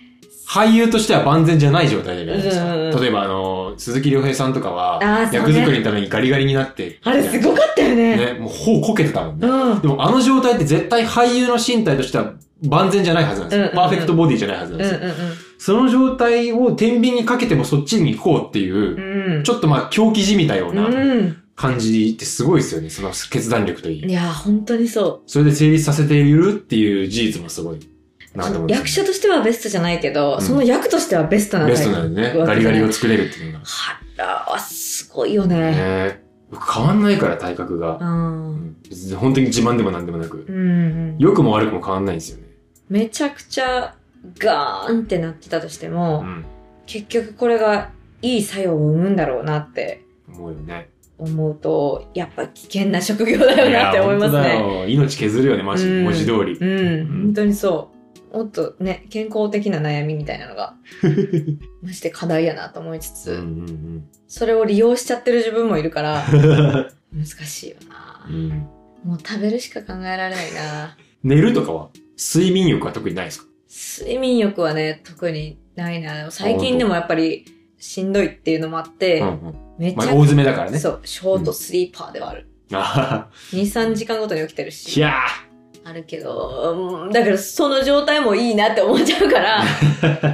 S2: 俳優としては万全じゃない状態でやるじゃない
S3: うん
S2: で
S3: うん
S2: すか。
S3: うん
S2: 例えば、あの、鈴木亮平さんとかは
S3: あー、そう
S2: 役
S3: ね
S2: 作りのためにガリガリになって。
S3: あれすごかったよね。
S2: ね、もう頬こけてたもん
S3: う
S2: ね。
S3: ん。
S2: でもあの状態って絶対俳優の身体としては万全じゃないはずなんです
S3: うんう
S2: よ
S3: ん。うん
S2: パーフェクトボディじゃないはずなん
S3: うん
S2: ですよ。
S3: う
S2: その状態を天秤にかけてもそっちに行こうっていう、
S3: んうん。うん。
S2: ちょっとまあ狂気じみたような
S3: う
S2: 感じってすごいですよね。その決断力とい
S3: ん。い
S2: い。
S3: や、本当にそ
S2: それで成立させているっていう事実もすごいなと思いま
S3: う。
S2: すね
S3: 役者としてはベストじゃないけど、
S2: ん
S3: その役としてはベストな
S2: ベストなのでね、ガリガリを。作れるっていうのが。
S3: はらはすごいよね。
S2: ね僕変わんないから体格
S3: う。
S2: が。うんん別に本当に自慢でも何でもな
S3: う
S2: く。
S3: んうん。
S2: 良くも悪くも変わんないんですよね。
S3: めちゃくちゃガーンってなってたとして
S2: う
S3: も、
S2: ん。
S3: 結局これがいい作用を生むんだろうなって
S2: 思うよね。
S3: 思うとやっぱ危険な職業だよなって思います
S2: いや
S3: ね。
S2: 本当だよ命削るよね、マジ。
S3: うん
S2: 文字通り。
S3: うん、
S2: うん
S3: 本当にそう。もっとね、健康的な悩みみたいな のが、まして課題やなと思いつつ、
S2: うんうん
S3: それを利用しちゃってる自分もいる から、難しいよ
S2: う
S3: な。
S2: んうん
S3: もう食べるしか考えられないな。
S2: 寝るとかは睡眠欲は特にないですか
S3: 睡眠欲はね、特にないな。最近でもやっぱりしんどいっていうのもあって、
S2: うんうん。
S3: めち
S2: ま
S3: ゃ
S2: あ、
S3: く
S2: 大
S3: ちゃ
S2: 詰めだからね。
S3: そう、ショートスリーパーではある。
S2: あはは
S3: 2、3時間ごとに起きてる
S2: い
S3: し、
S2: や
S3: あるけど、うんだからその状態もいいなって思っちゃうか ら、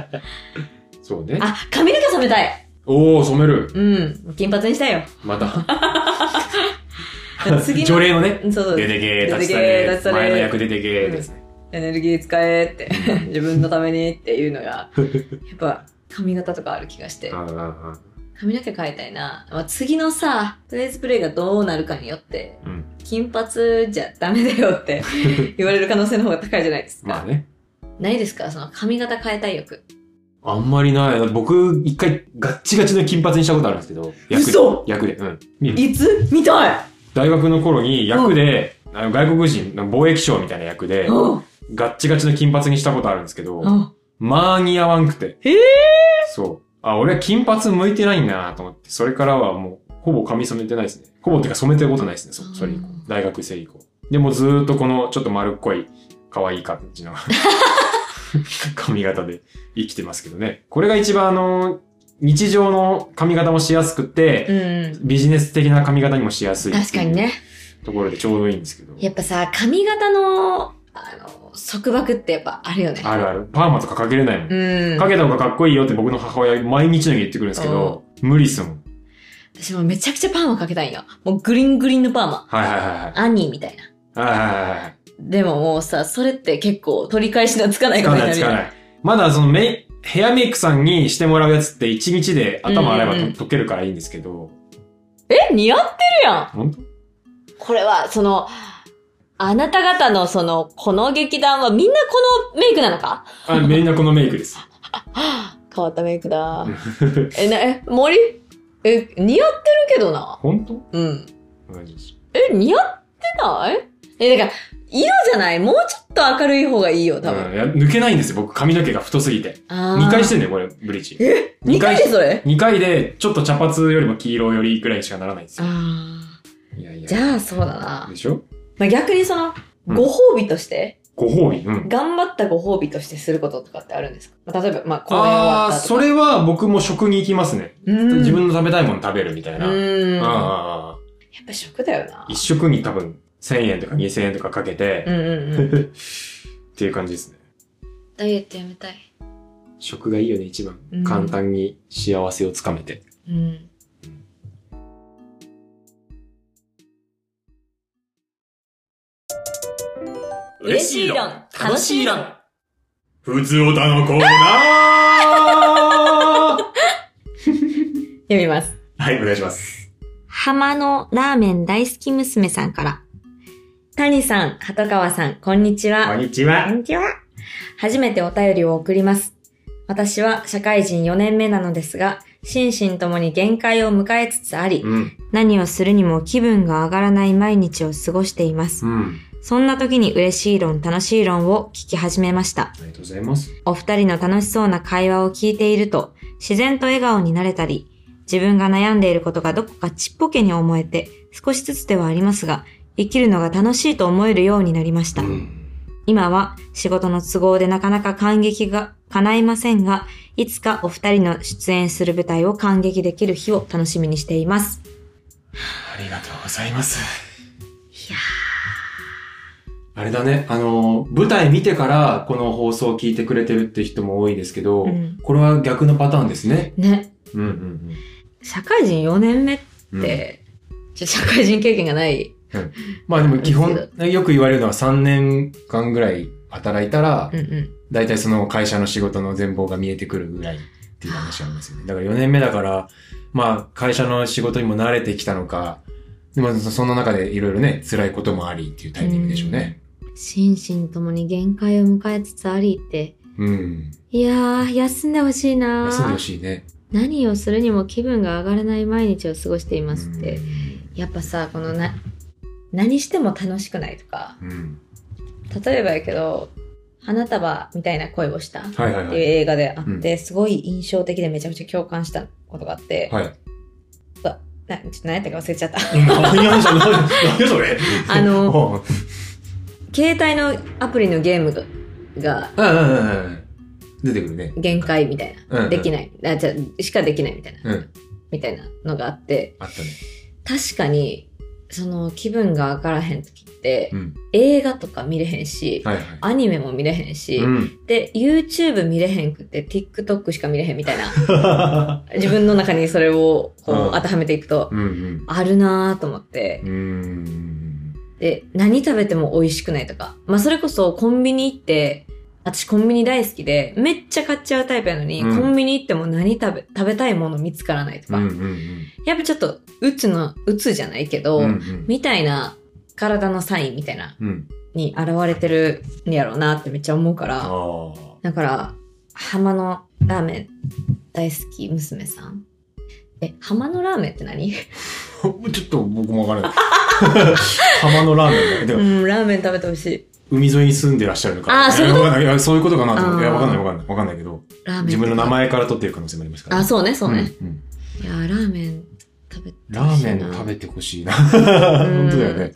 S2: ーそうね。
S3: あ、髪の毛染めたい
S2: おー、染める。
S3: うん、金髪にした いよ。
S2: また。
S3: 次の
S2: 除霊のね。
S3: そうそう
S2: 出てけー、
S3: 出て
S2: 立
S3: け
S2: ち
S3: ー
S2: た
S3: 立ちた
S2: れ。前
S3: れ
S2: の役出てけーですね。
S3: エネルギー使えって、自分のためにっていうの が、やっぱ髪型とかある気がして
S2: う、んうんうん
S3: 髪の毛変えたいな。まあ、次のさ、トレースプレイがどうなるかによって、
S2: うん
S3: 金髪じゃダメだよって 言われる可能性の方が高いじゃないですか。
S2: まあね。
S3: ないですかその髪型変えたい欲。
S2: あんまりない。だって僕、一回、ガッチガチの金髪にしたことあるんですけど。役で
S3: 嘘
S2: 役で。うん。
S3: いつ見たい
S2: 大学の頃に役で、あの外国人の貿易商みたいな役で、
S3: うん
S2: ガッチガチの金髪にしたことあるんですけ
S3: う
S2: ど、
S3: ん
S2: まあ似合わんくて。
S3: えー
S2: そう。あ、俺は金髪向いてないんだなと思って、それからはもう、ほぼ髪染めてないですね。ほぼっていうか染めてることないですね、そそれ以降
S3: うん。
S2: 大学生以降。でもずーっとこのちょっと丸っこい可愛い感じの 髪型で生きてますけどね。これが一番あの、日常の髪型もしやすくて、
S3: うん。
S2: ビジネス的な髪型にもしやすい。
S3: 確かに。ね。
S2: ところでちょうどいいんですけど。
S3: やっぱさ、髪型の、あの、束縛ってやっぱあるよね。
S2: あるある。パーマとかかけれないもん。
S3: うん。
S2: かけた方がかっこいいよって僕の母親毎日のように言ってくるんですけど、無理っすもん。
S3: 私もめちゃくちゃパーマかけたいんよ。もうグリングリンのパーマ。
S2: はいはいはいはい。
S3: アニーみたいな。
S2: はいはいはいはい。
S3: でももうさ、それって結構取り返しのつかない
S2: つ
S3: こと
S2: か
S3: にな
S2: な
S3: る
S2: い
S3: よ
S2: つ
S3: ね
S2: かない。まだそのメイ、ヘアメイクさんにしてもらうやつって1日で頭洗えばと、
S3: うんうん
S2: 溶けるからいいんですけど、
S3: え、似合ってるやん
S2: 本当
S3: これは、その、あなた方のその、この劇団はみんなこのメイクなのか
S2: あ、みんなこのメイクです。
S3: 変わったメイ クだ。え、な、え、森え、似合ってるけどな。
S2: 本当
S3: うん。
S2: マジです
S3: え、似合ってないえ、だから、色じゃないもうちょっと明るい方がいいよ、多
S2: う
S3: 分。
S2: んいや抜けないんですよ、僕髪の毛が太すぎて。
S3: あ
S2: 2回しててんだよ、これ、ブリーチ。
S3: え
S2: 二
S3: ?2
S2: 回
S3: 回
S2: し
S3: でそれ
S2: 2回で、ちょっと茶髪よりも黄色よりぐらいにしかならないんですよ。
S3: あ
S2: いやい
S3: ー
S2: や。
S3: じゃあ、そうだな
S2: で。しょ
S3: まあ、逆にその、
S2: うん
S3: ご褒美として、
S2: ご褒美。うん。
S3: 頑張ったご褒美としてすることとかってあるんですか、まあ、例えば、まあ、公演終わ
S2: あ
S3: っ
S2: あー、
S3: たと
S2: そ
S3: か。
S2: れは僕も食に行きますね。
S3: うん
S2: 自分の食べたいもの食べるみたいな。
S3: うん。
S2: ああ
S3: や
S2: ああああ
S3: っぱ食だよな。
S2: 一食に多分1000円とか2000円とかかけて、
S3: うんうん うん。
S2: っていう感じですね。
S3: ダイエットやめたい。
S2: 食がいいよね、一番
S3: うん
S2: 簡単に幸せをつかめて。
S3: うん。
S7: 嬉しい論楽しい論
S8: 普通おたのコーナーは
S3: 読みます。
S8: い、お願いします。
S5: 浜のラーメン大好き娘さんから。
S3: 谷さん、鳩川さん、こんにちは。
S8: こんにちは。
S3: にちは。初めてお便りを送ります。私は社会人4年目なのですが、心身ともに限界を迎えつつあり、
S2: うん。
S5: 何をするにも気分が上がらない毎日を過ごしています。
S2: うん。
S5: そんな時に嬉しい論、楽しい論を聞き始めました
S2: あ。りがとうございます。
S5: お二人の楽しそうな会話を聞いていると、自然と笑顔になれたり、自分が悩んでいることがどこかちっぽけに思えて、少しずつではありますが、生きるのが楽しいと思えるようになりました。今は仕事の都合でなかなか感激が叶いませんが、いつかお二人の出演する舞台を感激できる日を楽しみにしています。
S2: ありがとうございます。いやあれだね、あの、舞台見てからこの放送を聞いてくれてるって人も多いですけど、
S5: うん
S2: これは逆のパターンですね。
S3: ね。
S2: うんうん
S3: 社会人4年目っ
S2: うん。うん
S3: て、ちょ社会人経験がない。
S2: まあでも基本、よく言われるのは3年間ぐらい働いたら、
S3: うんうん。
S2: 大体その会社の仕事の全貌が見えてくるぐらいっていう話がありますよね。だから4年目だから、まあ会社の仕事にも慣れてきたのか、でもその中でいろいろね、辛いこともありっていうタイミングでしょうね。
S5: 心身ともに限界を迎えつつありって、
S2: うん。
S5: いやー、休んでほしいなー
S2: 休んでほしいね。
S5: 何をするにも気分が上がらない毎日を過ごしていますって、
S3: やっぱさ、このな、何しても楽しくないとか、
S2: うん。
S3: 例えばやけど、花束みたいな恋をしたっていう
S2: はいはいはい。
S3: 映画であって、
S2: う
S3: すごい印象的でめちゃくちゃ共感したことがあって、
S2: はい。
S3: なちょっと何やったか忘れちゃった。
S8: 何やそれ何何それ
S3: あの、
S2: お
S3: 携帯のアプリのゲームがが
S2: うんうんうんうん。出てくるね。
S3: 限界みたい
S2: うんう
S3: な。
S2: ん
S3: できない。あじゃしかできないみたい
S2: う
S3: な。
S2: ん。
S3: みたいなのがあって、
S2: あったね。
S3: 確かに、その気分が上がらへん時って、
S2: うん。
S3: 映画とか見れへんし、
S2: はいはい。
S3: アニメも見れへんし、
S2: うん。
S3: で、YouTube 見れへんくって、TikTok しか見れへんみたいな。自分の中にそれをこ
S2: う
S3: うん当てはめていくと、
S2: うんうん。
S3: あるなぁと思って
S2: う、ん。
S3: で、何食べても美味しくないとか。まあ、それこそコンビニ行って、私コンビニ大好きで、めっちゃ買っちゃうタイプやのに、
S2: うん
S3: コンビニ行っても何食べ、食べたいもの見つからないと
S2: うんう
S3: か。
S2: んうん。
S3: やっぱちょっと、うつの、うつじゃないけど、
S2: うんうん。
S3: みたいな、体のサインみたいな、
S2: うん。
S3: に現れてるんやろうなってめっちゃ思うか
S2: あ
S3: ら、
S2: あ。
S3: だから、浜のラーメン大好き娘さん。え、浜のラーメンって何
S2: ちょっと僕もわからない。浜のラーメンだけど
S3: う、ん、 ラーメン食べてほしい。
S2: 海沿いに住んでらっしゃるのか。
S3: あーそういう
S2: いやわかんないいやそういうことかなと思って。いや、
S3: あー
S2: わかんないわかんない。わかんないけど、
S3: ラーメン。
S2: 自分の名。前から取ってる可能性もありますから。
S3: あ、そうね、そうね。
S2: うん。うん
S3: いやー、ラーメン食べて
S2: ラ
S3: ほしい
S2: ー
S3: な
S2: メン食べてほしいな。本当だよね。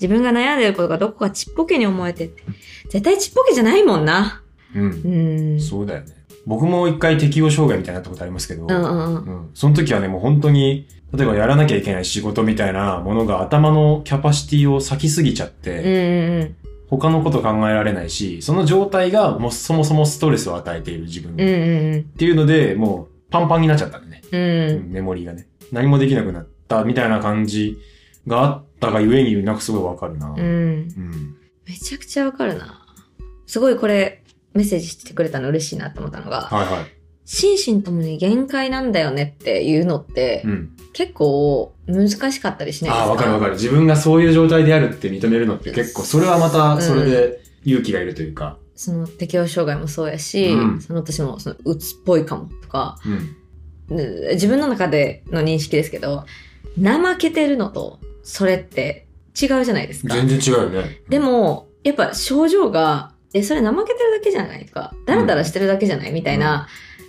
S3: 自分が悩んでることがどこかちっぽけに思えてって。絶対ちっぽけじゃないもんな。
S2: うん
S3: う。ーん。
S2: そうだよね。僕も一回適応障害みたいになったことありますけど、
S3: うんうんうん。
S2: うんその時はね、もう本当に、例えばやらなきゃいけない仕事みたいなものが頭のキャパシティを割きすぎちゃっ
S3: う
S2: て、
S3: んうん
S2: 他のこと考えられないし、その状態がもうそもそもストレスを与えている自分
S3: うん。うんうん
S2: っていうので、もうパンパンになっちゃったんでね、
S3: うん。うん。
S2: メモリーがね。何もできなくなったみたいな感じがあったがゆえに、なんかすごいわかるな。
S3: う
S2: うん。
S3: ん。めちゃくちゃわかるな。すごいこれ、メッセージしてくれたの嬉しいなと思ったのが、
S2: はいはい。
S3: 心身ともに限界なんだよねっていうのって、
S2: うん。
S3: 結構難しかったりしないです
S2: ああ、
S3: か
S2: わかるわかる。自分がそういう状態であるって認めるのって結構、それはまたそれで勇気がいるというか。
S3: その適応障害もそうやし、
S2: うん
S3: その私もそのうつっぽいかもとか、
S2: うん。
S3: ね自分の中での認識ですけど、怠けてるのと、それって違うじゃないですか。
S2: 全然違うよね。
S3: でも、やっぱ症状が、え、それ怠けてるだけじゃないか。だらだらしてるだけじゃないみたいな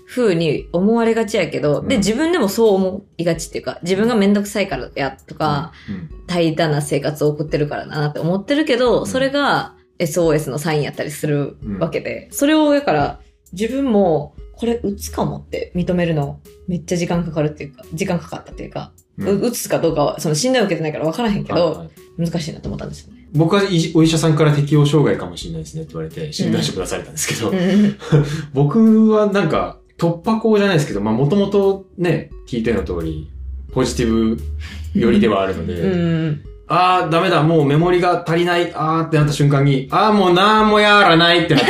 S3: 風に思われがちやけど、で、
S2: うん
S3: 自分でもそう思いがちっていうか、自分がめんどくさいからやとか、
S2: うん、
S3: 平坦な生活を送ってるからだなって思ってるけど、それが SOS のサインやったりするわけで、それを、だから、自分も、これ、うつかもって認めるの、めっちゃ時間かかるっていうか、時間かかったっていうか、
S2: う
S3: うんうつかどうかは、その診断を受けてないから分からへんけ
S2: はい
S3: ど、
S2: はい
S3: 難しいなと思ったんですよね。
S2: 僕は医お医者さんから適応障害かもしれないですねって言われて診断書出されたんですけど、僕はなんか突破口じゃないですけど、まあもともとね、聞いての通り、ポジティブ寄りではあるので、
S3: うん。
S2: ああ、ダメだ、もうメモリが足りない、あーってなった瞬間に、ああ、もうなんもやらないってなった。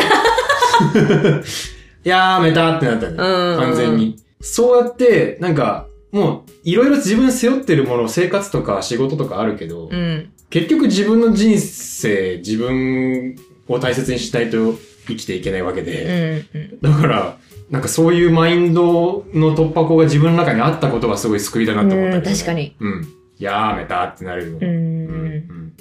S2: やーめたってなったね。
S3: うん
S2: 完全に。そうやって、なんか、もう、いろいろ自分背負ってるもの、生活とか仕事とかあるけど、
S3: うん。
S2: 結局自分の人生、自分を大切にしないと生きていけないわけ
S3: う
S2: で、
S3: ん。
S2: だから、なんかそういうマインドの突破口が自分の中にあったことはすごい救いだなと思った、
S3: うん確かに。
S2: うん。やめたってなるよ。
S3: う。
S2: うんん。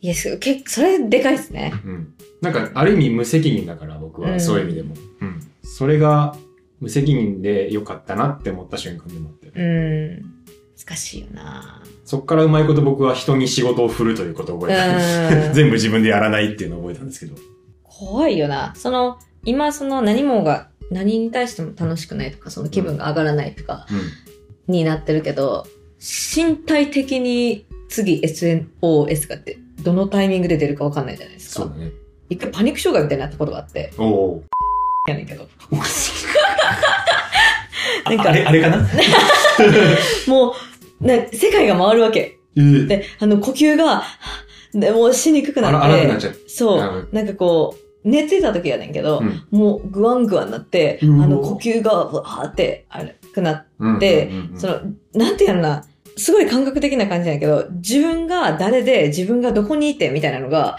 S3: いや、すけそれでかいですね。
S2: うん。なんか、ある意味無責任だから、僕
S3: う
S2: は、
S3: ん
S2: そういう意味でも。うん。それが、無責任で良かったなって思った瞬間でもあって。
S3: うん。難しいよな
S2: そっからうまいこと僕は人に仕事を振るということを覚え
S3: う
S2: た。
S3: ん
S2: 全部自分でやらないっていうのを覚えたんですけど。
S3: 怖いよな。その、今その何もが、何に対しても楽しくないとか、その気分が上がらないとか、になってるけど、身体的に次 SNOS がって、どのタイミングで出るかわかんないじゃないです
S2: そう
S3: か
S2: だ。ね。
S3: 一回パニック障害みたいになったことがあって、
S2: お お
S3: やねんけど。
S2: ー。
S3: なん
S2: あ
S3: か
S2: れ、、あれかな
S3: もう、ね、世界が回るわけ。
S2: えー
S3: で、あの、呼吸が、でもうしにくく
S2: あ
S3: な
S2: ら、
S3: っ、
S2: 荒くなってちゃった。
S3: そ
S2: なるほ
S3: う、なんかこう、寝てた時やねんけど、
S2: うん
S3: もうグワングワンなって、あ
S2: うお
S3: の、呼吸が、わーって、あれ、くなって、
S2: うん
S3: で
S2: うんうんうん
S3: その、なんてやろな、すごい感覚的な感じやけど、自分が誰で、自分がどこにいて、みたいなのが、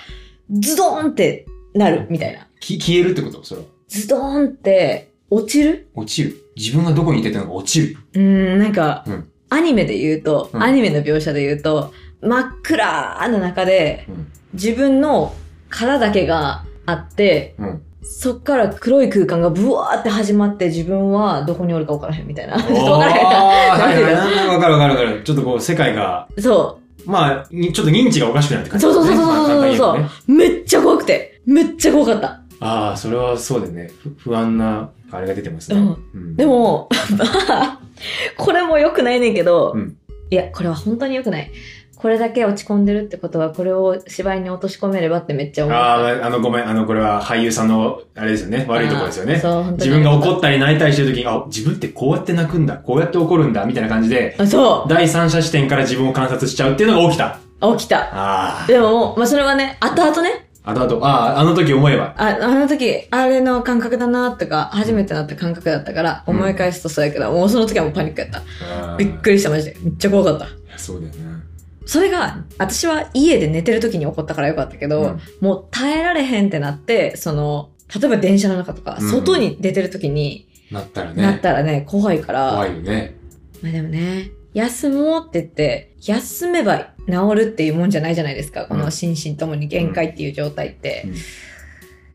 S3: ズドーンってなる、みたいな。
S2: き消えるってことそれは。
S3: ズドーンって、落ちる
S2: 落ちる。自分がどこにいてたのか落ち る。
S3: うーん、なんか、
S2: うん
S3: アニメで言うと、
S2: うん
S3: アニメの描写で言うと、真っ暗な中で、
S2: うん
S3: 自分の殻だけがあって、
S2: うん
S3: そっから黒い空間がブワーって始まって自分はどこにおるか分からへんみたいな。ちょっと分からへんな。
S2: あー
S3: なんていうの
S2: はいはいはいわかるわかるわかる。ちょっとこう、世界が、
S3: そ
S2: まあ、にちょっと認知がおかしくなって感じだね、
S3: そうそうそうそ
S2: ま
S3: うそうそう
S2: あ簡単に言えばね
S3: う。めっちゃ怖くて。めっちゃ怖かった。
S2: ああ、それはそうだよね。ふ不安な、あれが出てますね。
S3: うん
S2: うん
S3: で、も、 まあこれも良くないねんけど、
S2: うん
S3: いや、これは本当に良くない。これだけ落ち込んでるってことは、これを芝居に落とし込めればってめっちゃ
S2: あ
S3: 思う。
S2: あ、あの、ごめん、あの、これは俳優さんの、あれですよね。悪いところですよね。
S3: そう、本当
S2: 自分
S3: に
S2: が怒ったり泣いたりしてるときに、あ、自分ってこうやって泣くんだ、こうやって怒るんだ、みたいな感じで、
S3: あそ
S2: 第三者視点から自分を観察しちゃうっていうのが起きた。
S3: う、起きた。
S2: ああ。
S3: でももう、まあ、それはね、後々ね、
S2: あとあと、ああ、あの時思えば。
S3: ああの時、あれの感覚だなとか、初めてなった感覚だったから、
S2: うん
S3: 思い返すとそうやけど、もうその時はもうパニックやった。びっく
S2: り。
S3: りした、マジで。めっちゃ怖かった。
S2: そうだよね。
S3: それが、私は家で寝てる時に起こったからよかったけど、
S2: うん
S3: もう耐えられへんってなって、その、例えば電車の中とか、
S2: うん
S3: 外に出てる時に
S2: なったらね。
S3: なったらね、怖いから、
S2: 怖いよね。
S3: まあでもね、休もうって言って、休めば治るっていうもんじゃないじゃないですか。この心身ともに限界っていう状態って。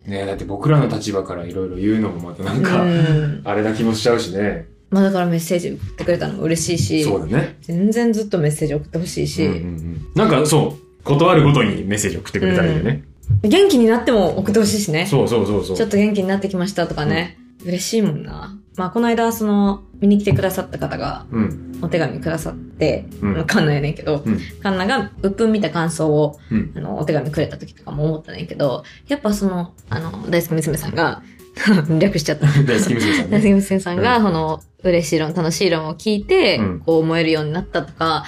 S2: ねだって僕らの立場からいろいろ言うのもまたなんか、
S3: うん
S2: あれな気もしちゃうしね。
S3: まあだからメッセージ送ってくれたのも嬉しいし、
S2: そうだね。
S3: 全然ずっとメッセージ送ってほしいし、
S2: うんうんうんなんかそう、断るごとにメッセージ送ってくれたらいいよね。
S3: 元気になっても送ってほしいしね。
S2: そうそうそうそう。
S3: ちょっと元気になってきましたとかね。嬉しいもんな。まあ、この間、その、見に来てくださった方が、
S2: うん。
S3: お手紙くださって、
S2: うん
S3: まあ、カンナやねんけど、
S2: うん
S3: カンナが、うっぷん見た感想を、
S2: うん
S3: あの、お手紙くれた時とかも思ったねんけど、やっぱその、あの、大好き娘さんが、 略しちゃった。
S2: 大好き娘さん
S3: 大好
S2: ね。
S3: き娘さんが、この、嬉しい論、楽しい論を聞いて、
S2: うん
S3: こう思えるようになったとか、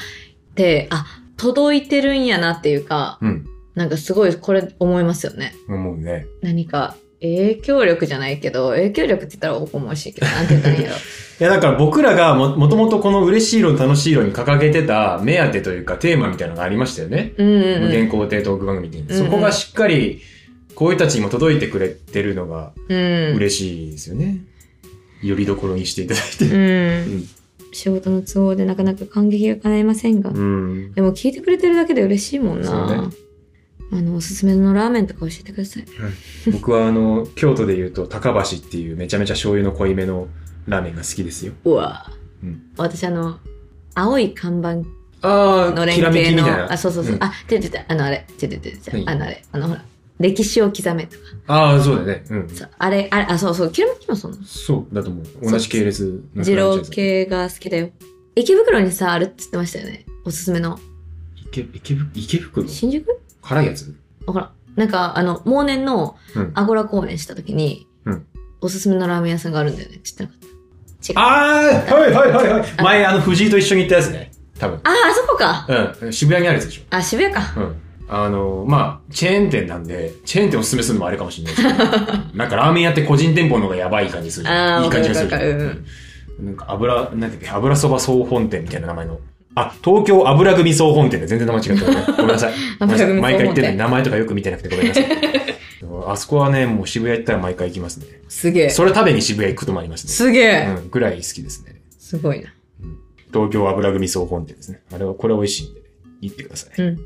S3: で、あ、届いてるんやなっていうか、
S2: うん。
S3: なんかすごいこれ思いますよね。
S2: 思うね。
S3: 何か、影響力じゃないけど、影響力って言ったら重いしいけど、なんて言ったらいい んやろ。
S2: いや、だから僕らがも、もともとこの嬉しい論、楽しい論に掲げてた目当てというかテーマみたいなのがありましたよね。
S3: うん
S2: 無
S3: うん
S2: 限肯定トーク番組っていうの
S3: うんうん
S2: そこがしっかり、こういう人たちにも届いてくれてるのが
S3: うん。
S2: 嬉しいですよね。よりどころにしていただいて。
S3: うん
S2: ん。
S5: 仕事の都合でなかなか感激が叶いませんが、
S2: うん。
S5: でも聞いてくれてるだけで嬉しいもん
S2: そう
S5: な。
S2: ね
S5: あの、おすすめのラーメンとか教えてください。
S2: 僕はあの、京都で言うと高橋っていうめちゃめちゃ醤油の濃いめのラーメンが好きですよ。
S3: うわ、
S2: うん
S3: 私あの、青い看板
S2: あ
S3: の
S2: あ、
S3: 連
S2: きらめきみ
S3: 携
S2: たい
S3: の、
S2: な。
S3: あ、そうそうそう。
S2: んあ
S3: あ、ちょちょちょ、あのあれ、ちょちょちょちょ、
S2: 何
S3: あのあれ、あのほら、歴史を刻めとか。
S2: あー、そうだよね。うん。
S3: そうあれ、あれ、あ、そうそう、キラメキもその。
S2: そうだと思う。同じ系列の
S3: 二郎
S2: フランチャイズ
S3: 系が好きだよ。池袋にさ、あるって言ってましたよね。おすすめの。
S2: 池池袋池袋
S3: 新宿
S2: 辛いやつ
S3: ほら、なんか、あの、往年の
S2: うん
S3: アゴラ公演した時に、
S2: うん
S3: おすすめのラーメン屋さんがあるんだよね。知ってなかった。
S2: ああはいはいはいはい。前、あの、藤井と一緒に行ったやつね。多分。
S3: あー、あそこか。
S2: うん。渋谷にあるやつでしょ。
S3: あ、渋谷か。
S2: うん。あの、まあ、チェーン店なんで、チェーン店おすすめするのもあれかもしれないですけ ど、なんかラーメン屋って個人店舗の方がやばい感じするじゃ
S3: あ
S2: ん。
S3: ー
S2: いい感じがするじゃん。
S3: わかるわ
S2: う
S3: か
S2: んなんか油、なんだっけ、油そば総本店みたいな名前の。あ、東京油組総本店で全然名前違って た。ごめんなさい。ごめんなさい
S3: 油組総本店
S2: 毎回言ってるのに名前とかよく見てなくてごめん なさい。あそこはね、もう渋谷行ったら毎回行きますね。
S3: すげえ。
S2: それ食べに渋谷行くこともありますね。
S3: すげえ、
S2: うん、ぐらい好きですね。
S3: すごいな。
S2: 東京油組総本店ですね。あれは、これ美味しいんで、行 ってください。
S3: うん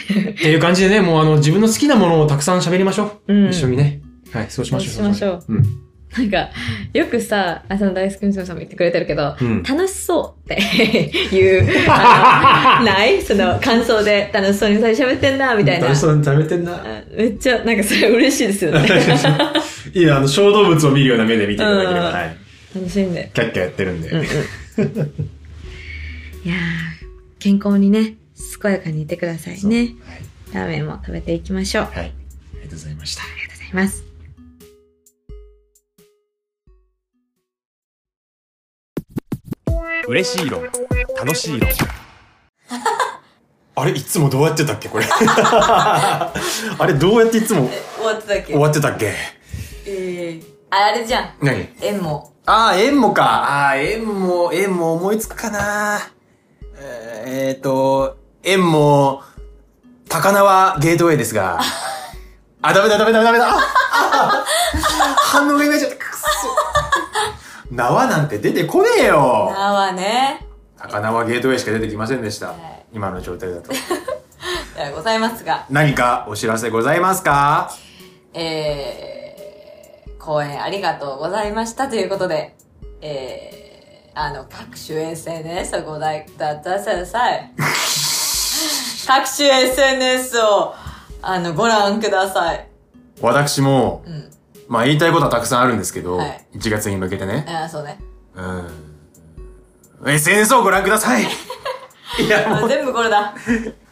S2: っていう感じでね、もうあの、自分の好きなものをたくさん喋りましょう。
S3: うん
S2: 一緒にね。はい、そうしましょう。
S3: そうしましょう
S2: そうしましょ
S3: なんか、よくさ、あその大好き娘さんも言ってくれてるけど、
S2: う。うん。うん。
S3: 楽しそうって いう、あのないその感想で楽しそうにさ、喋ってんな、みたいな。
S2: そうに食べてんな。
S3: あめっちゃ、なんかそれ嬉しいですよね。
S2: いいな、あの、小動物を見るような目で見ていただければ、
S3: うん
S2: はい。
S3: 楽しんで。
S2: キャッキャやってるんで。
S5: いやー、健康にね、健やかにいてくださいね。
S2: はい。
S5: ラーメンも食べていきましょう。あり
S2: はい。ありがとうございました。
S5: がとうございます。
S4: 嬉しい論楽しい論
S2: あれ、いつもどうやってたっけ、これ。 あれ、どうやっていつも
S3: 終わってたっけ
S2: 終わってたっけ。
S3: えあれじゃん。
S2: 何
S3: 縁も。
S2: ああ、縁もか。ああ、縁も、縁も思いつくかな。えー、えーと、縁も、高輪ゲートウェイですが。あ、ダメだ、ダメだ、ダメだ。ああ反応がいまいちゃった。くっそ。縄なんて出てこねえよ。
S3: あはね、
S2: 高輪ゲートウェイしか出てきませんでした。今の状態だと。
S3: ではございますが、
S2: 何かお知らせございますか
S3: えー、公演ありがとうございましたということで、えー、あの、各種 SNS をご覧いただいてください。 各種 SNS を、あの、ご覧ください。
S2: 私も、
S3: うん。
S2: まあ言いたいことはたくさんあるんですけど、
S3: はい
S2: 1月に向けてね。
S3: あーそうね。
S2: うん。SNS をご覧ください いや、
S3: あ
S2: もう、
S3: 全部これだ。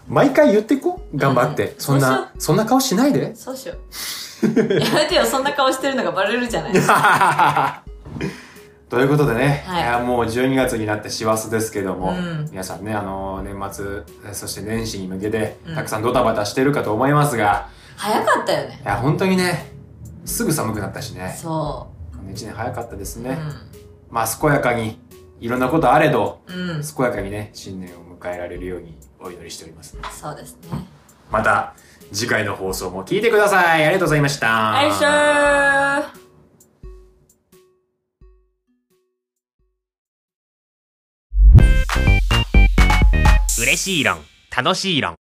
S2: 毎回言ってこう。頑張って。そんな、そんな顔しないで。
S3: そうしよう。やめてよ、そんな顔してるのがバレるじゃない。
S2: ということでね、
S3: はい
S2: い、やもう12月になって師走ですけども、
S3: うん
S2: 皆さんね、あの年末、そして年始に向けて
S3: う、ん
S2: たくさんドタバタしてるかと思いますが、
S3: 早かったよね。
S2: いや、本当にね、すぐ寒くなったしね、
S3: そ
S2: この1年早かったです
S3: う。
S2: ね。まあ、健やかに、いろんなことあれど、
S3: うん。うん。
S2: 健やかにね、新年を迎えられるようにお祈りしております。
S3: そうですね。
S2: また次回の放送も聞いてください。ありがとうございました。
S3: 来週
S4: 嬉しい論楽しい論